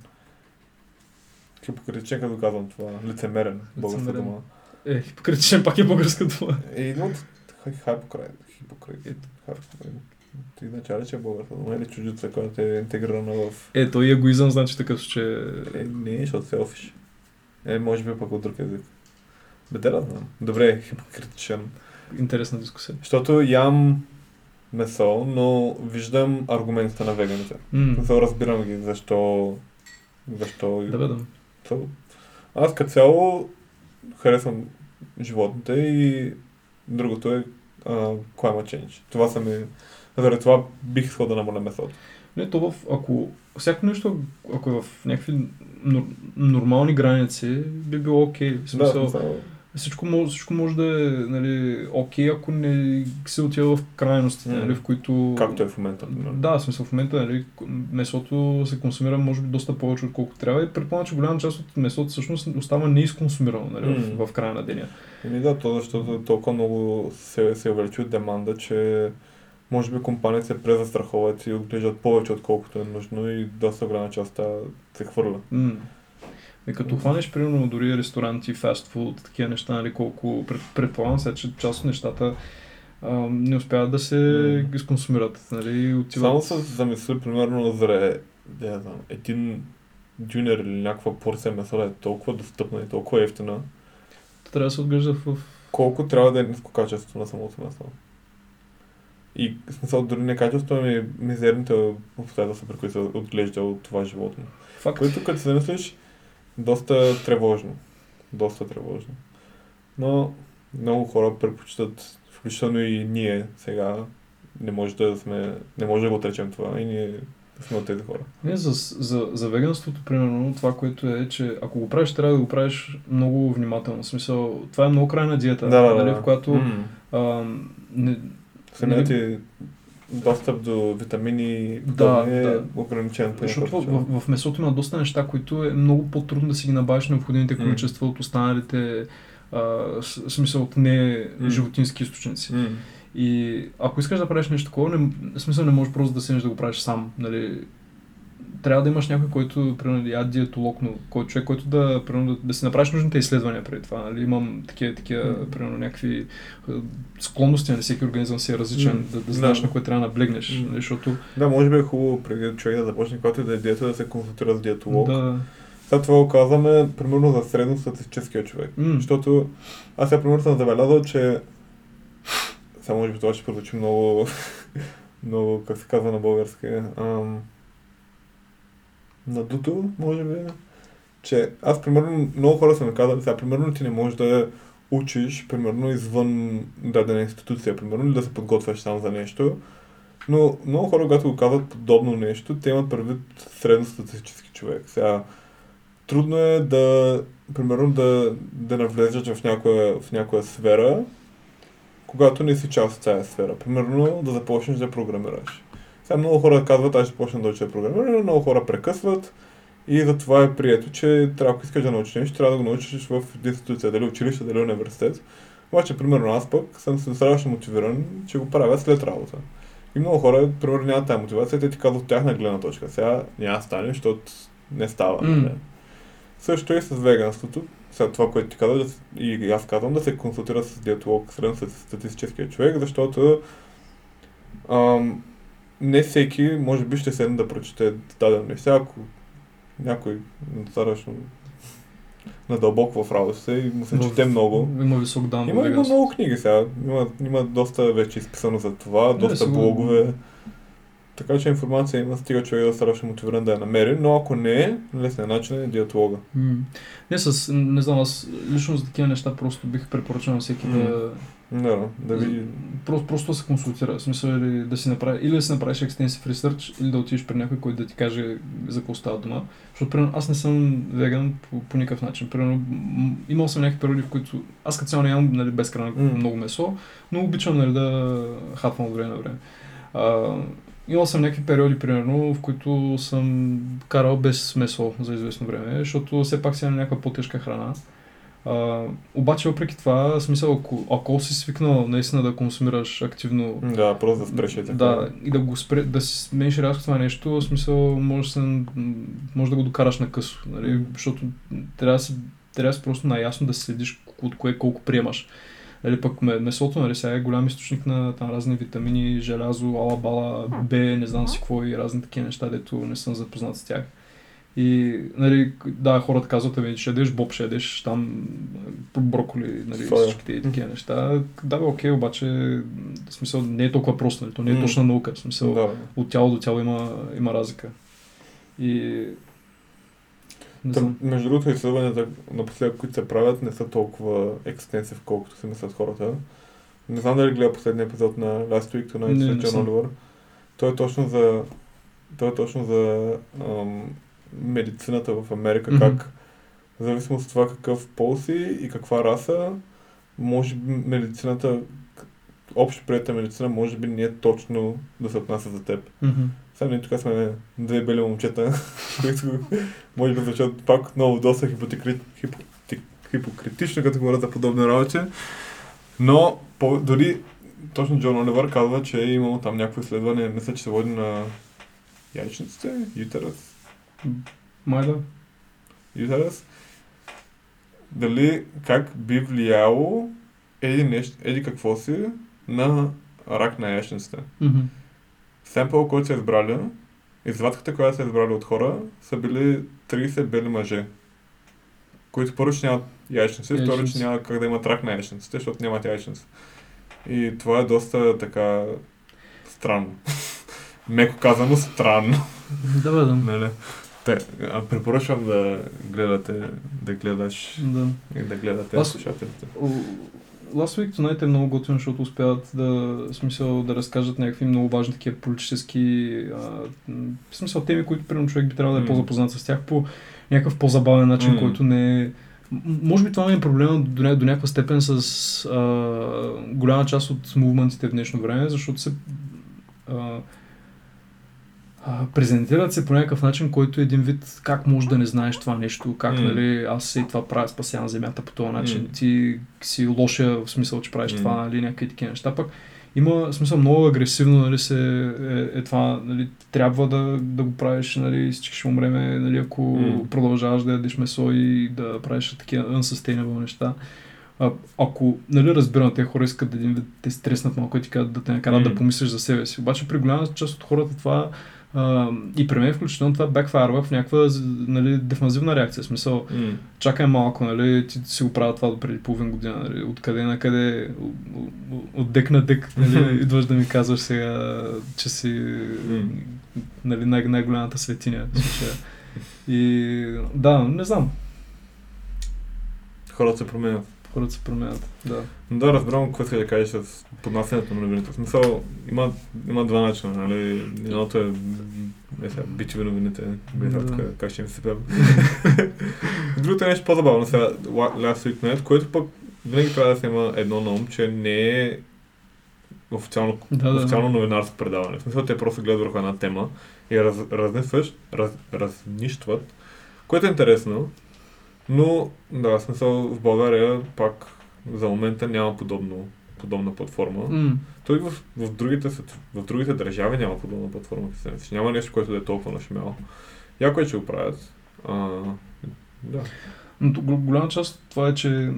Speaker 2: Хипокритичен, като казвам това. Лицемерен. Българска
Speaker 1: Лицемерен.
Speaker 2: дума.
Speaker 1: Е, хипокритичен пак е българска дума.
Speaker 2: Е, идва от хайпокрай. Хипокрит. Хайпокрай. Ти начали, че е българска дума или чужица, която е интегрирана в...
Speaker 1: Е, той егоизъм, значи такъв случай.
Speaker 2: Е, не, защото селфиш. Е, може би пък от друг език. Бе, да, да знам. Добре, хипокритичен.
Speaker 1: Интересна дискусия.
Speaker 2: Защото ям месо, но виждам аргументите на веганите.
Speaker 1: М,
Speaker 2: Мисъл, разбирам ги защо... Защо...
Speaker 1: Да, бе, да.
Speaker 2: То- Аз като цяло харесвам животните и другото е а, climate change. Това са ми... Заради това бих искал да намаля месото.
Speaker 1: Не, то в, ако всяко нещо, ако е в някакви нор, нормални граници, би било окей. Okay.
Speaker 2: Да,
Speaker 1: Смисъл,
Speaker 2: смисъл,
Speaker 1: всичко, може, всичко може да е нали, окей, ако не се отива в крайности,
Speaker 2: М.
Speaker 1: нали, в които...
Speaker 2: както е в момента. примерно.
Speaker 1: Да, в смисъл в момента нали, месото се консумира може би доста повече отколкото трябва и предполагам, че голяма част от месото всъщност остава неизконсумирано нали,
Speaker 2: М.
Speaker 1: в, в края на деня.
Speaker 2: Еми Ами да, то защото толкова много се, се е увеличил деманда, че може би компаниите се презастраховат и отглеждат повече, отколкото е нужно и доста голяма част а, се хвърля.
Speaker 1: М. И като хванеш, примерно, дори ресторанти, фастфуд, такива неща, нали, колко пред, предполагам сега, че част от нещата а, не успяват да се
Speaker 2: М.
Speaker 1: изконсумират, нали, и отиват...
Speaker 2: Само се замисли, примерно, за да я знам, един дюнер или някаква порция месо да е толкова достъпна и толкова ефтина,
Speaker 1: Трябва да се отглежда в...
Speaker 2: колко трябва да е ниско качеството на самото месо. И в смисъл, дори не качеството, ами мизерните обстоятелства, при които се отглежда от това животно.
Speaker 1: Факт.
Speaker 2: Което като се замислиш, доста тревожно. Доста тревожно. Но много хора предпочитат, включително и ние сега, не може да сме, не може да го отречем това и ние сме от тези хора.
Speaker 1: Не, за, за, за веганството, примерно, това, което е, че ако го правиш, трябва да го правиш много внимателно. В смисъл, това е много крайна диета, нали, в която
Speaker 2: М.
Speaker 1: а, не,
Speaker 2: Самият ти достъп до витамини
Speaker 1: Да,
Speaker 2: да, е
Speaker 1: да.
Speaker 2: ограничен. по
Speaker 1: Защото
Speaker 2: някакъв
Speaker 1: в,
Speaker 2: начин.
Speaker 1: в, в месото има доста неща, които е много по-трудно да си ги набавиш необходимите
Speaker 2: Мм.
Speaker 1: количества от останалите, а, с, в смисъл от не
Speaker 2: Мм.
Speaker 1: животински източници.
Speaker 2: М.
Speaker 1: И ако искаш да правиш нещо такова, не, в смисъл не можеш просто да седнеш да го правиш сам. Нали? Трябва да имаш някой, който, примерно, я диетолог, но кой човек, който да, примерно, да, да си направиш нужните изследвания преди това. Нали? Имам такива, такива,
Speaker 2: Мм.
Speaker 1: примерно, някакви е, склонности, нали? всеки организъм си е различен,
Speaker 2: Мм.
Speaker 1: да, да
Speaker 2: Да.
Speaker 1: знаеш на кое трябва да наблегнеш.
Speaker 2: Мм.
Speaker 1: Нали? Защото,
Speaker 2: Да, може би е хубаво преди човек да започне, когато и да е диета, да се консултира с диетолог.
Speaker 1: да...
Speaker 2: Сега това го казваме примерно за средностатистическия човек.
Speaker 1: М.
Speaker 2: Защото аз сега примерно съм забелязал, че само може би това ще прозвучи много, <laughs> много, как се казва на български, ам... надуто, може би, че аз примерно, много хора са ми казали, сега примерно ти не можеш да учиш, примерно извън дадена институция, примерно, или да се подготвяш сам за нещо. Но много хора, когато го казват подобно нещо, те имат предвид средностатистически човек. Сега, трудно е да, примерно, да, да навлезеш в някоя, в някоя сфера, когато не си част от тази сфера. Примерно, да започнеш да програмираш. Сега много хора казват, аз ще почна да уча програмиране, много хора прекъсват и затова е прието, че трябва, ако искаш да научиш нещо, трябва да го научиш в институция, дали училище, дали университет. Обаче, примерно, аз пък съм се достатъчно мотивиран, че го правя след работа. И много хора, примерно, нямат тази мотивация, те ти казват от тяхна гледна точка. Сега няма да стане, защото не става.
Speaker 1: М.
Speaker 2: нали? Също и с веганството. Сега това, което ти каза, да с- и аз казвам да се консултира с диетолог, средно с статистическия човек, защото ам, не всеки, може би, ще седне да прочете дадено нещо. Сега, Ако някой достатъчно надълбоко в работата и му се
Speaker 1: в-
Speaker 2: чете много.
Speaker 1: Има висок дан. нали?
Speaker 2: Има, има
Speaker 1: веганство.
Speaker 2: много книги сега. Има, има доста вече изписано за това,
Speaker 1: Не,
Speaker 2: доста
Speaker 1: сигурно.
Speaker 2: блогове. Така че информация има, стига човек достатъчно мотивиран да я намери, но ако не, лесният начин е диатолога.
Speaker 1: М. Не, с, не знам, аз лично за такива неща просто бих препоръчал на всеки
Speaker 2: М.
Speaker 1: да,
Speaker 2: Да, да види.
Speaker 1: Просто, просто да се консултира. В смисъл или да си направи, или да си направиш extensive research, или да отидеш при някой, който да ти каже за какво става дума. Защото примерно, аз не съм веган по, по никакъв начин. Примерно, м- имал съм някакви периоди, в които аз като цяло не ям нали, безкрайно
Speaker 2: Мм.
Speaker 1: много месо, но обичам нали, да хапвам от време на време. А, имал съм някакви периоди, примерно, в които съм карал без месо за известно време, защото все пак си на някаква по-тежка храна. А, обаче, въпреки това, в смисъл, ако, ако си свикнал наистина да консумираш активно
Speaker 2: Да, просто да спреш е така.
Speaker 1: да, и да го спре, да си смениш рязко това нещо, в смисъл, може, да се, м, може да го докараш на късо, нали? защото трябва да си, трябва да си просто наясно да следиш от кое колко приемаш. Нали, пък ме- месото нали, сега е голям източник на там, разни витамини, желязо, алабала, Б, не знам си какво и разни такива неща, дето не съм запознат с тях. И, нали, да, хората казват, ами, ще ядеш боб, ще ядеш там б- броколи, нали,
Speaker 2: Соя.
Speaker 1: всичките и такива неща. Да, бе, окей, обаче, м, в смисъл, не е толкова просто, нали, то не е
Speaker 2: М.
Speaker 1: точна наука, в смисъл,
Speaker 2: да.
Speaker 1: от тяло до тяло има, има разлика. И... Не
Speaker 2: Та,
Speaker 1: знам.
Speaker 2: между другото, изследванията напоследък, които се правят, не са толкова екстенсив, колкото си мислят хората. Не знам дали гледа последния епизод на Last Week
Speaker 1: Не, не
Speaker 2: Tonight с Джон
Speaker 1: съм.
Speaker 2: Оливър. Той е точно за, той е точно за ам, медицината в Америка,
Speaker 1: Мгм.
Speaker 2: mm-hmm. как в зависимост от това какъв пол си и каква раса, може би медицината, общо приятата медицина, може би не е точно да се отнася за теб.
Speaker 1: Мгм.
Speaker 2: Сега ние тук сме две бели момчета, <laughs> които може да звучат пак много доста хипотекри... хипотек... хипокритично, като говорят за подобни работи. Но по... дори точно Джон Оливър казва, че е имал там някакво изследване, мисля, че се води на яйчниците, ютерас,
Speaker 1: Май да.
Speaker 2: ютерас. Дали как би влияло еди, нещо, еди какво си на рак на яйчниците.
Speaker 1: Мгм.
Speaker 2: Семпъл, който са избрали, извадката, която са избрали от хора, са били 30 бели мъже, които първо, че нямат яйчници, второ, че
Speaker 1: Яйчници.
Speaker 2: няма как да имат рак на яйчниците, защото нямат яйчници. И това е доста така странно. <laughs> Меко казано странно.
Speaker 1: Да, бе, да.
Speaker 2: Нали? Те, а препоръчвам да гледате, да гледаш
Speaker 1: да.
Speaker 2: и да гледате
Speaker 1: Аз-
Speaker 2: слушателите.
Speaker 1: Last Week Tonight е много готин, защото успяват да, в смисъл, да разкажат някакви много важни такива политически а, м, в смисъл, теми, които примерно човек би трябвало да е
Speaker 2: Мм.
Speaker 1: по-запознат с тях по някакъв по-забавен начин,
Speaker 2: Мм.
Speaker 1: който не е... М- Може би това ми е проблема до, ня- до някаква степен с а, голяма част от мувментите в днешно време, защото се а, а, презентират се по някакъв начин, който е един вид как може да не знаеш това нещо, как
Speaker 2: Мм.
Speaker 1: нали, аз и това правя, спасявам земята по този начин,
Speaker 2: Мм.
Speaker 1: ти си лошия в смисъл, че правиш
Speaker 2: Мм.
Speaker 1: това, нали, някакви такива неща. Пък има в смисъл много агресивно, нали, се, е, е това, нали, трябва да, да го правиш, нали, всички ще умреме, нали, ако
Speaker 2: Мм.
Speaker 1: продължаваш да ядеш месо и да правиш такива unsustainable неща. А, ако, нали, разбирам, те хора искат да един вид те стреснат малко и ти кажат да те накарат
Speaker 2: Мм.
Speaker 1: да помислиш за себе си. Обаче при голяма част от хората това а, и при мен включително това бекфайрва в някаква нали, дефанзивна реакция. В смисъл,
Speaker 2: М.
Speaker 1: чакай малко, нали, ти си го правя това до преди половин година, нали, откъде на къде, от дък на дък, нали, идваш да ми казваш сега, че си
Speaker 2: М.
Speaker 1: нали, най- най-голямата светиня в случая. И да, не знам,
Speaker 2: Хората се променят.
Speaker 1: хората се променят, да.
Speaker 2: Но Да, разбирам какво иска да кажеш с поднасянето на новините. В смисъл, има, има два начина, нали? Едното е, е сега, бичове новините, бе, сега
Speaker 1: Да.
Speaker 2: тук, как ще им се пева. <laughs> Другото е нещо по-забавно сега, La- Last Week Night, което пък винаги трябва да се има едно на ум, че не е официално,
Speaker 1: Да, да.
Speaker 2: официално новинарско предаване. В смисъл, те просто гледат върху една тема и раз, разнисваш, раз, разнищват, което е интересно, но да, в смисъл в България пак за момента няма подобно, подобна платформа.
Speaker 1: М,
Speaker 2: Той в, в, другите, сет- в другите държави няма подобна платформа. като се мислиш. Няма нещо, което да е толкова нашумяло. Яко е, че го правят. А, да.
Speaker 1: Но т- гол- голяма част от това е, че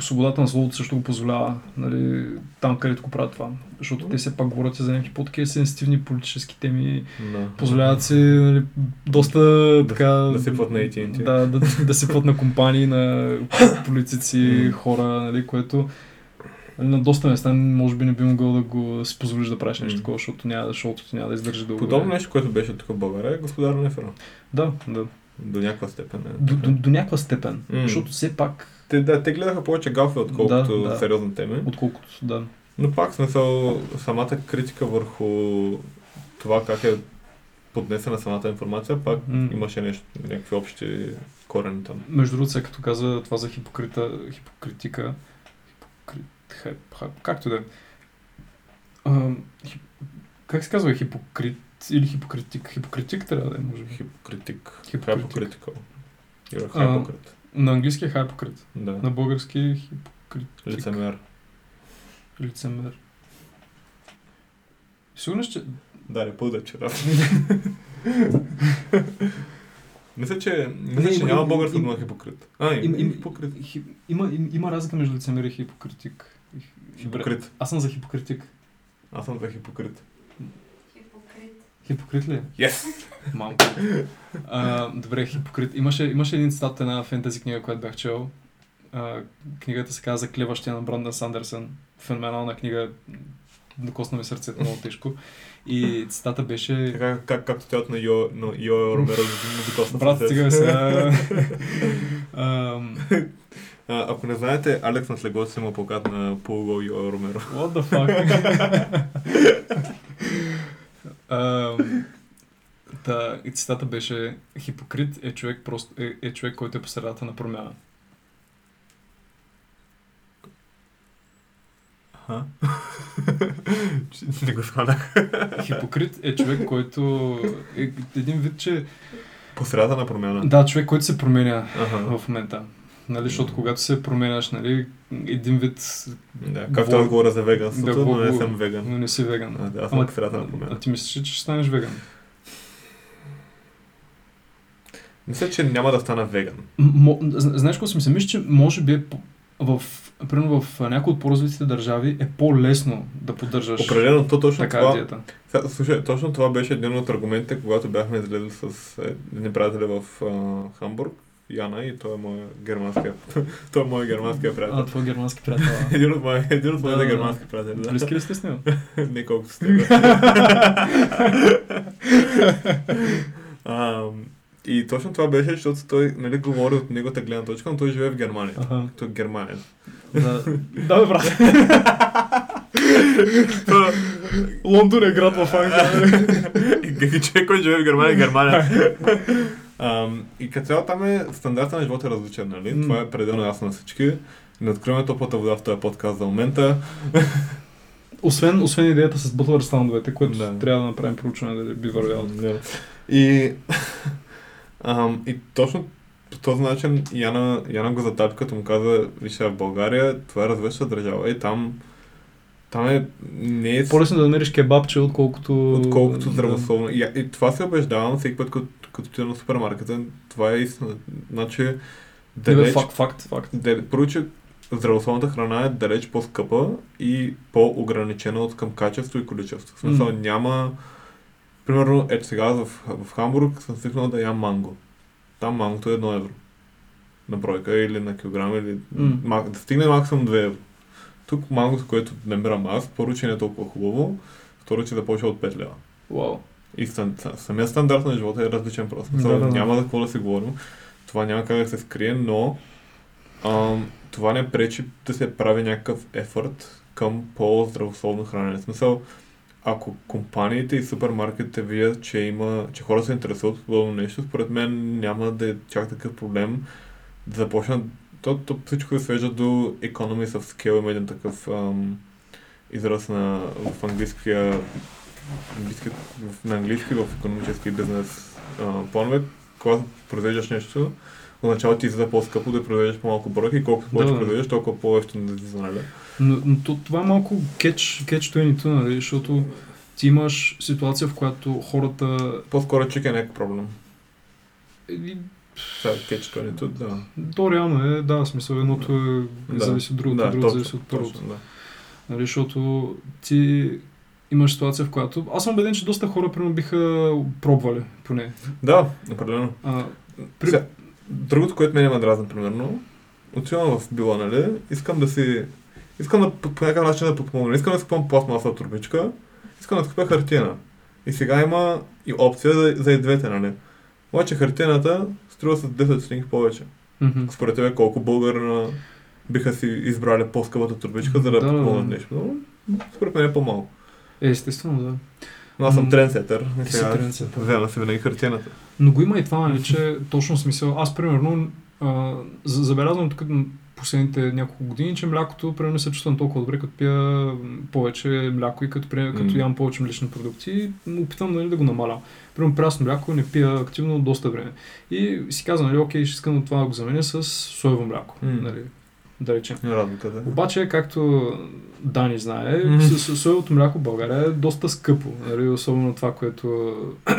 Speaker 1: свободата на словото също го позволява, нали, там където го правят това. Защото те все пак говорят и за някакви по-такива сенситивни политически теми,
Speaker 2: да.
Speaker 1: позволяват си нали, доста така...
Speaker 2: да сипват на AT&T.
Speaker 1: Да, да, да сипват на компании, на политици, хора, нали, което На доста места може би не би могъл да го си позволиш да правиш нещо
Speaker 2: Мгм.
Speaker 1: такова, защото няма, да- защото ти няма да издържи дълго.
Speaker 2: Подобно
Speaker 1: време.
Speaker 2: нещо, което беше тук в България, е господар Нефера.
Speaker 1: Да, да.
Speaker 2: До някаква степен. Е.
Speaker 1: До, до, до някаква степен.
Speaker 2: М.
Speaker 1: Защото все пак,
Speaker 2: Те, да, те гледаха повече гафе, отколкото
Speaker 1: Да, да.
Speaker 2: сериозни теми.
Speaker 1: отколкото да.
Speaker 2: Но пак смисъл, самата критика върху това как е поднесена самата информация, пак
Speaker 1: М.
Speaker 2: имаше нещо, някакви общи корени там.
Speaker 1: Между другото, сега като каза това за хипокрита, хипокритика, хипокрит, хайп, хайп, както и да е. А, хип, как се казва хипокрит или хипокритик? Хипокритик трябва да е, може би.
Speaker 2: Хипокритик.
Speaker 1: Хипокритик.
Speaker 2: Хайпокритикъл. Или
Speaker 1: А.
Speaker 2: хайпокрит.
Speaker 1: На английски е хайпокрит,
Speaker 2: Да.
Speaker 1: на български е хипокритик.
Speaker 2: Лицемер.
Speaker 1: Лицемер. Сигурно ще...
Speaker 2: Да, не
Speaker 1: <laughs>
Speaker 2: пълда вчера. Мисля, че, мисля,
Speaker 1: Не,
Speaker 2: че
Speaker 1: има-
Speaker 2: няма
Speaker 1: има-
Speaker 2: българска
Speaker 1: има-
Speaker 2: дума хипокрит. А,
Speaker 1: им-
Speaker 2: има
Speaker 1: им-
Speaker 2: Е, хипокрит.
Speaker 1: Хип, има, им, има разлика между лицемер и хипокритик. Добре.
Speaker 2: Хипокрит.
Speaker 1: Аз съм за хипокритик.
Speaker 2: Аз съм за хипокрит.
Speaker 5: Хипокрит.
Speaker 1: Хипокрит ли е?
Speaker 2: Yes!
Speaker 1: Малко. А, добре, хипокрит. Имаше, имаше един цитат, една фентези книга, която бях чел. А, книгата се казва Заклеващия на Брандън Сандерсън. Феноменална книга. Докосна ми е сърцето много тежко. И цитата беше...
Speaker 2: Така, как, както тялото на Йо, на
Speaker 1: <laughs>
Speaker 2: Йо Ромеро за докосна
Speaker 1: Брат,
Speaker 2: сърцето.
Speaker 1: стига сега. Ам,
Speaker 2: <laughs> А, ако не знаете, Алекс на Слегот има плакат на полугол Йо Ромеро. <laughs>
Speaker 1: What the fuck? <laughs> Ам, Та, и цитата беше Хипокрит е човек, просто, е, е човек, който е по средата на промяна.
Speaker 2: Ха? не го схванах.
Speaker 1: Хипокрит е човек, който е един вид, че...
Speaker 2: По средата на промяна.
Speaker 1: Да, човек, който се променя
Speaker 2: Ага.
Speaker 1: в момента. Нали, защото когато се променяш, нали, един вид,
Speaker 2: Да, както аз говоря за
Speaker 1: Да,
Speaker 2: веганството, но не
Speaker 1: го-
Speaker 2: съм веган.
Speaker 1: но не си веган.
Speaker 2: А, да, аз съм
Speaker 1: Ама- Значи-
Speaker 2: по средата на промяна.
Speaker 1: А ти мислиш, ли, че ще станеш веган.
Speaker 2: Мисля, че няма да стана веган.
Speaker 1: М- мо- зна- знаеш какво си мисля? Мисля, че може би е по- в, примерно в някои от по-развитите държави е по-лесно да поддържаш
Speaker 2: Определено, то точно
Speaker 1: така
Speaker 2: това,
Speaker 1: диета.
Speaker 2: Сега, Слушай, точно това беше един от аргументите, когато бяхме излезли с е, едни приятели в а, Хамбург, Яна и той е моя германския, <laughs> той е моя германския
Speaker 1: А,
Speaker 2: приятел.
Speaker 1: твой германски приятел.
Speaker 2: <laughs>
Speaker 1: а.
Speaker 2: Един от, моя, един от моите
Speaker 1: Да, да, да.
Speaker 2: германски приятели, да.
Speaker 1: Близки ли сте с него?
Speaker 2: <laughs> Не
Speaker 1: <laughs>
Speaker 2: колкото сте. <laughs> И точно това беше, защото той нали, говори от неговата гледна точка, но той живее в Германия. е
Speaker 1: Аха. <laughs>
Speaker 2: Като германец.
Speaker 1: Да, да бе, брат.
Speaker 2: Та,
Speaker 1: е Лондон е град в Англия.
Speaker 2: <laughs> И човек, който живее в Германия,
Speaker 1: <laughs>
Speaker 2: е Германия. Ам, и като цяло там е стандарта на живота е различен, нали?
Speaker 1: М.
Speaker 2: Това е пределно ясно на всички. Не откриваме топлата вода в този подкаст за момента.
Speaker 1: Освен, освен идеята с бътлър стандовете, което
Speaker 2: Да.
Speaker 1: трябва да направим проучване да би вървяло.
Speaker 2: Да. И, <laughs> ам, и точно по този начин Яна, Яна го затапи, като му каза, виж сега, в България, това е развеща държава и там, там е, не е
Speaker 1: По-лесно да намериш кебабче, отколкото...
Speaker 2: отколкото
Speaker 1: Да.
Speaker 2: здравословно. И, и това се убеждавам всеки път, като, като отида на супермаркета. Това е истина. Значи,
Speaker 1: Не Е, бе,
Speaker 2: далеч,
Speaker 1: факт, факт, факт.
Speaker 2: дал- е- първо, че здравословната храна е далеч по-скъпа и по-ограничена от към качество и количество. В смисъл
Speaker 1: М. няма...
Speaker 2: няма... Примерно, ето сега аз в, в Хамбург съм свикнал да ям манго. Там мангото е 1 евро. На бройка или на килограм, или
Speaker 1: М.
Speaker 2: мак, да стигне максимум 2 евро. Тук мангото, което намирам аз, първо, че не е толкова хубаво, второ, че започва от 5 лева.
Speaker 1: Вау.
Speaker 2: И стан, са- самия стандарт на живота е различен просто.
Speaker 1: Да,
Speaker 2: Да,
Speaker 1: да, да.
Speaker 2: Няма за какво да се говорим. Това няма как да се скрие, но ам, това не пречи да се прави някакъв ефорт към по-здравословно хранене. В смисъл, ако компаниите и супермаркетите видят, че, има, че хората се интересуват от подобно нещо, според мен няма да е чак такъв проблем да започнат. То, то всичко се свежда до economies of scale, има един такъв ам, израз на, в английския английски, в- на английски в економически бизнес а, планове, когато произвеждаш нещо, означава ти за по-скъпо да произвеждаш по-малко бройки и колкото повече
Speaker 1: Да.
Speaker 2: произвеждаш, толкова по-ефтино да излиза, нали?
Speaker 1: Но, но то- това е малко кетч, кетч тъйнито, нали? Защото ти имаш ситуация, в която хората...
Speaker 2: По-скоро чик е някакъв проблем.
Speaker 1: и-
Speaker 2: Това е кетчкането, да.
Speaker 1: То реално е, да, в смисъл едното е,
Speaker 2: Да.
Speaker 1: зависи от другото,
Speaker 2: да,
Speaker 1: другото
Speaker 2: точно,
Speaker 1: зависи от първото.
Speaker 2: точно, да.
Speaker 1: Нали? Защото ти имаш ситуация, в която... Аз съм убеден, че доста хора, примерно, биха пробвали, поне.
Speaker 2: Да, определено.
Speaker 1: А, При-
Speaker 2: При... Сега, другото, което мен ме дразни, примерно, отивам в била, нали, искам да си Искам да по по някакъв начин да подпомогна. Не Искам да си купувам пластмаса турбичка. Искам да си купя хартиена. И сега има и опция за, за и двете, нали? Обаче хартиената струва с 10 стотинки повече.
Speaker 1: Мгм.
Speaker 2: Според тебе колко българна биха си избрали по-скъпата турбичка, за да,
Speaker 1: Да, да,
Speaker 2: подпомогнат
Speaker 1: да.
Speaker 2: нещо? Но, според мен е по-малко.
Speaker 1: Е, естествено, да.
Speaker 2: Но аз съм
Speaker 1: М,
Speaker 2: трендсетър. и
Speaker 1: ти си
Speaker 2: сега
Speaker 1: трендсетър.
Speaker 2: Взема си винаги хартиената.
Speaker 1: Но го има и това, нали, че точно смисъл. Аз, примерно, а, за- забелязвам тук м, последните няколко години, че млякото, примерно, се чувствам толкова добре, като пия м, повече мляко и като, прием- като
Speaker 2: Мм.
Speaker 1: ям повече млечни продукти. и м, Опитам нали, да го намаля. Примерно, прясно мляко не пия активно доста време. И си казвам, нали, окей, ще искам това да го заменя с соево мляко.
Speaker 2: Мм.
Speaker 1: Нали, да речем.
Speaker 2: Разликата.
Speaker 1: Обаче, както Дани знае,
Speaker 2: Мгм.
Speaker 1: с- с- соевото мляко в България е доста скъпо. Нали? Особено това, което... <clears throat>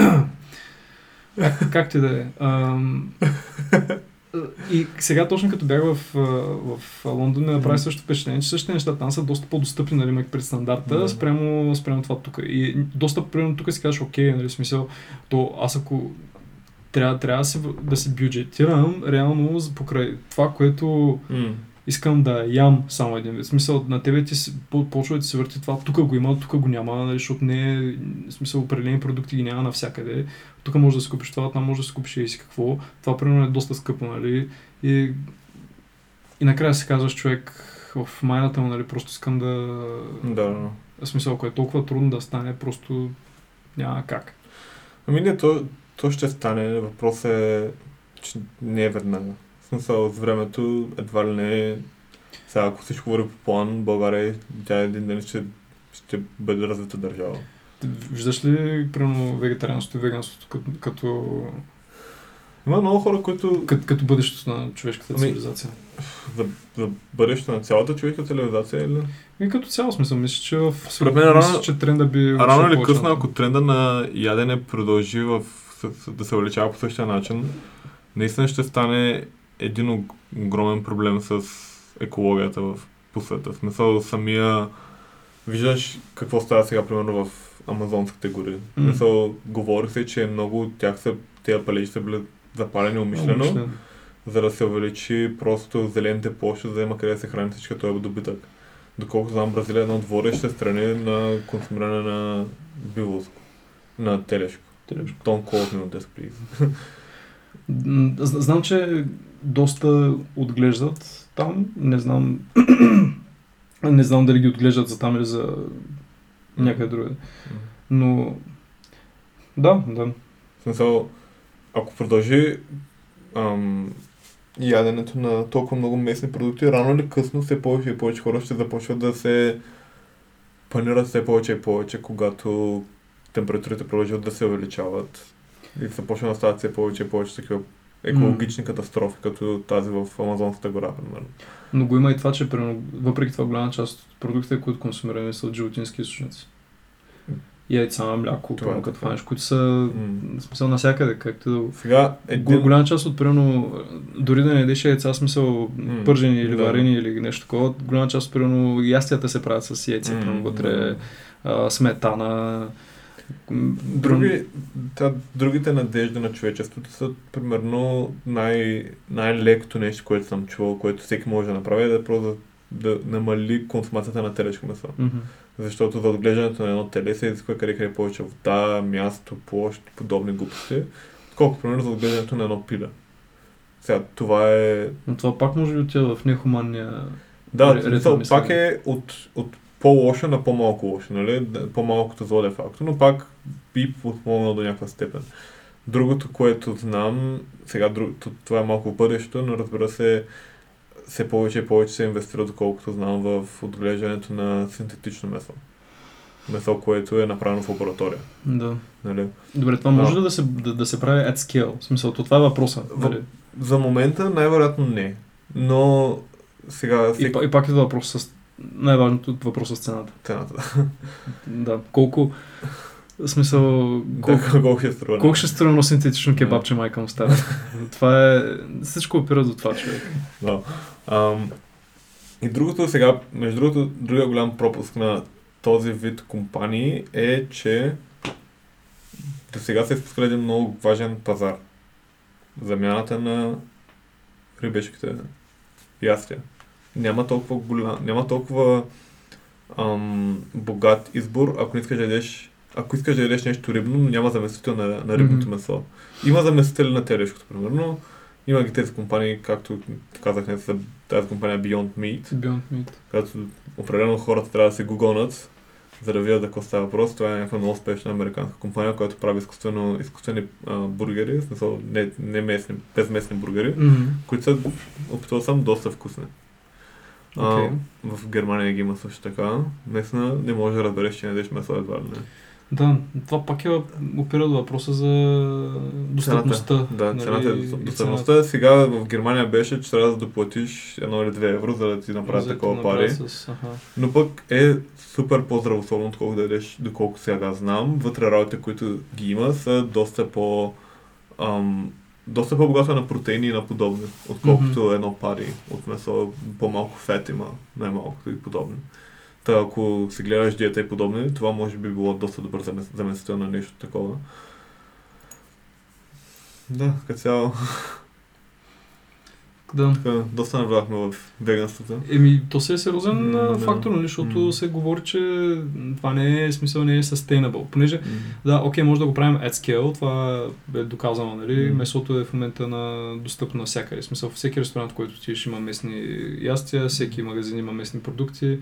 Speaker 1: как, как ти да е? Ам, И сега точно като бях в, а, в Лондон ми направи също впечатление, че същите неща там са доста по-достъпни, нали, имайки пред стандарта,
Speaker 2: Да.
Speaker 1: спрямо, спрямо това тук. И доста, примерно, тук си казваш, окей, нали, в смисъл, то аз ако трябва, трябва да, си, да си бюджетирам реално за- покрай това, което
Speaker 2: М.
Speaker 1: искам да ям само един вид. В смисъл, на тебе ти се- по- почва да ти се върти това, тук го има, тук го няма, нали, защото не е, в смисъл, определени продукти ги няма навсякъде. Тук може да си купиш това, там може да си купиш и си какво. Това, примерно, е доста скъпо, нали? И, и накрая си казваш, човек, в майната му, нали, просто искам да...
Speaker 2: Да, да.
Speaker 1: В смисъл, ако е толкова трудно да стане, просто няма как.
Speaker 2: Ами не, то, то ще стане. Въпрос е, че не е веднага. В смисъл, с времето едва ли не е. Сега, ако всичко върви по план, България, тя един ден ще, ще бъде развита държава.
Speaker 1: Ти Виждаш ли, примерно, вегетарианството и веганството като, като,
Speaker 2: Има много хора, които
Speaker 1: като, като бъдещето на човешката
Speaker 2: Ами,
Speaker 1: цивилизация?
Speaker 2: за, за бъдещето на цялата човека цивилизация или...
Speaker 1: И като цяло смисъл, мисля, че в
Speaker 2: Според мен рано-
Speaker 1: мисля, че тренда би...
Speaker 2: А рано или
Speaker 1: отишъл
Speaker 2: късно,
Speaker 1: повече.
Speaker 2: ако тренда на ядене продължи в, с, с, да се увеличава по същия начин, наистина ще стане един ог- огромен проблем с екологията в по света. В смисъл самия... Виждаш какво става сега, примерно, в амазонските гори. Mm.
Speaker 1: Мм.
Speaker 2: Мисъл, говори се, че много от тях са, тези палежи са били запалени умишлено,
Speaker 1: Умишлено.
Speaker 2: за да се увеличи просто зелените площи, за да има къде да се храни всичкия този добитък. Доколкото знам, Бразилия е една от водещите страни на консумиране на билоско, на телешко. Телешко. Don't call me on this, please.
Speaker 1: М, з- Знам, че доста отглеждат там. Не знам... <clears throat> не знам дали ги отглеждат за там или за някъде другаде.
Speaker 2: Мгм.
Speaker 1: Но... Да, да.
Speaker 2: В смисъл, ако продължи ам, яденето на толкова много местни продукти, рано или късно все повече и повече хора ще започват да се панират все повече и повече, когато температурите продължат да се увеличават и започват да стават все повече и повече такива екологични катастрофи, като тази в Амазонската гора, примерно.
Speaker 1: Но го има и това, че примерно, въпреки това голяма част от продуктите, които консумираме, са от животински източници. Яйца, мляко,
Speaker 2: Това е
Speaker 1: това, като
Speaker 2: така.
Speaker 1: нещо, които са
Speaker 2: М. Е,
Speaker 1: в смисъл навсякъде, както да го
Speaker 2: Сега
Speaker 1: Един...
Speaker 2: един...
Speaker 1: Е, Голяма част от, примерно, дори да не ядеш яйца, смисъл
Speaker 2: М,
Speaker 1: пържени или
Speaker 2: да.
Speaker 1: варени или нещо такова, голяма част, примерно, ястията се правят с яйца,
Speaker 2: М,
Speaker 1: примерно, вътре
Speaker 2: да.
Speaker 1: а, сметана. м,
Speaker 2: Други, та, другите надежди на човечеството са примерно най- най-лекото нещо, което съм чувал, което всеки може да направи, е да просто да намали консумацията на телешко месо.
Speaker 1: Мгм.
Speaker 2: Защото за отглеждането на едно теле се изисква къде къде повече вода, място, площ, подобни глупости, колко примерно за отглеждането на едно пиле. Сега, това е
Speaker 1: Но това пак може би отива в нехуманния...
Speaker 2: да,
Speaker 1: Ре-
Speaker 2: смисъл,
Speaker 1: ритъм, мисля,
Speaker 2: пак е от, от по-лошо на по-малко лошо, нали? Да, По-малкото зло де факто, но пак би подпомогнал до някаква степен. Другото, което знам, сега другото, това е малко в бъдещето, но разбира се, все повече и повече се инвестира, доколкото знам, в отглеждането на синтетично месо. Месо, което е направено в лаборатория.
Speaker 1: Да.
Speaker 2: Нали?
Speaker 1: Добре, това
Speaker 2: Да.
Speaker 1: може ли да се, да, да се прави at scale? В смисъл, то това е въпроса.
Speaker 2: В-
Speaker 1: нали?
Speaker 2: За момента най-вероятно не. Но сега
Speaker 1: И,
Speaker 2: всеки...
Speaker 1: па- и пак идва въпрос с... Най-важното от въпроса с цената.
Speaker 2: цената.
Speaker 1: Да. Колко... В смисъл... Колко,
Speaker 2: Колко, <laughs> колко ще струва?
Speaker 1: Колко ще струва едно синтетично
Speaker 2: Да.
Speaker 1: кебабче, майка му <laughs> стара? това е... Всичко опира до това, човек.
Speaker 2: Да. Ам, и другото сега, между другото, другия голям пропуск на този вид компании е, че до сега се изпуска един много важен пазар. Замяната на рибешките ястия. няма толкова, голям, няма толкова ам, богат избор, ако не искаш да ядеш ако искаш да ядеш нещо рибно, но няма заместител на, на рибното
Speaker 6: Мгм.
Speaker 2: месо. Има заместители на телешкото, примерно. Има ги тези компании, както казах, не са тази компания е Beyond Meat,
Speaker 1: Beyond Meat.
Speaker 2: която определено хората трябва да се гугълнат, за да видят за какво става въпрос. Това е някаква много успешна американска компания, която прави изкуствено, изкуствени а, бургери, в смисъл не, не местни, безместни бургери,
Speaker 1: Mm-hmm.
Speaker 2: които са, опитал съм, доста вкусни.
Speaker 1: Okay.
Speaker 2: А, в Германия ги има също така. Наистина не можеш да разбереш, че не ядеш месо едва ли не.
Speaker 1: Да, това пак е опира до въпроса за достъпността.
Speaker 2: Цената. Да,
Speaker 1: нали,
Speaker 2: цената е
Speaker 1: и
Speaker 2: достъп-
Speaker 1: цената.
Speaker 2: достъпността. Сега в Германия беше, че трябва да доплатиш едно или две евро, за да ти направят
Speaker 1: За да
Speaker 2: такова пари.
Speaker 1: направят с- аха.
Speaker 2: Но пък е супер по-здравословно, отколкото да ядеш, доколко сега знам. Вътре работите, които ги има, са доста по... Ам, доста по-богата на протеини и на подобни, отколкото
Speaker 1: Мгм.
Speaker 2: едно пари от месо. По-малко фет има, най-малкото и подобни. Та ако си гледаш диета и подобни, това може би било доста добър замес- заместител на нещо такова. Да, като цяло, <laughs>
Speaker 1: Да.
Speaker 2: така, доста навляхме в веганството.
Speaker 1: Еми, то си е сериозен
Speaker 2: М,
Speaker 1: а,
Speaker 2: да.
Speaker 1: фактор, нали, защото
Speaker 2: М.
Speaker 1: се говори, че това не е смисъл, не е sustainable. Понеже, да, окей, може да го правим at scale, това е доказано, нали?
Speaker 2: М.
Speaker 1: Месото е в момента на достъпно навсякъде. В Смисъл, всеки ресторант, който отидеш, има местни ястия, всеки магазин има местни продукти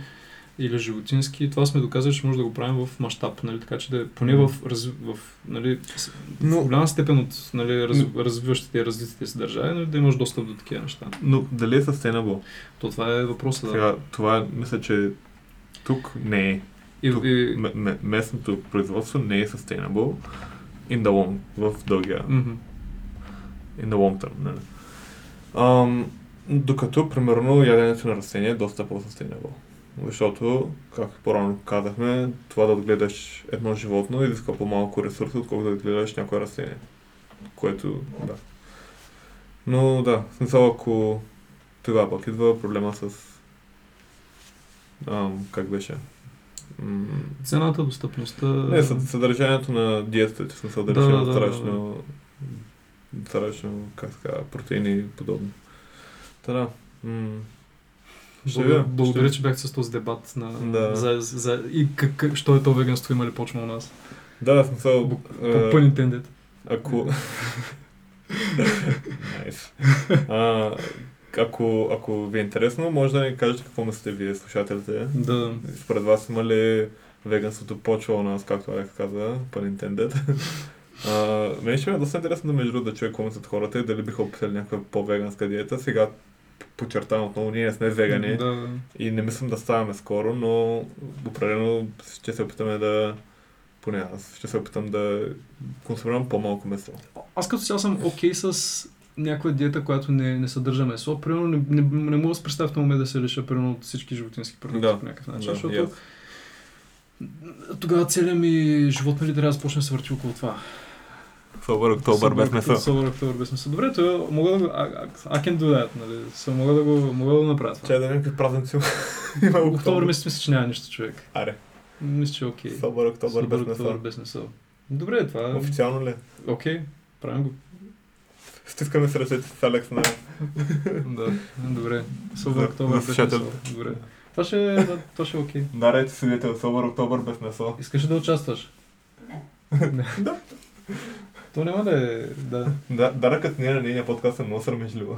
Speaker 1: или животински. Това сме доказали, че може да го правим в мащаб, нали? Така че да е поне в, раз, в, нали, с-
Speaker 2: Но-
Speaker 1: в голяма степен от нали, раз, развиващите и развитите се държави, нали, да имаш достъп до такива неща.
Speaker 2: Но дали е sustainable?
Speaker 1: То това е въпросът. Да.
Speaker 2: Сега, това е- мисля, че тук не е.
Speaker 1: И,
Speaker 2: тук
Speaker 1: и,
Speaker 2: М- м- местното производство не е sustainable in the long, в дългия,
Speaker 1: мгм.
Speaker 2: in the long term. Нали? Ам, докато, примерно, яденето на растения е доста по-sustainable. Защото, както по-рано казахме, това да отгледаш едно животно изисква по-малко ресурси, отколкото да отгледаш някое растение. Което, да. Но да, в смисъл, ако тогава пък идва проблема с... Ам, как беше? М,
Speaker 1: Цената, достъпността.
Speaker 2: не, съд- Е, съдържанието на диетата, в смисъл да,
Speaker 1: Да,
Speaker 2: да решим
Speaker 1: да, да,
Speaker 2: страшно, страшно, как се казва, протеини и подобно. Та да. М- ще
Speaker 1: Благодаря,
Speaker 2: видя,
Speaker 1: благодаря
Speaker 2: ще-
Speaker 1: че бяхте с този дебат на...
Speaker 2: Да.
Speaker 1: за, за, и как, как- що е то веганство, има ли почва у нас.
Speaker 2: Да, в смисъл,
Speaker 1: Бу-
Speaker 2: е,
Speaker 1: По пън интендед.
Speaker 2: ако... Найс. А, ако, ако ви е интересно, може да ни кажете какво мислите вие, слушателите.
Speaker 1: Да.
Speaker 2: Според вас има ли веганството почва у нас, както Алекс каза, pun intended? <laughs> А, мен ще ми е доста интересно да между другото да чуя какво мислят хората и дали биха описали някаква по-веганска диета. Сега подчертавам отново, ние не сме вегани
Speaker 1: Да.
Speaker 2: и не мислим да ставаме скоро, но определено ще се опитаме да поне аз ще се опитам да консумирам по-малко месо.
Speaker 1: Аз като цяло съм окей с някаква диета, която не, не съдържа месо. Примерно не, не, не мога да се представя в момент да се лиша примерно от всички животински продукти
Speaker 2: Да.
Speaker 1: по някакъв начин.
Speaker 2: Да,
Speaker 1: Значи, защото
Speaker 2: и аз.
Speaker 1: тогава целият ми живот нали, трябва да започне да се върти около това.
Speaker 2: Фабър октомври без месо.
Speaker 1: Собър октомври без месо. Добре, то мога да го... I, I can do that, нали? So, мога да го, мога да го направя това.
Speaker 2: Чай да някакви празници има
Speaker 1: Октомври
Speaker 2: октомври.
Speaker 1: месец мисля, че няма нищо човек.
Speaker 2: Аре,
Speaker 1: Мисля, че е окей.
Speaker 2: фабър октомври без
Speaker 1: Добър
Speaker 2: месо.
Speaker 1: товар без месо. Добре, това е.
Speaker 2: Официално ли?
Speaker 1: Окей, правим
Speaker 2: <laughs>
Speaker 1: го.
Speaker 2: Стискаме се ръцете с Алекс на
Speaker 1: Да, добре. Собър
Speaker 2: За-
Speaker 1: октомври
Speaker 2: за
Speaker 1: без месо.
Speaker 2: слушателите.
Speaker 1: е Добре. Това ще, е- да, това ще е окей.
Speaker 2: Нарайте свидетел Собър Октобър без месо.
Speaker 1: Искаш ли да участваш? <laughs> Не.
Speaker 2: Да.
Speaker 1: То няма да е... Да.
Speaker 2: Да, даръкът не е на нейния подкаст е много срамежливо.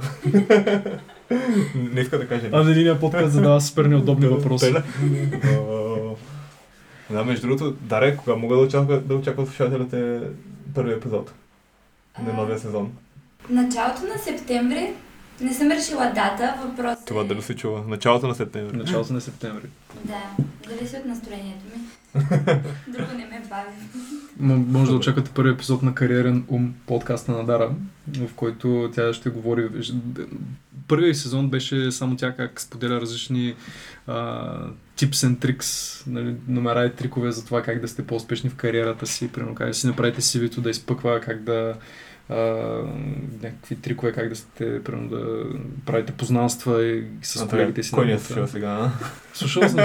Speaker 2: не иска да каже.
Speaker 1: А на линия подкаст задава супер неудобни
Speaker 2: <laughs>
Speaker 1: въпроси.
Speaker 2: Пеля. Да, между другото, Даре, кога мога да очаква, да очаква слушателите първи епизод на новия сезон?
Speaker 5: Началото на септември не съм решила дата, въпрос е-
Speaker 2: се чува? Началото на септември.
Speaker 1: Началото на септември.
Speaker 5: Да, зависи от настроението ми. Друго не ме бави.
Speaker 1: М- може да
Speaker 2: Добре.
Speaker 1: очаквате първи епизод на Кариерен ум подкаста на Дара, в който тя ще говори. Първият й сезон беше само тя как споделя различни а, tips and tricks, нали, номера и трикове за това как да сте по-успешни в кариерата си, примерно как да си направите CV-то да изпъква, как да а, някакви трикове, как да сте, примерно да правите познанства и с колегите си.
Speaker 2: Кой ни е
Speaker 1: Да.
Speaker 2: слушал сега? а?
Speaker 1: Слушал съм.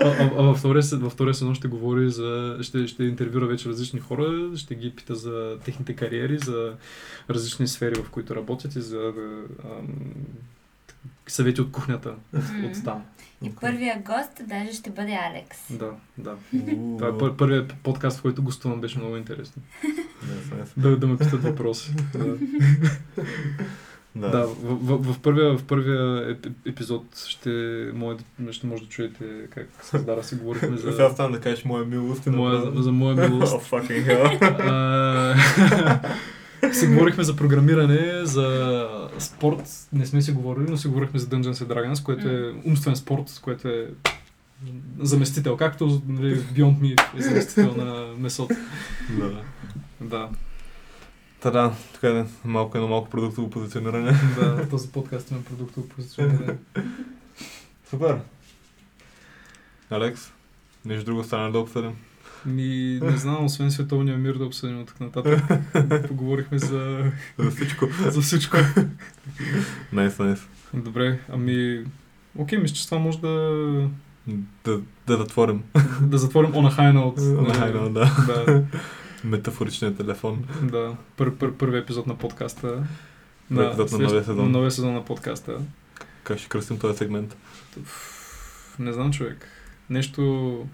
Speaker 1: А, а, а във втория, се- във втория сезон ще говори за... Ще, ще интервюра вече различни хора, ще ги пита за техните кариери, за различни сфери, в които работят и за ам, съвети от кухнята от, от там.
Speaker 5: И първия гост даже ще бъде Алекс.
Speaker 1: Да, да.
Speaker 2: Уу,
Speaker 1: Това е пър, първият подкаст, в който гостувам, беше много интересно.
Speaker 2: yes, yes.
Speaker 1: Да, да ме питат въпроси. Да.
Speaker 2: Да.
Speaker 1: Да, в, в, в, първия, в първия еп- епизод ще, мое, ще може да чуете как с Дара си говорихме
Speaker 2: За...
Speaker 1: за,
Speaker 2: Сега стана да кажеш моя милост. и
Speaker 1: моя,
Speaker 2: направо-
Speaker 1: за, за моя
Speaker 2: <laughs>
Speaker 1: милост.
Speaker 2: Oh, fucking hell.
Speaker 1: А, си говорихме за програмиране, за спорт. Не сме си говорили, но си говорихме за Dungeons and Dragons, което е умствен спорт, което е заместител, както нали, Beyond Meat е заместител на месото.
Speaker 2: да.
Speaker 1: Да,
Speaker 2: Та да, така да, малко едно малко продуктово позициониране. <laughs>
Speaker 1: да, този подкаст има продуктово позициониране.
Speaker 2: Супер. Алекс, нещо друго стана да обсъдим.
Speaker 1: Ми, не знам, освен световния мир да обсъдим от тук нататък. Поговорихме <laughs> за,
Speaker 2: <laughs> За всичко.
Speaker 1: за всичко.
Speaker 2: Найс, найс.
Speaker 1: Добре, ами... Окей, мисля, че с това може да,
Speaker 2: Да, да затворим.
Speaker 1: да затворим on a high note.
Speaker 2: На
Speaker 1: нали?
Speaker 2: хайна, да.
Speaker 1: Да.
Speaker 2: Метафоричният телефон.
Speaker 1: Да, пър, пър, първи епизод на подкаста.
Speaker 2: Първи епизод на
Speaker 1: следващ-
Speaker 2: новия сезон.
Speaker 1: на новия сезон на подкаста.
Speaker 2: Как ще кръстим
Speaker 1: <laughs>
Speaker 2: този сегмент?
Speaker 1: Уф, Не знам, човек. Нещо...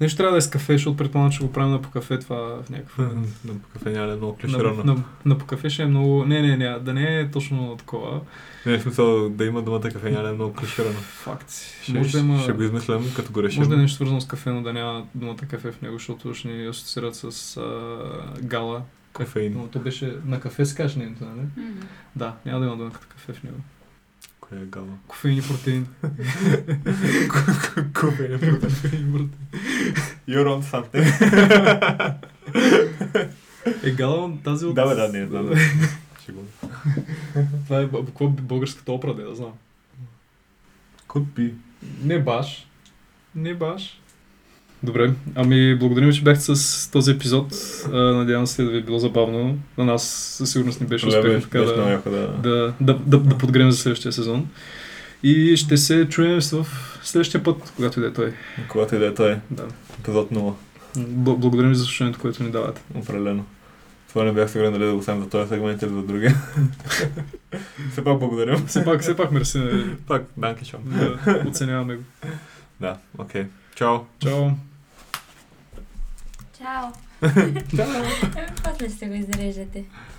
Speaker 1: Нещо трябва да е с кафе, защото предполагам, че го правим на по кафе това в някакъв момент.
Speaker 2: На кафе няма да е много
Speaker 1: На,
Speaker 2: клиширано.
Speaker 1: на, на по кафе ще е много... Не, не, не, да не е точно такова.
Speaker 2: Не, в смисъл да има думата кафе няма да е много клиширано.
Speaker 1: Факт.
Speaker 2: Ще,
Speaker 1: може да има...
Speaker 2: ще го измислям, като го решим.
Speaker 1: Може да е нещо свързано с кафе, но да няма думата кафе в него, защото ще ни асоциират с а, гала.
Speaker 2: Кофеин.
Speaker 1: Но то беше на кафе с каш нейното, нали? Да, няма да има думата кафе в него.
Speaker 2: Кое е гала?
Speaker 1: Кофеин и протеин.
Speaker 2: Кофеин
Speaker 1: Кофеин
Speaker 2: е протеин.
Speaker 1: и протеин.
Speaker 2: You're on something.
Speaker 1: Е, гала тази от...
Speaker 2: Да, бе, да, не, да, да. Шегувам.
Speaker 1: Това е б- какво българската опра, да я знам.
Speaker 2: Купи.
Speaker 1: Не баш. Не баш. Добре, ами благодарим, че бяхте с този епизод. А, Надявам се да ви е било забавно. На нас със сигурност ни беше успешно така да,
Speaker 2: да.
Speaker 1: да, да, да, да подгрем за следващия сезон. И ще се чуем в следващия път, когато иде той.
Speaker 2: Когато и да е той.
Speaker 1: Да.
Speaker 2: Епизод 0.
Speaker 1: Бл- Благодарим ви за слушането, което ни давате.
Speaker 2: Определено. Това не бях сигурен дали да го сам за този сегмент или за другия.
Speaker 1: <laughs>
Speaker 2: Все пак благодарим.
Speaker 1: Все пак, все пак, мерси. нали?
Speaker 2: Пак, данки шо.
Speaker 1: Да, оценяваме го.
Speaker 2: Да, окей. Чао.
Speaker 1: Чао.
Speaker 5: <laughs> Чао! Еми, после ще го изрежете.